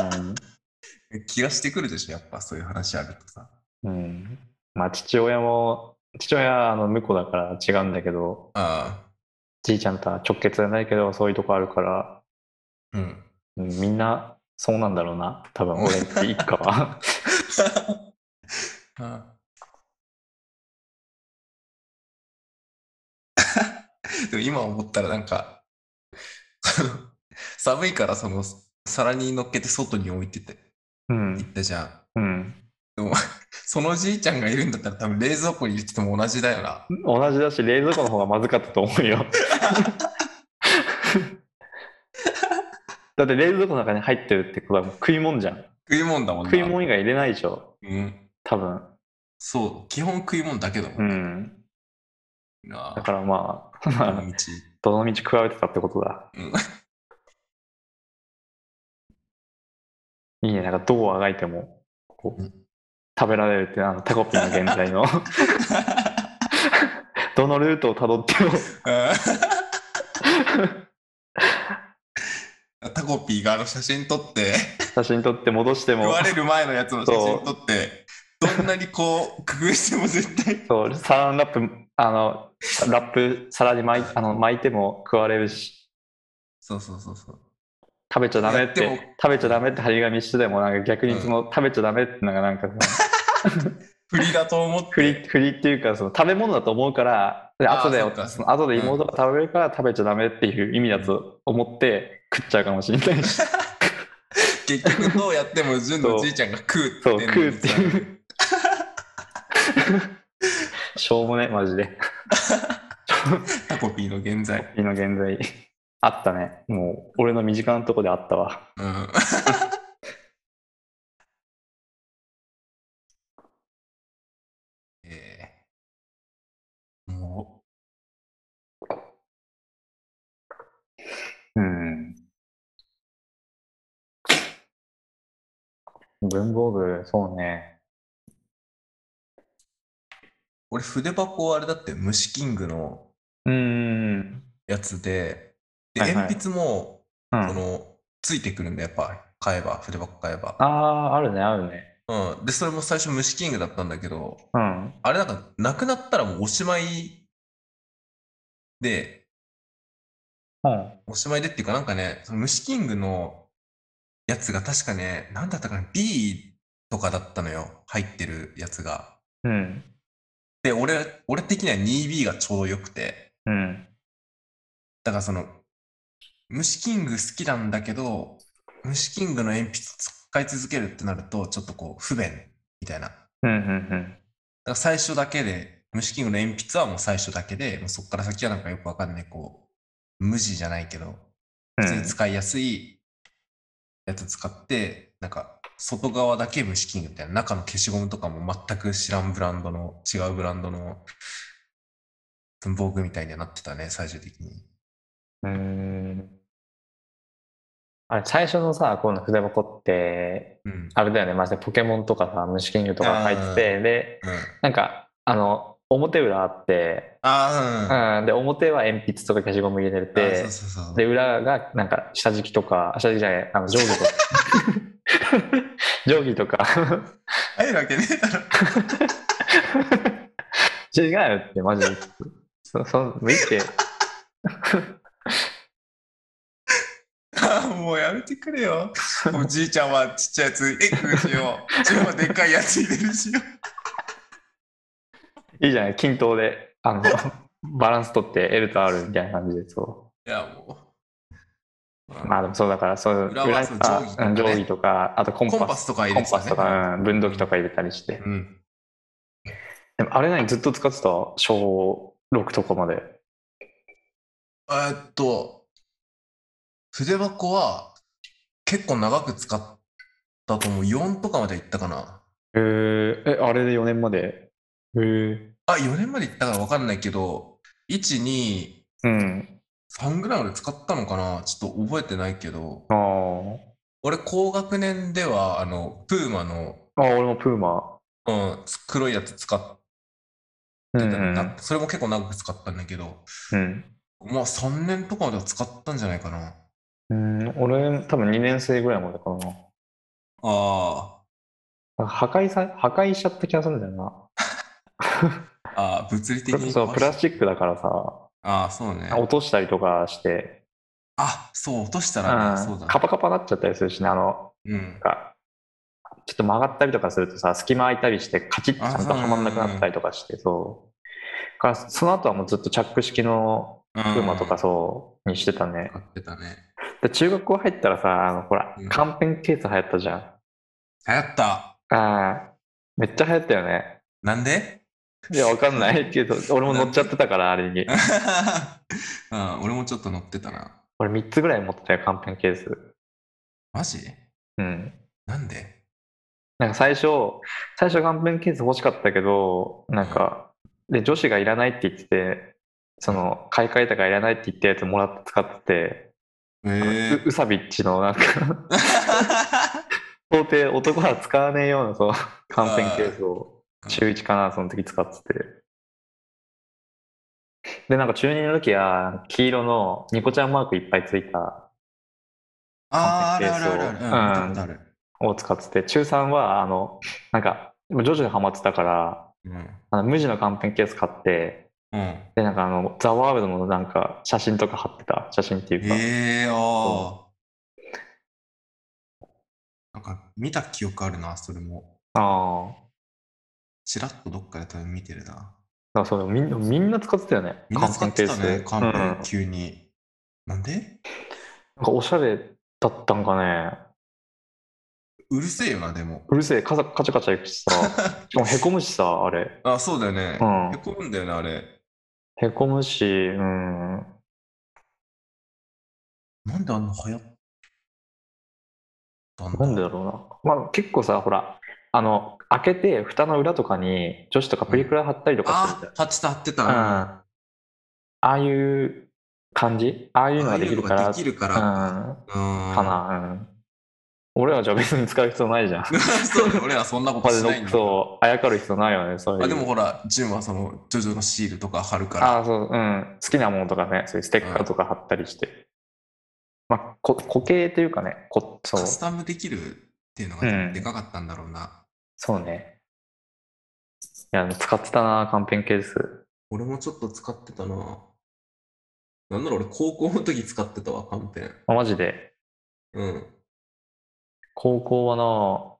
Speaker 3: い。
Speaker 1: うん
Speaker 3: 気がしてくるでしょ、やっぱそういう話あるとさ。
Speaker 1: うん、まあ、父親も、父親はあの婿だから違うんだけど、
Speaker 3: あ
Speaker 1: じいちゃんとは直結じゃないけどそういうとこあるから、
Speaker 3: あ。うん。
Speaker 1: うん、みんなそうなんだろうな多分俺一家は
Speaker 3: あ ーでも今思ったらなんか 寒いからその皿に乗っけて外に置いてて
Speaker 1: う
Speaker 3: 行
Speaker 1: ん
Speaker 3: ったじゃん
Speaker 1: うん
Speaker 3: そのじいちゃんがいるんだったら多分冷蔵庫に入れてても同じだよな
Speaker 1: 同じだし冷蔵庫の方がまずかったと思うよだって冷蔵庫の中に入ってるってことはもう食い物じゃん
Speaker 3: 食い物だもんな
Speaker 1: 食い物以外入れないでしょ
Speaker 3: うん
Speaker 1: 多分
Speaker 3: そう基本食い物だけだも
Speaker 1: うんん
Speaker 3: な
Speaker 1: だからまあ
Speaker 3: こ
Speaker 1: ま
Speaker 3: の
Speaker 1: あ
Speaker 3: 道
Speaker 1: どの道食われてたってことだ
Speaker 3: うん
Speaker 1: いいねなんかどうあがいてもこう
Speaker 3: うん
Speaker 1: 食べられるってあのタコピーの現在 のどのルートをたどっても
Speaker 3: うんタコピーがあの写真撮って
Speaker 1: 写真撮って戻して
Speaker 3: 食
Speaker 1: も
Speaker 3: われる前のやつの写真撮ってどんなにこう工夫しても絶対
Speaker 1: そうサランラップあのラップ皿に巻いあの巻いても食われるし
Speaker 3: そうそうそうそう
Speaker 1: 食べちゃダメって
Speaker 3: やっても
Speaker 1: 食べちゃダメって張り紙してでもなんか逆にその、食べちゃダメってのがなんかさ
Speaker 3: 振りだと思って
Speaker 1: 不利不利っていうかその食べ物だと思うからで
Speaker 3: あー
Speaker 1: 後で
Speaker 3: そうか
Speaker 1: その後で妹が食べるから食べちゃダメっていう意味だと思って食っちゃうかもしれない し
Speaker 3: 結局どうやっても純のじいちゃんが食うって
Speaker 1: そう食う
Speaker 3: い
Speaker 1: っ
Speaker 3: の
Speaker 1: て
Speaker 3: にさ
Speaker 1: いう しょうもねマジで
Speaker 3: タコピーの現在
Speaker 1: 今現在あったねもう俺の身近なとこであったわ
Speaker 3: うん えーも
Speaker 1: うん文房具、そうね。
Speaker 3: う俺筆箱はあれだって虫キングの
Speaker 1: うーん。
Speaker 3: やつでで
Speaker 1: はいはい
Speaker 3: 鉛筆も
Speaker 1: うん、
Speaker 3: そのついてくるんだやっぱ買えば筆箱買えば
Speaker 1: ああ、あるね、あるね。
Speaker 3: うん、でそれも最初虫キングだったんだけど
Speaker 1: うん。
Speaker 3: あれなんかなくなったらもうおしまいで
Speaker 1: うん。
Speaker 3: おしまいでっていうかなんかねその虫キングのやつが確かね何だったかな B とかだったのよ入ってるやつが
Speaker 1: うん。
Speaker 3: で俺俺的には 2B がちょうどよくて
Speaker 1: うん。
Speaker 3: だからその虫キング好きなんだけど虫キングの鉛筆使い続けるってなるとちょっとこう不便みたいな
Speaker 1: うん。うん。
Speaker 3: だから最初だけで、虫キングの鉛筆はもう最初だけで、もうそこから先はなんかよくわかんない、こう、無地じゃないけど、
Speaker 1: う
Speaker 3: 普通に
Speaker 1: ん。
Speaker 3: 使いやすいやつ使って、なんか外側だけ虫キングみたいな、中の消しゴムとかも全く知らんブランドの、違うブランドの文房具みたいにはなってたね、最終的に。
Speaker 1: うーん。あれ、最初のさ、この筆箱って、
Speaker 3: うん。
Speaker 1: あれだよね、マジでポケモンとかさ、虫キングとか入ってて、で、
Speaker 3: うん、
Speaker 1: なんか、あの、表裏あって、
Speaker 3: あ
Speaker 1: うん、で、表は鉛筆とか消しゴム入れて
Speaker 3: ー、うん。あ
Speaker 1: て
Speaker 3: そう、そうそう。
Speaker 1: で、裏が、なんか、下敷きとか、下敷きじゃない、あの、定規とか、 定規とか、
Speaker 3: 入るわけねえだろ。
Speaker 1: 違うって、マジで。そ、そ、見て、
Speaker 3: あーもうやめてくれよ。おじいちゃんはちっちゃいやつ、え、くしよう。自分はでっかいやつ入れるしよう。
Speaker 1: いいじゃない、均等で、あの、バランス取って、L と R みたいな感じで、そう。
Speaker 3: いや、もう。まあ
Speaker 1: まあでもそうだから、そう、
Speaker 3: 裏はそ
Speaker 1: 裏
Speaker 3: う定規とかね
Speaker 1: うん定規とか、あとコン
Speaker 3: コン
Speaker 1: パ
Speaker 3: パ
Speaker 1: ス、
Speaker 3: スとか入
Speaker 1: コ
Speaker 3: れ
Speaker 1: ン
Speaker 3: てた
Speaker 1: パス
Speaker 3: ね。
Speaker 1: とか、うん、分度器とか入れたりして。
Speaker 3: うん。
Speaker 1: でもあれ何ずっと使ってた小6とかまで。
Speaker 3: えーっと、筆箱は結構長く使ったと思う。4とかまで行ったかな。
Speaker 1: えー、え、あれで4年まで。えー、
Speaker 3: あ、4年まで行ったから分かんないけど、1、2、
Speaker 1: うん。
Speaker 3: 3ぐらいまで使ったのかなちょっと覚えてないけど
Speaker 1: あ。ー
Speaker 3: 俺、高学年では、あの、プーマの、
Speaker 1: あ、俺もプーマ。
Speaker 3: うん、黒いやつ使って
Speaker 1: う
Speaker 3: た
Speaker 1: ん、うん
Speaker 3: だ、
Speaker 1: ん。
Speaker 3: それも結構長く使ったんだけど、
Speaker 1: うん
Speaker 3: まあ3年とかまでは使ったんじゃないかな。
Speaker 1: うん、俺、多分2年生ぐらいまでかな。
Speaker 3: あ
Speaker 1: なんか破壊さ、破壊しちゃった気がするんだよな。
Speaker 3: あ。ああ、物理的
Speaker 1: それこ
Speaker 3: に
Speaker 1: そプラ
Speaker 3: ス
Speaker 1: スチックだからさ、
Speaker 3: ああ、そうね。
Speaker 1: 落としたりとかして、、
Speaker 3: あ、そう、落としたらね、そううんだ
Speaker 1: カ
Speaker 3: ね。
Speaker 1: パカパなっちゃったりするしね、あの、
Speaker 3: うん。
Speaker 1: なんか、ちょっと曲がったりとかするとさ、隙間空いたりして、カチッとちゃんとはまんなくなったりとかして、そう。から、その後はもうずっとチャック式の
Speaker 3: プ
Speaker 1: クーマとかそう、にしてたね。
Speaker 3: 買ってたね。
Speaker 1: で、中学校入ったらさ、あの、ほら
Speaker 3: うん、
Speaker 1: カンペンケース流行ったじゃん。
Speaker 3: 流行った。
Speaker 1: ああ、めっちゃ流行ったよね。
Speaker 3: なんで
Speaker 1: いや、わかんないけど、俺も乗っちゃってたから、あれに
Speaker 3: う。ん、俺もちょっと乗ってたな。
Speaker 1: 俺3つぐらい持ってたよ、カンペンケース。
Speaker 3: マジ
Speaker 1: うん。
Speaker 3: なんで
Speaker 1: なんか最初、最初顔面ケース欲しかったけど、なんか、で、女子がいらないって言ってて、その、買い替えたからいらないって言ったやつもらって使って
Speaker 3: え
Speaker 1: て、
Speaker 3: ー
Speaker 1: う、 うさびっちのなんか、到底男は使わねえような、そう、顔面ケースを、中1かな、その時使ってて。で、なんか中2の時は、黄色のニコちゃんマークいっぱいついた
Speaker 3: あーあるあるあるある。うん、見たことある。
Speaker 1: を使ってて、中3は、あの、なんか、でも徐々にハマってたから、
Speaker 3: うん。
Speaker 1: あの無地の顔面ケース買って、
Speaker 3: うん。
Speaker 1: で、なんかあの、ザワールドのなんか写真とか貼ってた、写真っていうか。
Speaker 3: ええー、ああ。なんか見た記憶あるな、それも。
Speaker 1: あ
Speaker 3: ちらっとどっかで多分見てるな。
Speaker 1: あ。だからそう、みんな、みんな使ってたよね。
Speaker 3: みんな使ってたね、
Speaker 1: カンペンケ
Speaker 3: カンペ
Speaker 1: ー
Speaker 3: ン、
Speaker 1: ス
Speaker 3: 急に。なんで
Speaker 1: うん。なんかおしゃれだったんかね。
Speaker 3: うるせえよな、でも。
Speaker 1: うるせえ、カサカチャカチャいくし さ。しかもへこむしさ、あれ。
Speaker 3: あ、そうだよね
Speaker 1: う。ん
Speaker 3: へ。こむんだよね、あれ。
Speaker 1: へこむし、うん。
Speaker 3: なんであんな流行ったんだ
Speaker 1: なんでだろうな。まあ結構さ、ほら、あの、開けて、蓋の裏とかに女子とかプリクラ貼ったりとかして
Speaker 3: あ
Speaker 1: る、
Speaker 3: 貼ってた、貼って
Speaker 1: じゃん。うん。
Speaker 3: た。
Speaker 1: ああいう感じああいうの
Speaker 3: あ
Speaker 1: が
Speaker 3: あい
Speaker 1: でき
Speaker 3: うの
Speaker 1: るか
Speaker 3: が
Speaker 1: ら。
Speaker 3: できるか
Speaker 1: う
Speaker 3: ら。
Speaker 1: ん。
Speaker 3: うん
Speaker 1: か。な、うん。俺らじゃ別に使う必要ないじゃん。
Speaker 3: そうだよ俺らそんなこ
Speaker 1: ま
Speaker 3: と
Speaker 1: で
Speaker 3: し
Speaker 1: ノ
Speaker 3: ない
Speaker 1: ッ
Speaker 3: んだ
Speaker 1: ク。をあやかる必要ないよね、そういう。
Speaker 3: あ、でもほら、ジュンはその、ジョジョのシールとか貼るから。
Speaker 1: あそう、うん。好きなものとかね、そういうステッカーとか貼ったりして。まあ、こ固形というかね、こそう
Speaker 3: カ、スタムできるっていうの
Speaker 1: う
Speaker 3: が
Speaker 1: ん
Speaker 3: でかかったんだろうな。
Speaker 1: そうね。いや、使ってたな、カンペンケース。
Speaker 3: 俺もちょっと使ってたな。なんなら俺高校の時使ってたわ、カンペン。
Speaker 1: まあマジで。
Speaker 3: うん。
Speaker 1: 高校は高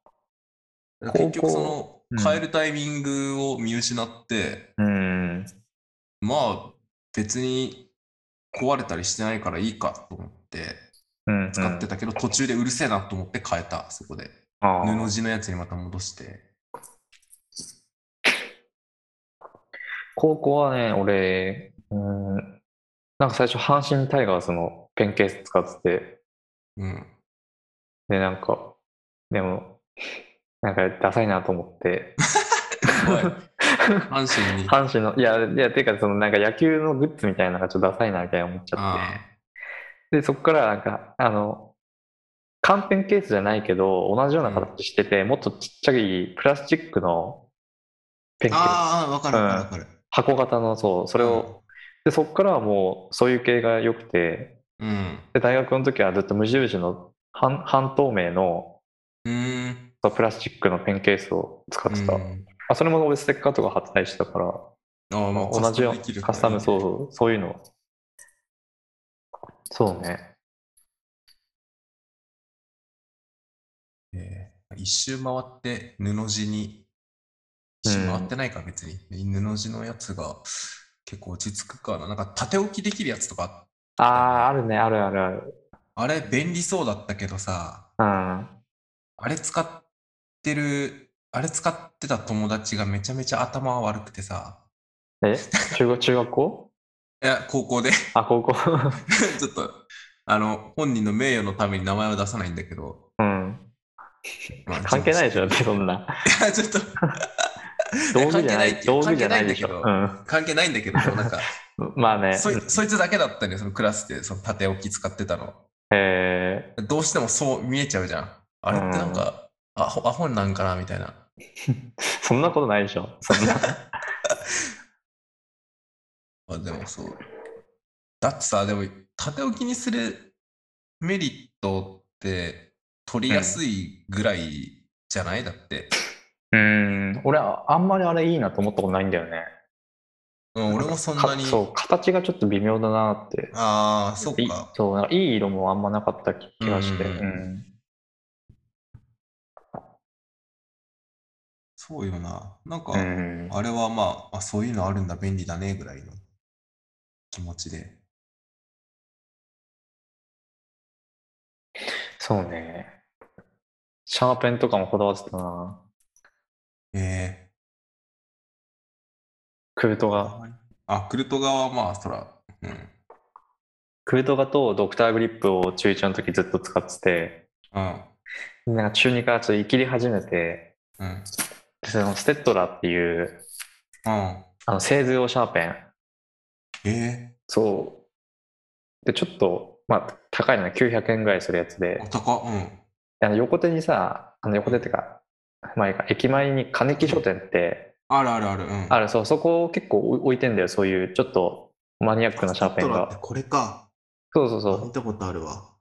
Speaker 1: 校
Speaker 3: 結局その
Speaker 1: うん、
Speaker 3: 変えるタイミングを見失って、
Speaker 1: な、うん。
Speaker 3: まあ別に壊れたりしてないからいいかと思って
Speaker 1: うん、
Speaker 3: 使ってたけど、途中でうるせえなと思って変えた、そこで。
Speaker 1: た。ああ
Speaker 3: 布地のやつにまた戻して。
Speaker 1: 高校はね、俺、うん、なんか最初、阪神タイガースのペンケース使ってて、
Speaker 3: うん。
Speaker 1: で、なんか、でも、なんかダサいなと思って、
Speaker 3: おい阪 神に。
Speaker 1: 阪神の、いや、いや、てか、そのなんか野球のグッズみたいなのがちょっとダサいなみたいな思っちゃ
Speaker 3: あ
Speaker 1: って、で、そこからなんか、あの、カンペンケースじゃないけど、同じような形してて、もっとちっちゃいプラスチックのペン
Speaker 3: ー
Speaker 1: ケース、
Speaker 3: あー、わかるわかるわかる。
Speaker 1: 箱型の、そう、それを、で、そこからはもう、そういう系が良くて、
Speaker 3: うん。
Speaker 1: で、大学の時はずっと無印の半半透明の
Speaker 3: うーん。
Speaker 1: そうプラスチックのペンケースを使ってた。
Speaker 3: うん
Speaker 1: あそれも俺ステッカーとか貼ったりしてたから、
Speaker 3: ああ、まあ、
Speaker 1: 同じよ
Speaker 3: できる
Speaker 1: カスタム、
Speaker 3: う。
Speaker 1: そうそう、そういうの。そうね。
Speaker 3: えー一周回って布地に、一周回ってないか、別に。布地のやつが結構落ち着くかな。なんか縦置きできるやつとか、
Speaker 1: ああ、あるね、あるあるある。
Speaker 3: あれ便利そうだったけどさ、
Speaker 1: うん。
Speaker 3: あれ使ってる、あれ使ってた友達がめちゃめちゃ頭悪くてさ、
Speaker 1: え、中学、中学校
Speaker 3: いや、高校で、
Speaker 1: あ、高校。
Speaker 3: ちょっと、あの、本人の名誉のために名前を出さないんだけど、
Speaker 1: うん。
Speaker 3: まあ
Speaker 1: 関係ないでしょ、だ っ
Speaker 3: ち
Speaker 1: てそんな。
Speaker 3: ょっといや、ちょっと、
Speaker 1: 道具じゃな
Speaker 3: 関係ないって
Speaker 1: い、道具じゃないでしょ。
Speaker 3: 関係
Speaker 1: う。
Speaker 3: なん関係ないん だけど、なんか、
Speaker 1: まあね。
Speaker 3: そいそいつだけだったんだよ、そのクラスで、その縦置き使ってたの。
Speaker 1: え
Speaker 3: どうしてもそう見えちゃうじゃん。あれってなんか、アホ、アホなんかなみたいな。
Speaker 1: ー、そんなことないでしょ。そんな。
Speaker 3: まあでもそう。だってさ、でも、縦置きにするメリットって取りやすいぐらいじゃない、だって。
Speaker 1: うん。俺、あんまりあれいいなと思ったことないんだよね。
Speaker 3: うん、俺もそんなに
Speaker 1: か。そう、形がちょっと微妙だなって。
Speaker 3: ああ、そ
Speaker 1: いうい
Speaker 3: か。
Speaker 1: そうなんかいい色もあんまなかった気気がして。
Speaker 3: うんうんうん
Speaker 1: うん
Speaker 3: そうよな。なんか、
Speaker 1: うん
Speaker 3: あれはまあ、あ、そういうのあるんだ、便利だね、ぐらいの気持ちで。
Speaker 1: そうね。シャーペンとかもこだわってたな。
Speaker 3: え
Speaker 1: クルト
Speaker 3: ー
Speaker 1: ガ。
Speaker 3: あ、クルト側はまあ、そら、うん。
Speaker 1: クルトガとドクターグリップを中1の時ずっと使ってて、
Speaker 3: うん。
Speaker 1: なんか中2からちょっと生きり始めて、
Speaker 3: うん。
Speaker 1: でそのステッドラっていう、
Speaker 3: うん。
Speaker 1: あの、製図用シャーペン。
Speaker 3: え
Speaker 1: そう。で、ちょっと、まあ、高いのね、900円ぐらいするやつ
Speaker 3: ー、
Speaker 1: で
Speaker 3: お、高っ、うん。
Speaker 1: あの横手にさ、あの横手ってか、前か、駅前に金木書店って、
Speaker 3: あるあるある、うん。
Speaker 1: あ
Speaker 3: る
Speaker 1: る、そう、そこ結構置いてんだよ、そういう、ちょっとマニアックなシャーペンが。
Speaker 3: これか。
Speaker 1: そうそうそ
Speaker 3: 見
Speaker 1: う。
Speaker 3: たことあるわ。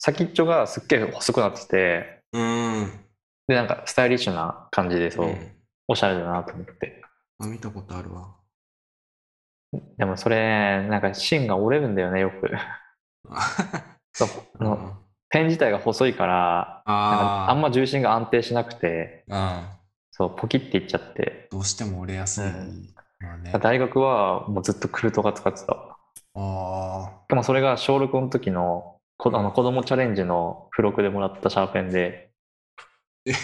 Speaker 1: 先っちょがすっげえ細くなってて、
Speaker 3: うーん。
Speaker 1: で、なんかスタイリッシュな感じで、そう、
Speaker 3: ん
Speaker 1: おしゃれだなと思って。
Speaker 3: あ見たことあるわ。
Speaker 1: でもそれ、なんか芯が折れるんだよね、よく。そうあの
Speaker 3: うん
Speaker 1: ペン自体が細いから、なん
Speaker 3: あ
Speaker 1: か
Speaker 3: ー
Speaker 1: あんま重心が安定しなくて、
Speaker 3: あ
Speaker 1: そう、ポキっていっちゃって。
Speaker 3: ーどうしても折れやすい。
Speaker 1: うん
Speaker 3: まあね、
Speaker 1: 大学はもうずっとクルトが使ってた。
Speaker 3: あ
Speaker 1: でもそれが小6の時の、こあの子供チャレンジの付録でもらったシャーペンで、
Speaker 3: ーえ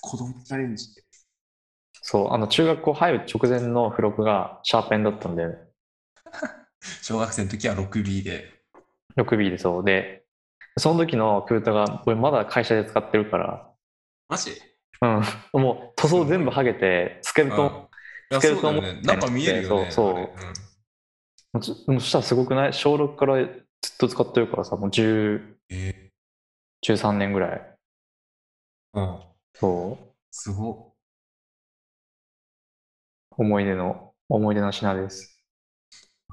Speaker 3: 子供チャレンジ。
Speaker 1: そう、あの中学校入る直前の付録がシャーペンだったんで、
Speaker 3: 小学生の時は 6B で。
Speaker 1: 6B でそうで、その時のクルトが、俺まだ会社で使ってるから、
Speaker 3: マジ
Speaker 1: うん、 もう塗装全部剥げて、スケル
Speaker 3: うん
Speaker 1: ト
Speaker 3: いや
Speaker 1: つけ
Speaker 3: そ
Speaker 1: ると
Speaker 3: うだよ
Speaker 1: 思
Speaker 3: ね。なんか見えるよね。
Speaker 1: そうそう
Speaker 3: あれ
Speaker 1: ン、ずもうそしたらすごくない小6からずっと使ってるからさ、もう10
Speaker 3: うんえ
Speaker 1: 13年ぐらい。
Speaker 3: ーうん。
Speaker 1: そう。
Speaker 3: すごっ。
Speaker 1: 思い出の、思い出の品です。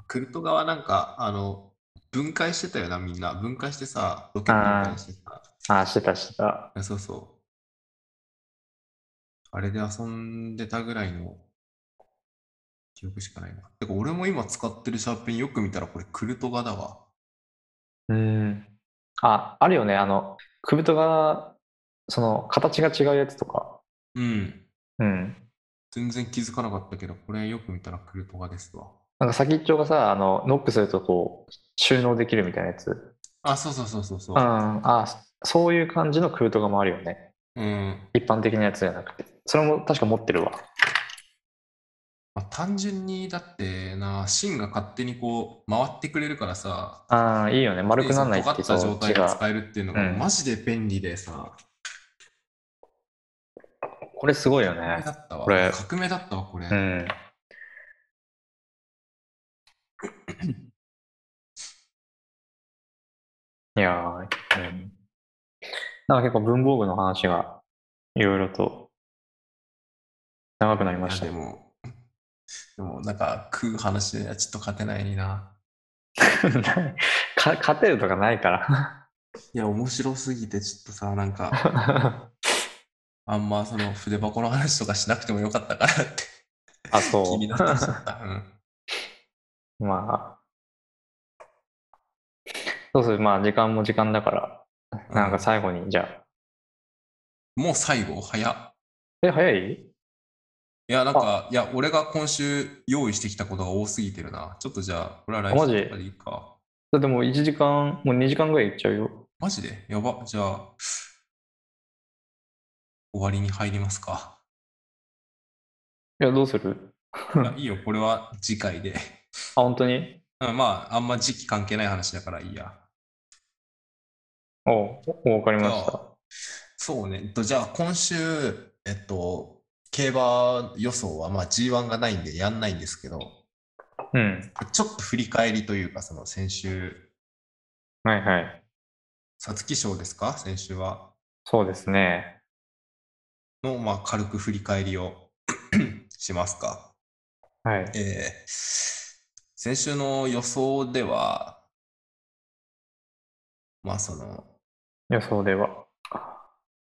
Speaker 3: クルト側なんか、あの、分解してたよな、みんな。分解してさ、ロケ分解してさ。
Speaker 1: ああ、してたしてた。
Speaker 3: あそうそう。あれで遊んでたぐらいの記憶しかないな。てか、俺も今使ってるシャーペンよく見たらこれクルトガだわ。
Speaker 1: うん。あ、あるよね。あの、クブトが、その、形が違うやつとか。
Speaker 3: うん。
Speaker 1: うん。
Speaker 3: 全然気づかなかったけど、これよく見たらクルトガですわ。
Speaker 1: なんか先っちょがさ、あの、ノックするとこう、収納できるみたいなやつ。うん。
Speaker 3: あ、そうそうそうそうそう。
Speaker 1: あそういう感じのクブトガもあるよね。
Speaker 3: うん。
Speaker 1: 一般的なやつじゃなくて。それも確か持ってるわ。
Speaker 3: まあ、単純に、だってな、芯が勝手にこう回ってくれるからさ、
Speaker 1: ああ、いいよね。丸くならないって
Speaker 3: 尖った状態で
Speaker 1: が
Speaker 3: 使えるっていうのが
Speaker 1: うん
Speaker 3: マジで便利でさ、
Speaker 1: これすごいよ
Speaker 3: 革命
Speaker 1: ね
Speaker 3: だ。ったわ。
Speaker 1: これ
Speaker 3: 革命だったわ、これ。
Speaker 1: うん。いやー、うん。なんか結構文房具の話がいろいろと長くなりま
Speaker 3: いや
Speaker 1: した
Speaker 3: で
Speaker 1: ね。
Speaker 3: も、 でもなんか食う話にはちょっと勝てないな。
Speaker 1: か勝てるとかない か
Speaker 3: いや、面白すぎてちょっとさ、なん か、
Speaker 1: ら。
Speaker 3: あんまその筆箱の話とかしなくてもよかったかなって
Speaker 1: あ、そう。
Speaker 3: 気になってしまった。うん
Speaker 1: まあ、そうする、まあ、時間も時間だから、なんか最後に、じゃあ、
Speaker 3: もう最後、早っ。
Speaker 1: え、早い
Speaker 3: いや、なんか、いや、俺が今週用意してきたことが多すぎてるな。ちょっとじゃあ、これは来
Speaker 1: マジ
Speaker 3: 週とかでいいか。
Speaker 1: だってもう1時間、もう2時間ぐらいいっちゃうよ。
Speaker 3: マジでやば。じゃあ、終わりに入りま すか。
Speaker 1: いや、どうする
Speaker 3: いやいいよ、これは次回で。
Speaker 1: あ、本当に
Speaker 3: うんまあ、あんま時期関係ない話だからいいや。
Speaker 1: おう、わかりまし
Speaker 3: じゃあそうね。えっとじゃあ、今週、えっと、競馬予想は、まあ、G1 がないんでやんないんですけど、
Speaker 1: た。うん。
Speaker 3: ちょっと振り返りというか、その先週、
Speaker 1: はいはい。
Speaker 3: 皐月賞ですか先週は。
Speaker 1: そうですね。
Speaker 3: の、まあ、軽く振り返りを しますか。
Speaker 1: はい。
Speaker 3: えー先週の予想では、まあ、その、
Speaker 1: 予想では。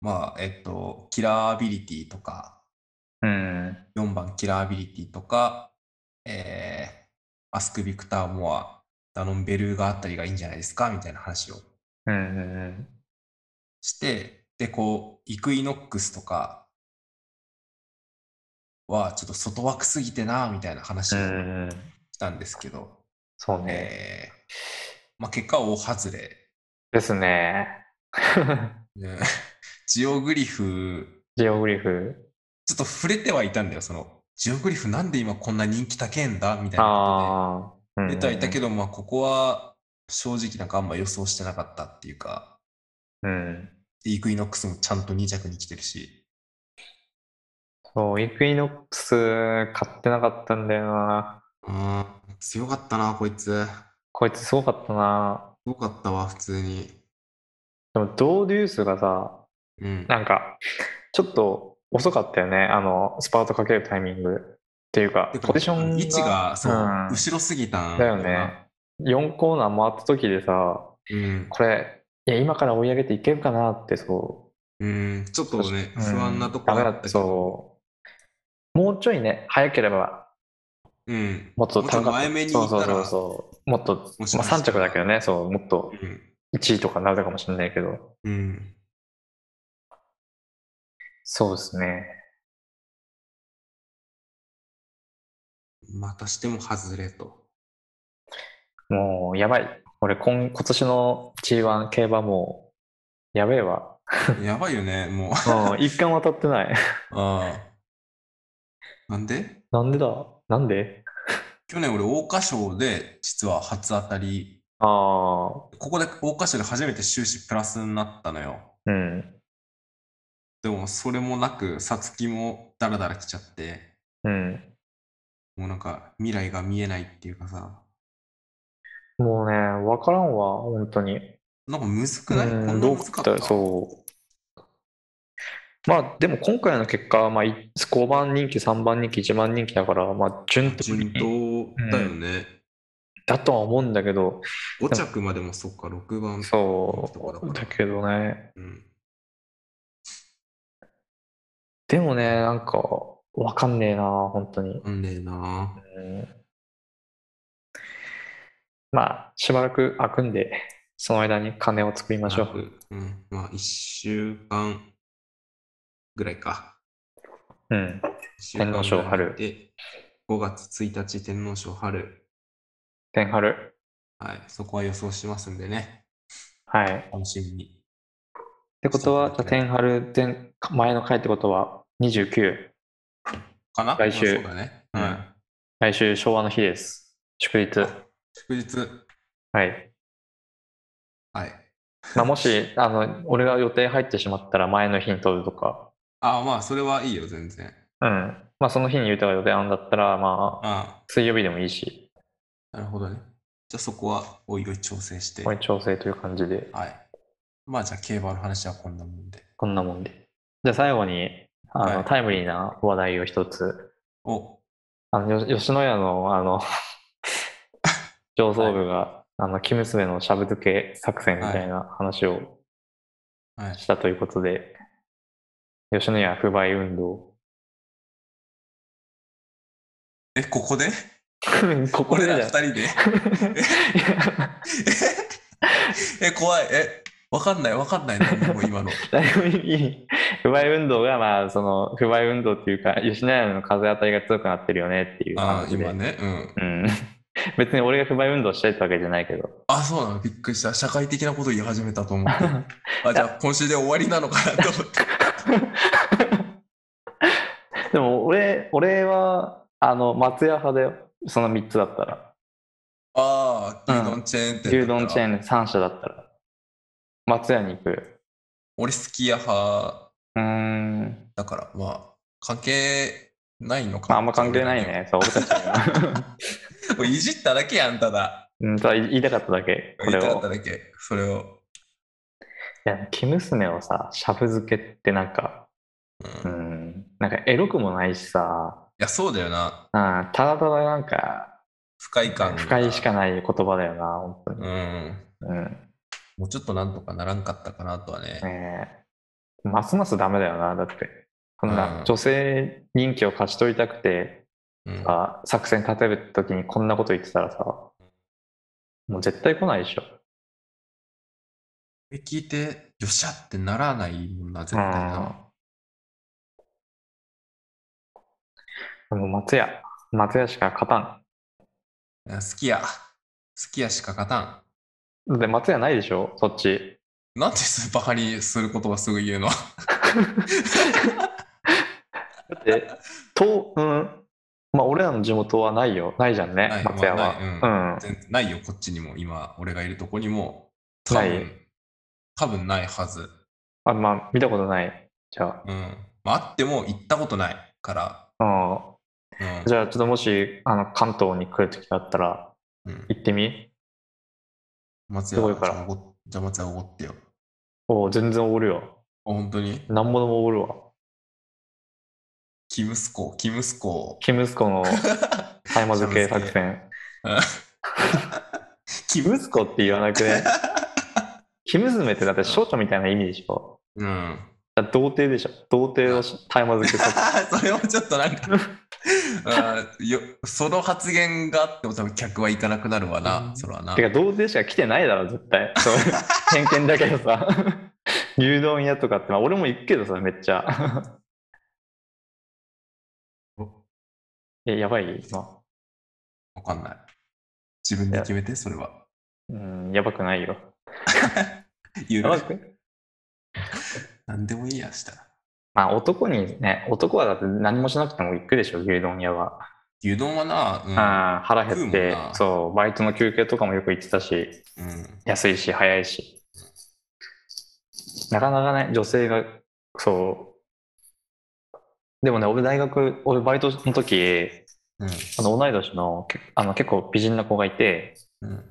Speaker 3: まあ、えっと、キラーアビリティとか、
Speaker 1: うん。
Speaker 3: 4番キラーアビリティとか、えーアスク・ビクター・モア、ダノン・ベルーガあたりがいいんじゃないですかみたいな話を
Speaker 1: うんうん
Speaker 3: して、で、こう、イクイノックスとかはちょっと外枠すぎてな、みたいな話
Speaker 1: う
Speaker 3: を
Speaker 1: ん。うんうん。
Speaker 3: したんですけど、
Speaker 1: そうね。
Speaker 3: えーまあ、結果は大外れ。
Speaker 1: ですね。
Speaker 3: ねジオグリフ、
Speaker 1: ジオグリフ。
Speaker 3: ちょっと触れてはいたんだよ、その、ジオグリフなんで今こんな人気高えんだみたいなこと
Speaker 1: あ
Speaker 3: で。
Speaker 1: あ。
Speaker 3: 出てはいたけ
Speaker 1: ど。
Speaker 3: ど、まあ、ここは正直なんかあんま予想してなかったっていうか、
Speaker 1: うん。
Speaker 3: イクイノックスもちゃんと2着に来てるし、
Speaker 1: そう、イクイノックス買ってなかったんだよな。
Speaker 3: うーん、強かったな、こいつ。す
Speaker 1: こいつすごかったな。
Speaker 3: ごかったわ、普通に。
Speaker 1: でも、ドーデュースがさ、
Speaker 3: うん。
Speaker 1: なんか、ちょっと遅かったよね。あの、スパートかけるタイミングっていうか
Speaker 3: て、か
Speaker 1: ポジション
Speaker 3: 位置が、そ
Speaker 1: う
Speaker 3: う、
Speaker 1: ん
Speaker 3: 後ろすぎたん
Speaker 1: だよね。4コーナー回った時でさ、
Speaker 3: うん。
Speaker 1: これ、いや、今から追い上げていけるかなって、そう。
Speaker 3: うん、ちょっとね、
Speaker 1: うん
Speaker 3: 不安なとこ
Speaker 1: ダメ
Speaker 3: ろ
Speaker 1: だって、そう。もうちょいね、早ければ、
Speaker 3: う。うん。
Speaker 1: もっと高か
Speaker 3: もうちょい
Speaker 1: った。
Speaker 3: 前目に
Speaker 1: そ
Speaker 3: 行
Speaker 1: う
Speaker 3: っ
Speaker 1: そ
Speaker 3: た
Speaker 1: う
Speaker 3: ら
Speaker 1: そうそう。もっと、
Speaker 3: もし
Speaker 1: ま
Speaker 3: か
Speaker 1: あ
Speaker 3: した
Speaker 1: 3着
Speaker 3: ら
Speaker 1: だけどね、そう、もっと
Speaker 3: うん。
Speaker 1: 1位とかになるかもしれないけど。
Speaker 3: うん。
Speaker 1: そうですね。
Speaker 3: またしても外れと。
Speaker 1: もう、やばい。俺、今、今年の G1 競馬もう、やべえわ。
Speaker 3: やばいよね、 もう。
Speaker 1: うん、一回も当たってない。
Speaker 3: ああ。なんで
Speaker 1: なんでだなんで
Speaker 3: 去年俺、桜花賞で、実は初当たり
Speaker 1: ああ、
Speaker 3: ここで桜花賞で初めて収支プラスになったのよ。
Speaker 1: うん、
Speaker 3: でもそれもなく、さつきもダラダラ来ちゃって、
Speaker 1: うん。
Speaker 3: もうなんか未来が見えないっていうかさ、
Speaker 1: もうね、わからんわ、本当に。
Speaker 3: なんかむずく
Speaker 1: う
Speaker 3: ない
Speaker 1: ん、
Speaker 3: こんな
Speaker 1: どう
Speaker 3: むずかった。
Speaker 1: そう。まあ、でも今回の結果は、まあ、い5番人気、3番人気、1番人気だから、まあ、順当
Speaker 3: 順
Speaker 1: に
Speaker 3: 当だよね。
Speaker 1: だとは思うんだけど、
Speaker 3: 5着までもそっか、6番。
Speaker 1: そう、だけどね。
Speaker 3: うん。
Speaker 1: でもね、なんか、わかんねえな、本当に。
Speaker 3: なんねえな
Speaker 1: うんまあ、しばらく開くんで、その間に金を作りましょう。
Speaker 3: うん。まあ1週間ぐらいか。
Speaker 1: うん。
Speaker 3: 一週間
Speaker 1: 天皇賞春
Speaker 3: で、5月1日天皇賞春。
Speaker 1: 天春。
Speaker 3: はい。そこは予想しますんでね。
Speaker 1: はい。っ
Speaker 3: 楽しみに。
Speaker 1: てことは、
Speaker 3: そう
Speaker 1: じゃ
Speaker 3: だ
Speaker 1: あ
Speaker 3: ね
Speaker 1: 天春、前前の回ってことは、29。
Speaker 3: かな
Speaker 1: 来週
Speaker 3: まあそうだね。
Speaker 1: うん
Speaker 3: はい。
Speaker 1: 来週、昭和の日です。祝日。
Speaker 3: 祝日。
Speaker 1: はい。
Speaker 3: はい。
Speaker 1: まあ、もし、あの、俺が予定入ってしまったら前の日に撮るとか、
Speaker 3: ああ、まあ、それはいいよ、全然。
Speaker 1: うん。まあその日にユタが予定あるんだったら、まあ
Speaker 3: あ
Speaker 1: 水曜日でもいいし、
Speaker 3: あ、なるほどね。じゃあそこはおいおい調整して。
Speaker 1: これ調整という感じで、
Speaker 3: はい。まあじゃあ競馬の話はこんなもんで。
Speaker 1: こんなもんで。じゃあ最後に、あ
Speaker 3: はい
Speaker 1: の、タイムリーな話題を一つ、
Speaker 3: お、
Speaker 1: あの、よ吉野家の、あ の、上層部が、あの、生娘のしゃぶ漬け作戦みたいな話を
Speaker 3: はい。
Speaker 1: したということで、吉野家不買運動。
Speaker 3: え、ここで
Speaker 1: ここ
Speaker 3: 俺
Speaker 1: でじ
Speaker 3: ら
Speaker 1: ゃ
Speaker 3: 二
Speaker 1: ない
Speaker 3: 人でえ、怖い。え、わかんない、わかんない。何 も今の。
Speaker 1: 誰もいい不買運動が、まあ、その、不買運動っていうか、吉野家の風当たりが強くなってるよねっていう
Speaker 3: ああ、
Speaker 1: 話で。
Speaker 3: 今ね。うん。
Speaker 1: うん。 別に俺が不買運動してたわけじゃないけど。
Speaker 3: あ、そうなの。びっくりした。社会的なこと言い始めたと思って。あ、じゃあ今週で終わりなのかなと思って。
Speaker 1: でも、俺、俺は、あの、松屋派だよ。その3つだったら。
Speaker 3: ああ、牛丼チェーン店。
Speaker 1: 牛丼チェーン。3社だったら。松屋に行くよ。
Speaker 3: 俺、すき家派
Speaker 1: うーん。
Speaker 3: だから、まあ、関係ないのか
Speaker 1: まあ、あんま関係ない。 ね。そう、俺たちには。
Speaker 3: これいじっただけやん、ただ。
Speaker 1: うん、ただ言いたかっただけ。これ
Speaker 3: 言いたかった
Speaker 1: を。
Speaker 3: だけ。それを。
Speaker 1: いや、生娘をさ、しゃぶ漬けってなんか、う
Speaker 3: うんい
Speaker 1: ん、なんかエロくもないしさ、
Speaker 3: や、そうだよな。
Speaker 1: うん、ただただなんか、
Speaker 3: 不快感が。
Speaker 1: 不快しかない言葉だよな、本当に。
Speaker 3: うん。
Speaker 1: うん。
Speaker 3: もうちょっとなんとかならんかったかなとはね。
Speaker 1: ねえますますダメだよな、だって。そん
Speaker 3: うん
Speaker 1: な女性人気を勝ち取りたくて、
Speaker 3: うん、
Speaker 1: あ作戦立てるときにこんなこと言ってたらさ、もう絶対来ないでしょ。
Speaker 3: え聞いて、よっしゃってならないもんな、絶
Speaker 1: う
Speaker 3: 対
Speaker 1: ん
Speaker 3: な。。
Speaker 1: でも松屋、松屋しか勝たん。
Speaker 3: いや好きや。好きやしか勝たん。
Speaker 1: だって松屋ないでしょ、そっち。
Speaker 3: なんでスーパー派にすることはすぐ言うの
Speaker 1: だって、と、うん。まあ、俺らの地元はないよ。ないじゃんね
Speaker 3: ない、
Speaker 1: 松屋は。
Speaker 3: ま
Speaker 1: うん。
Speaker 3: 全ないよ、こっちにも。今、俺がいるとこにも。多分
Speaker 1: ない
Speaker 3: 多分ないはず。
Speaker 1: あ、まあ、見たことない。じゃ
Speaker 3: うん。まあ、あっても行ったことないから。
Speaker 1: あ、うん。
Speaker 3: うん。
Speaker 1: じゃあ、ちょっともし、あの、関東に来る時があったら、
Speaker 3: うん、
Speaker 1: 行ってみ
Speaker 3: 松
Speaker 1: す
Speaker 3: 屋
Speaker 1: ごいから
Speaker 3: じゃあおごじゃあ松屋おごってよ。
Speaker 1: おう全然おごるよ。
Speaker 3: あ、本当に
Speaker 1: 何もでもおごるわ。
Speaker 3: キムスコ、キムスコ。
Speaker 1: キムスコのタイマ漬け作戦。
Speaker 3: キ
Speaker 1: キムスコって言わなく ね。キムズメってだって少女みたいな意味でしょ。
Speaker 3: うん。
Speaker 1: だから童貞でしょ。童貞のしタイマ漬け作 戦。
Speaker 3: それもちょっとなんか あーよその発言があっても多分客は行かなくなるわな、
Speaker 1: うん
Speaker 3: それはな
Speaker 1: てか、童貞しか来てないだろ、絶対。そう偏見だけどさ。 牛丼屋とかって、まあ、俺も行くけどさ、めっちゃ。え、やばい今。
Speaker 3: 分かんない自分で決めてそれは
Speaker 1: うん、やばくないよ。
Speaker 3: 言う
Speaker 1: やばく
Speaker 3: 何でもいいやしたら
Speaker 1: まあ男にね、男はだって何もしなくても行くでしょ、牛丼屋は。
Speaker 3: 牛丼はな、
Speaker 1: ああ腹減っ
Speaker 3: 食う
Speaker 1: て
Speaker 3: もんな、
Speaker 1: そう、バイトの休憩とかもよく行ってたし、
Speaker 3: うんうん
Speaker 1: 安いし、早いし。なかなかね、女性が、そう。でもね、俺大学、俺バイトの時、
Speaker 3: うん
Speaker 1: あの同い年のけあの結構美人な子がいて、
Speaker 3: うん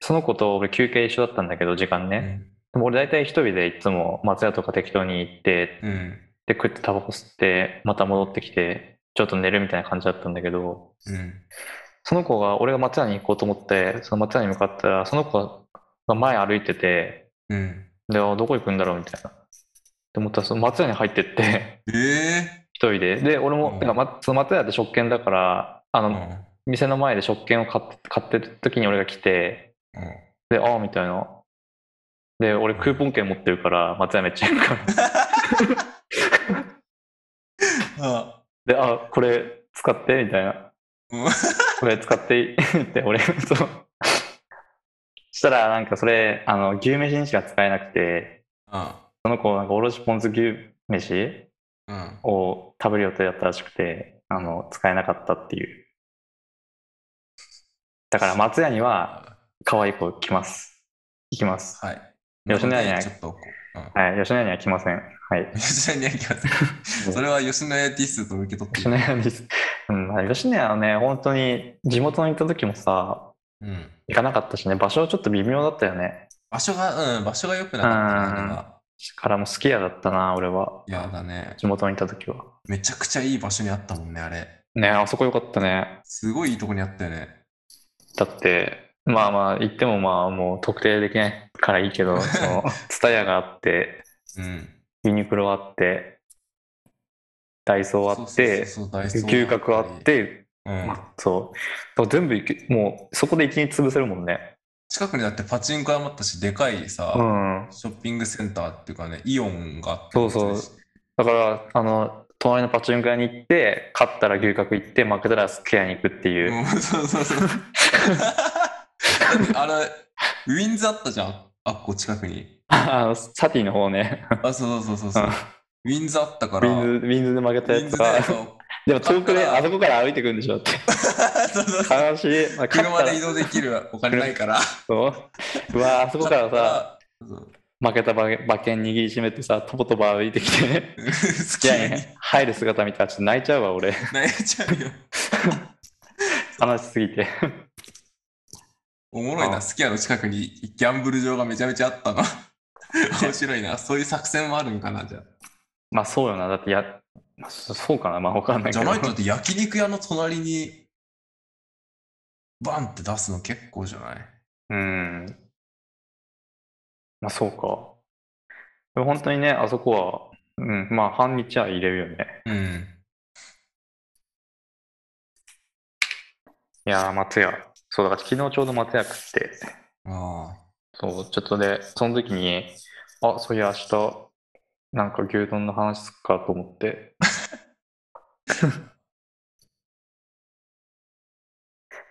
Speaker 1: その子と俺休憩一緒だったんだけど、時間
Speaker 3: う
Speaker 1: ね。
Speaker 3: ん
Speaker 1: でも俺大体一人でいつも松屋とか適当に行って
Speaker 3: うん
Speaker 1: で食ってタバコ吸ってまた戻ってきてちょっと寝るみたいな感じだったんだけど
Speaker 3: うん
Speaker 1: その子が俺が松屋に行こうと思ってその松屋に向かったらその子が前歩いてて
Speaker 3: うん
Speaker 1: であどこ行くんだろうみたいなって思ったらその松屋に入ってって
Speaker 3: え
Speaker 1: 一人でで俺も、
Speaker 3: うん
Speaker 1: てかまその松屋って食券だからあ
Speaker 3: ー
Speaker 1: の、
Speaker 3: うん
Speaker 1: 店の前で食券を買って買ってる時に俺が来て
Speaker 3: うん
Speaker 1: でああみたいなで俺クーポン券持ってるから松屋めっちゃ行くから
Speaker 3: あ
Speaker 1: であこれ使ってみたいな
Speaker 3: うん
Speaker 1: これ使っていい って俺そうしたらなんかそれあの牛飯にしか使えなくて
Speaker 3: あ
Speaker 1: その子なんかおろしポン酢牛飯
Speaker 3: うん
Speaker 1: を食べる予定だったらしくてあの使えなかったっていうだから松屋には可愛い子来ます行きます
Speaker 3: はい
Speaker 1: 吉野家に
Speaker 3: ちょっとこう
Speaker 1: はい、吉野家には来ません。はい。
Speaker 3: 吉野家に行きます。それは吉野家ティスと受け取ってい
Speaker 1: 吉
Speaker 3: る。
Speaker 1: 野家です。うん、まあ吉野家はね、本当に地元に行った時もさ、
Speaker 3: うん。
Speaker 1: 行かなかったしね、場所ちょっと微妙だったよね。
Speaker 3: 場所が、うん、場所が良くなかったな、あれは。
Speaker 1: からもう好き家だったな、俺は。
Speaker 3: やだね。
Speaker 1: 地元に行った時は。
Speaker 3: めちゃくちゃいい場所にあったもんね、あれ。
Speaker 1: ね、あそこ良かったね。
Speaker 3: すごいいいとこにあったよね。
Speaker 1: だって、まあまあ、行ってもまあ、もう特定できないからいいけど、そ の、ツタヤがあって、
Speaker 3: うん。
Speaker 1: ユニクロあって、ダイソーあって、
Speaker 3: そうそうそうそう
Speaker 1: 牛角あっ。
Speaker 3: ダイソー
Speaker 1: て、
Speaker 3: あったりうん。
Speaker 1: そう。だから全部行け、もう、そこで一日潰せるもんね。
Speaker 3: 近くにだってパチンコ屋もあったし、でかいさ、
Speaker 1: うん。
Speaker 3: ショッピングセンターっていうかね、イオンがあって。
Speaker 1: そうそうだから、あの、隣のパチンコ屋に行って、勝ったら牛角行って、負けたらスケアに行くっていう。
Speaker 3: うんそうそうそう。だって あれ、ウィンズあったじゃん。あっこ近くに。
Speaker 1: あの、サティの方ね。
Speaker 3: あ、そうそうそうそうそう
Speaker 1: うん。
Speaker 3: ウィンズあったか
Speaker 1: ウ
Speaker 3: ら。
Speaker 1: ィンズ、ウィンズで負け
Speaker 3: ウ
Speaker 1: た
Speaker 3: ィ
Speaker 1: や
Speaker 3: ン
Speaker 1: つ
Speaker 3: ズで
Speaker 1: が、
Speaker 3: そう
Speaker 1: でも遠くで、
Speaker 3: 勝ったら
Speaker 1: あそこから歩いてくるんでしょって。
Speaker 3: そうそうそう
Speaker 1: 悲しい。まあ、勝っ
Speaker 3: 車
Speaker 1: たら
Speaker 3: で移動できるお金ないから。
Speaker 1: そう。うわあそこからさ、
Speaker 3: そう
Speaker 1: 負けた馬券馬券握りしめてさ、とぼとぼ歩いてき て、
Speaker 3: 好
Speaker 1: い
Speaker 3: き
Speaker 1: や
Speaker 3: に
Speaker 1: いや入る姿見たらちょっと泣いちゃうわ、俺。
Speaker 3: 泣いちゃうよ。
Speaker 1: 悲しすぎて。
Speaker 3: おもろいな、
Speaker 1: あ
Speaker 3: スキヤの近くにギャンブル場がめちゃめちゃあったの。面白いな、そういう作戦もあるんかな、じゃ
Speaker 1: まあそうよな。だってや、まあそそうかな。まあわかんな
Speaker 3: あ。
Speaker 1: い
Speaker 3: じ
Speaker 1: け
Speaker 3: ゃ
Speaker 1: ど。
Speaker 3: ないとだって焼肉屋の隣にバンって出すの結構じゃない
Speaker 1: うん。まあそうか。でも本当にね、あそこは、うん、まあ半日は入れるよね。
Speaker 3: うん。
Speaker 1: いやー、松屋。そう、だから昨日ちょうど松屋食って、
Speaker 3: あ
Speaker 1: そう、ちょっとで、その時に、あ、そういや、明日、なんか牛丼の話すっかと思って。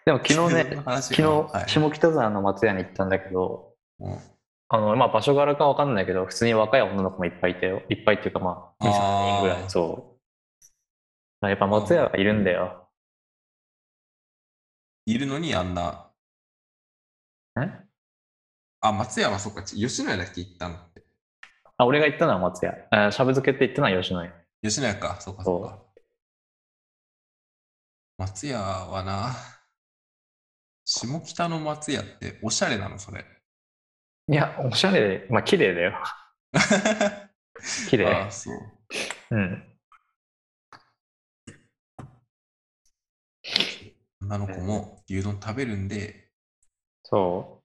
Speaker 1: でも昨日
Speaker 3: 昨日
Speaker 1: ね
Speaker 3: の、話
Speaker 1: 昨日、
Speaker 3: はい
Speaker 1: 下北沢の松屋に行ったんだけど、
Speaker 3: あ。うん
Speaker 1: あの、まあ、場所柄かわかんないけど、普通に若い女の子もいっぱいいてよ。いっぱいっていうか、まあ、2、3人ぐら
Speaker 3: あ
Speaker 1: い。
Speaker 3: ー
Speaker 1: そう。やっぱ松屋がいるんだよ。
Speaker 3: いるのにあんな。
Speaker 1: ん
Speaker 3: あ、松山、そっか、ち吉野家だっけ行ったのって。
Speaker 1: あ、俺が行ったのは松屋。えーしゃぶ漬けって言ったのは吉野家。
Speaker 3: 吉野家か、そっかそっか。松屋はな、下北の松屋っておしゃれなの、それ。
Speaker 1: いや、おしゃれで、まあ、綺麗だよ。綺
Speaker 3: あ
Speaker 1: 麗
Speaker 3: あ、。そう。
Speaker 1: うん。
Speaker 3: 女の子も牛丼食べるんで、
Speaker 1: そ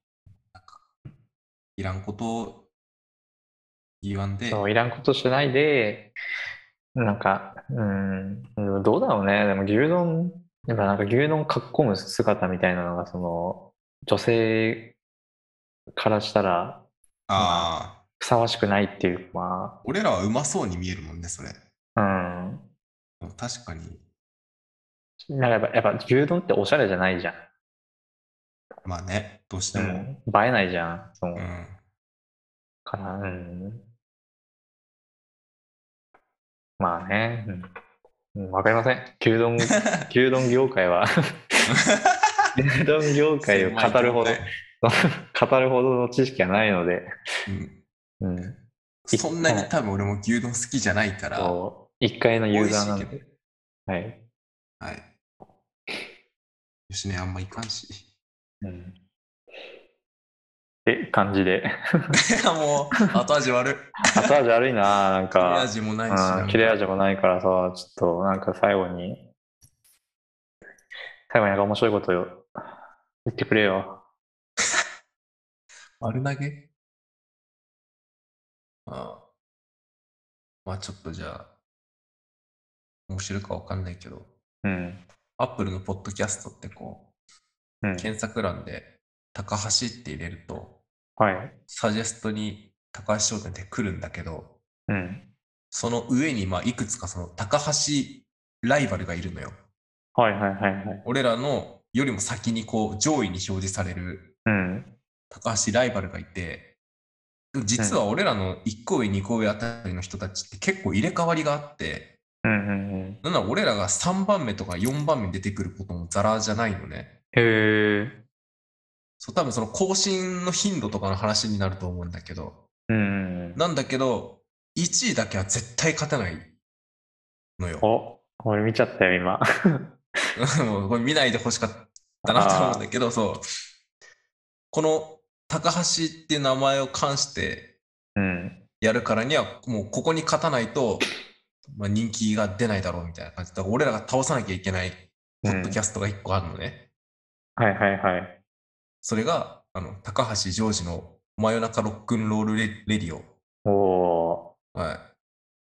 Speaker 3: いらんことを言わん
Speaker 1: う。
Speaker 3: で、
Speaker 1: そう、いらんことしないで、なんか、うん、どうだろうね。でも牛丼、やっぱなんか牛丼かっこむ姿みたいなのが、その、女性からしたら、
Speaker 3: ああ、
Speaker 1: ふさわしくないっていうか、ま
Speaker 3: 俺らはうまそうに見えるもんね、それ。
Speaker 1: あ、うん。
Speaker 3: 確かに。
Speaker 1: なんかやっぱ、やっぱ牛丼っておしゃれじゃないじゃん。
Speaker 3: まあね、どうして
Speaker 1: う
Speaker 3: も。
Speaker 1: ん、映えないじゃん。そう
Speaker 3: うん。
Speaker 1: かな。うん。まあね。うんうん。わかりません。牛 丼、牛丼業界は、牛丼業界を語るほど、語るほどの知識がないので、
Speaker 3: うん
Speaker 1: うん。
Speaker 3: そんなに多分俺も牛丼好きじゃないから、は
Speaker 1: そう、一回のユーザーなん
Speaker 3: 美味
Speaker 1: で。はい。
Speaker 3: い。吉野家あんま行かんし。
Speaker 1: うん。って感じで。
Speaker 3: いやもう、 後味悪い。
Speaker 1: 後味悪いな、なん
Speaker 3: 切れ
Speaker 1: か。
Speaker 3: 味もないし
Speaker 1: うん、。切れ味もないからさ、ちょっとなんか最後に、最後になんか面白いことよ言ってくれよ。
Speaker 3: 丸投げああ。まあちょっとじゃあ、面白いかわかんないけど、
Speaker 1: うん。
Speaker 3: アップルのポッドキャストってこ
Speaker 1: う
Speaker 3: う、
Speaker 1: ん。
Speaker 3: 検索欄で高橋って入れると、
Speaker 1: はい。
Speaker 3: サジェストに高橋商店って来るんだけど、
Speaker 1: うん。
Speaker 3: その上にまあいくつかその高橋ライバルがいるのよ。
Speaker 1: はいはいはいはい。
Speaker 3: 俺らのよりも先にこう上位に表示される
Speaker 1: うん。
Speaker 3: 高橋ライバルがいて、でも実は俺らの1個上、2個上あたりの人たちって結構入れ替わりがあって、
Speaker 1: うんうんうん。
Speaker 3: なんなら俺らが3番目とか4番目に出てくることもザラじゃないのね。
Speaker 1: へえ。
Speaker 3: そう、多分その更新の頻度とかの話になると思うんだけど、
Speaker 1: うんうんうん。
Speaker 3: なんだけど、1位だけは絶対勝てないのよ。
Speaker 1: お、俺見ちゃったよ、今。
Speaker 3: もうこれ見ないでほしかったなと思うんだけど、そう。この高橋っていう名前を冠して
Speaker 1: うん。
Speaker 3: やるからには、もうここに勝たないと、まあ、人気が出ないだろうみたいな感じで、だから俺らが倒さなきゃいけないポッドキャストが1個あるのね。
Speaker 1: はいはいはい。
Speaker 3: それが、あの、高橋ジョージの真夜中ロックンロールレレディオ。
Speaker 1: おお
Speaker 3: はい。
Speaker 1: ー、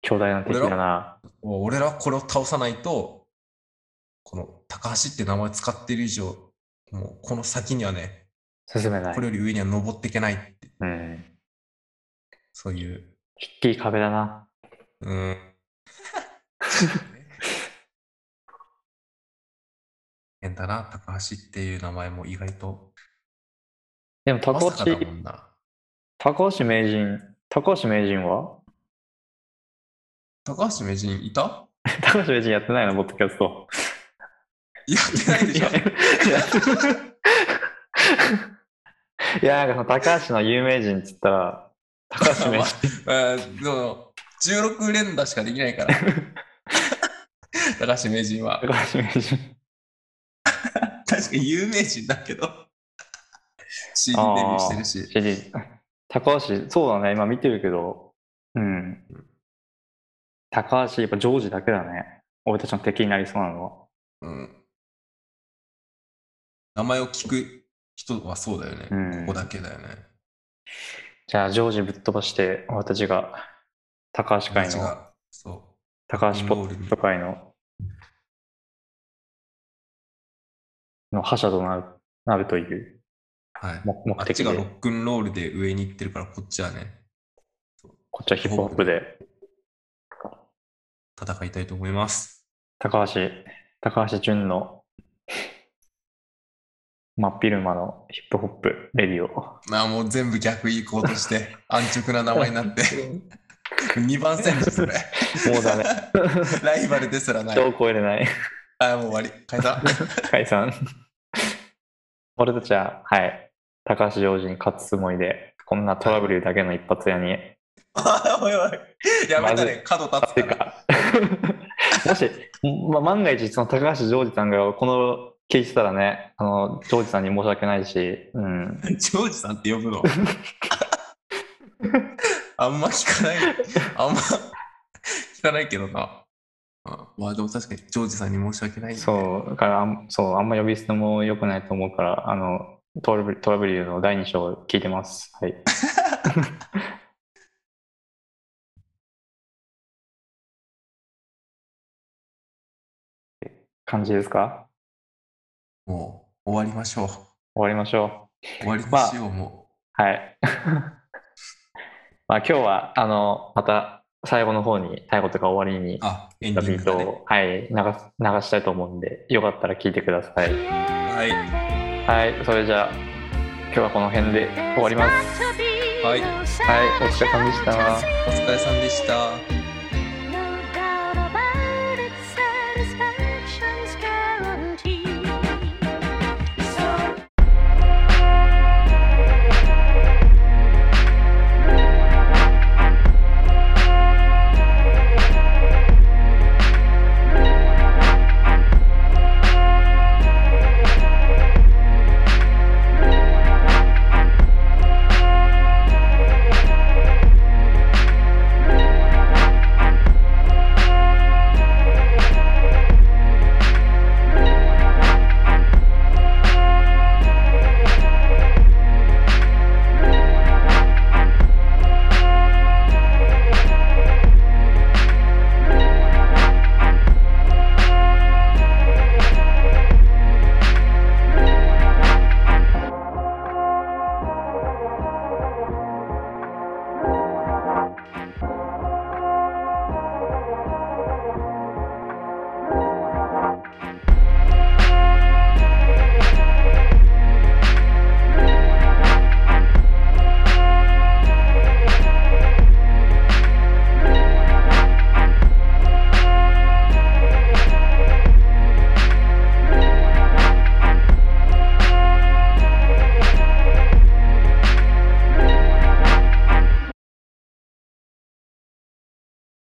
Speaker 1: 巨大な敵だな。
Speaker 3: もう俺らはこれを倒さないと、この高橋って名前を使っている以上、もうこの先にはね、
Speaker 1: 進めない
Speaker 3: こ。れより上には登っていけないって、
Speaker 1: うん。
Speaker 3: そういう。
Speaker 1: きっきり壁だな。
Speaker 3: うん。変だな、高橋っていう名前も意外と、
Speaker 1: でも
Speaker 3: ま
Speaker 1: 高
Speaker 3: さか
Speaker 1: 橋、
Speaker 3: だもんな。
Speaker 1: 高橋名人、高橋名人は
Speaker 3: 高橋名人いた
Speaker 1: 高橋名人やってないの、ポッドキャスト。
Speaker 3: やってないでしょ。
Speaker 1: いや、なんかその高橋の有名人っつったら、高橋名人。
Speaker 3: えーでも16連打しかで きないから高橋名人は
Speaker 1: 高橋名人。
Speaker 3: 確かに有名人だけど CD デビューしてるし
Speaker 1: 知事高橋、そうだね、今見てるけど、うん。高橋、やっぱジョージだけだね。俺たちの敵になりそうなのは。
Speaker 3: うん、名前を聞く人はそうだよね、
Speaker 1: うん
Speaker 3: ここだけだよね
Speaker 1: じゃあ、ジョージぶっ飛ばして、俺たちが、高橋会
Speaker 3: 友達
Speaker 1: の、
Speaker 3: がそ
Speaker 1: 高橋ポット会の、の覇者となるなるという
Speaker 3: うはい
Speaker 1: 目
Speaker 3: あ
Speaker 1: 目
Speaker 3: っ
Speaker 1: 的
Speaker 3: ちがロ
Speaker 1: で、
Speaker 3: ックンロールで上に行ってるからこっちはね
Speaker 1: こっちはヒップホップで、
Speaker 3: 戦いたいと思います
Speaker 1: 高橋、高橋淳の、真っ昼間のヒップホップレディオ。
Speaker 3: まあもう全部逆行こうとして 安直な名前になって2番線ですそれ
Speaker 1: もうダメ。
Speaker 3: ライバルですらない
Speaker 1: 人を超えれない。
Speaker 3: あ、もう終わり。解散。
Speaker 1: 解散。俺たちは、はい、高橋洋二に勝つつもりで、こんなトラブルだけの一発屋に、
Speaker 3: おいおい。やめたね。角立つ
Speaker 1: て
Speaker 3: から。
Speaker 1: か、もし、ま、万が一、その高橋洋二さんがこの聞いてたらね、あの、洋二さんに申し訳ないし、うん、
Speaker 3: ジョージさんって呼ぶの。 あんま聞かない。あんま聞かないけどな。あまあでも確かにジョージさんに申し訳ない、
Speaker 1: そう、だからあん、そう、あんま呼び捨ても良くないと思うから、あの、トラブル、トラブルの第2章を聞いてます。はい。 感じですか
Speaker 3: もう終わりましょう。
Speaker 1: 終わりましょ
Speaker 3: 終わりにしよう、も
Speaker 1: う。はい。 まあ今日は、あの、また最後の方に、最後とか終わりに
Speaker 3: う。、あ、エンデ
Speaker 1: ビ
Speaker 3: ィン
Speaker 1: ー
Speaker 3: グ
Speaker 1: ト
Speaker 3: だ
Speaker 1: を、
Speaker 3: ね。
Speaker 1: はい、流す流したいと思うんで、よかったら聞いてください。
Speaker 3: はい。
Speaker 1: はい、それじゃあ、今日はこの辺で終わります。
Speaker 3: は
Speaker 1: は
Speaker 3: い。
Speaker 1: い、お疲れ様でした。
Speaker 3: お疲れさんでした。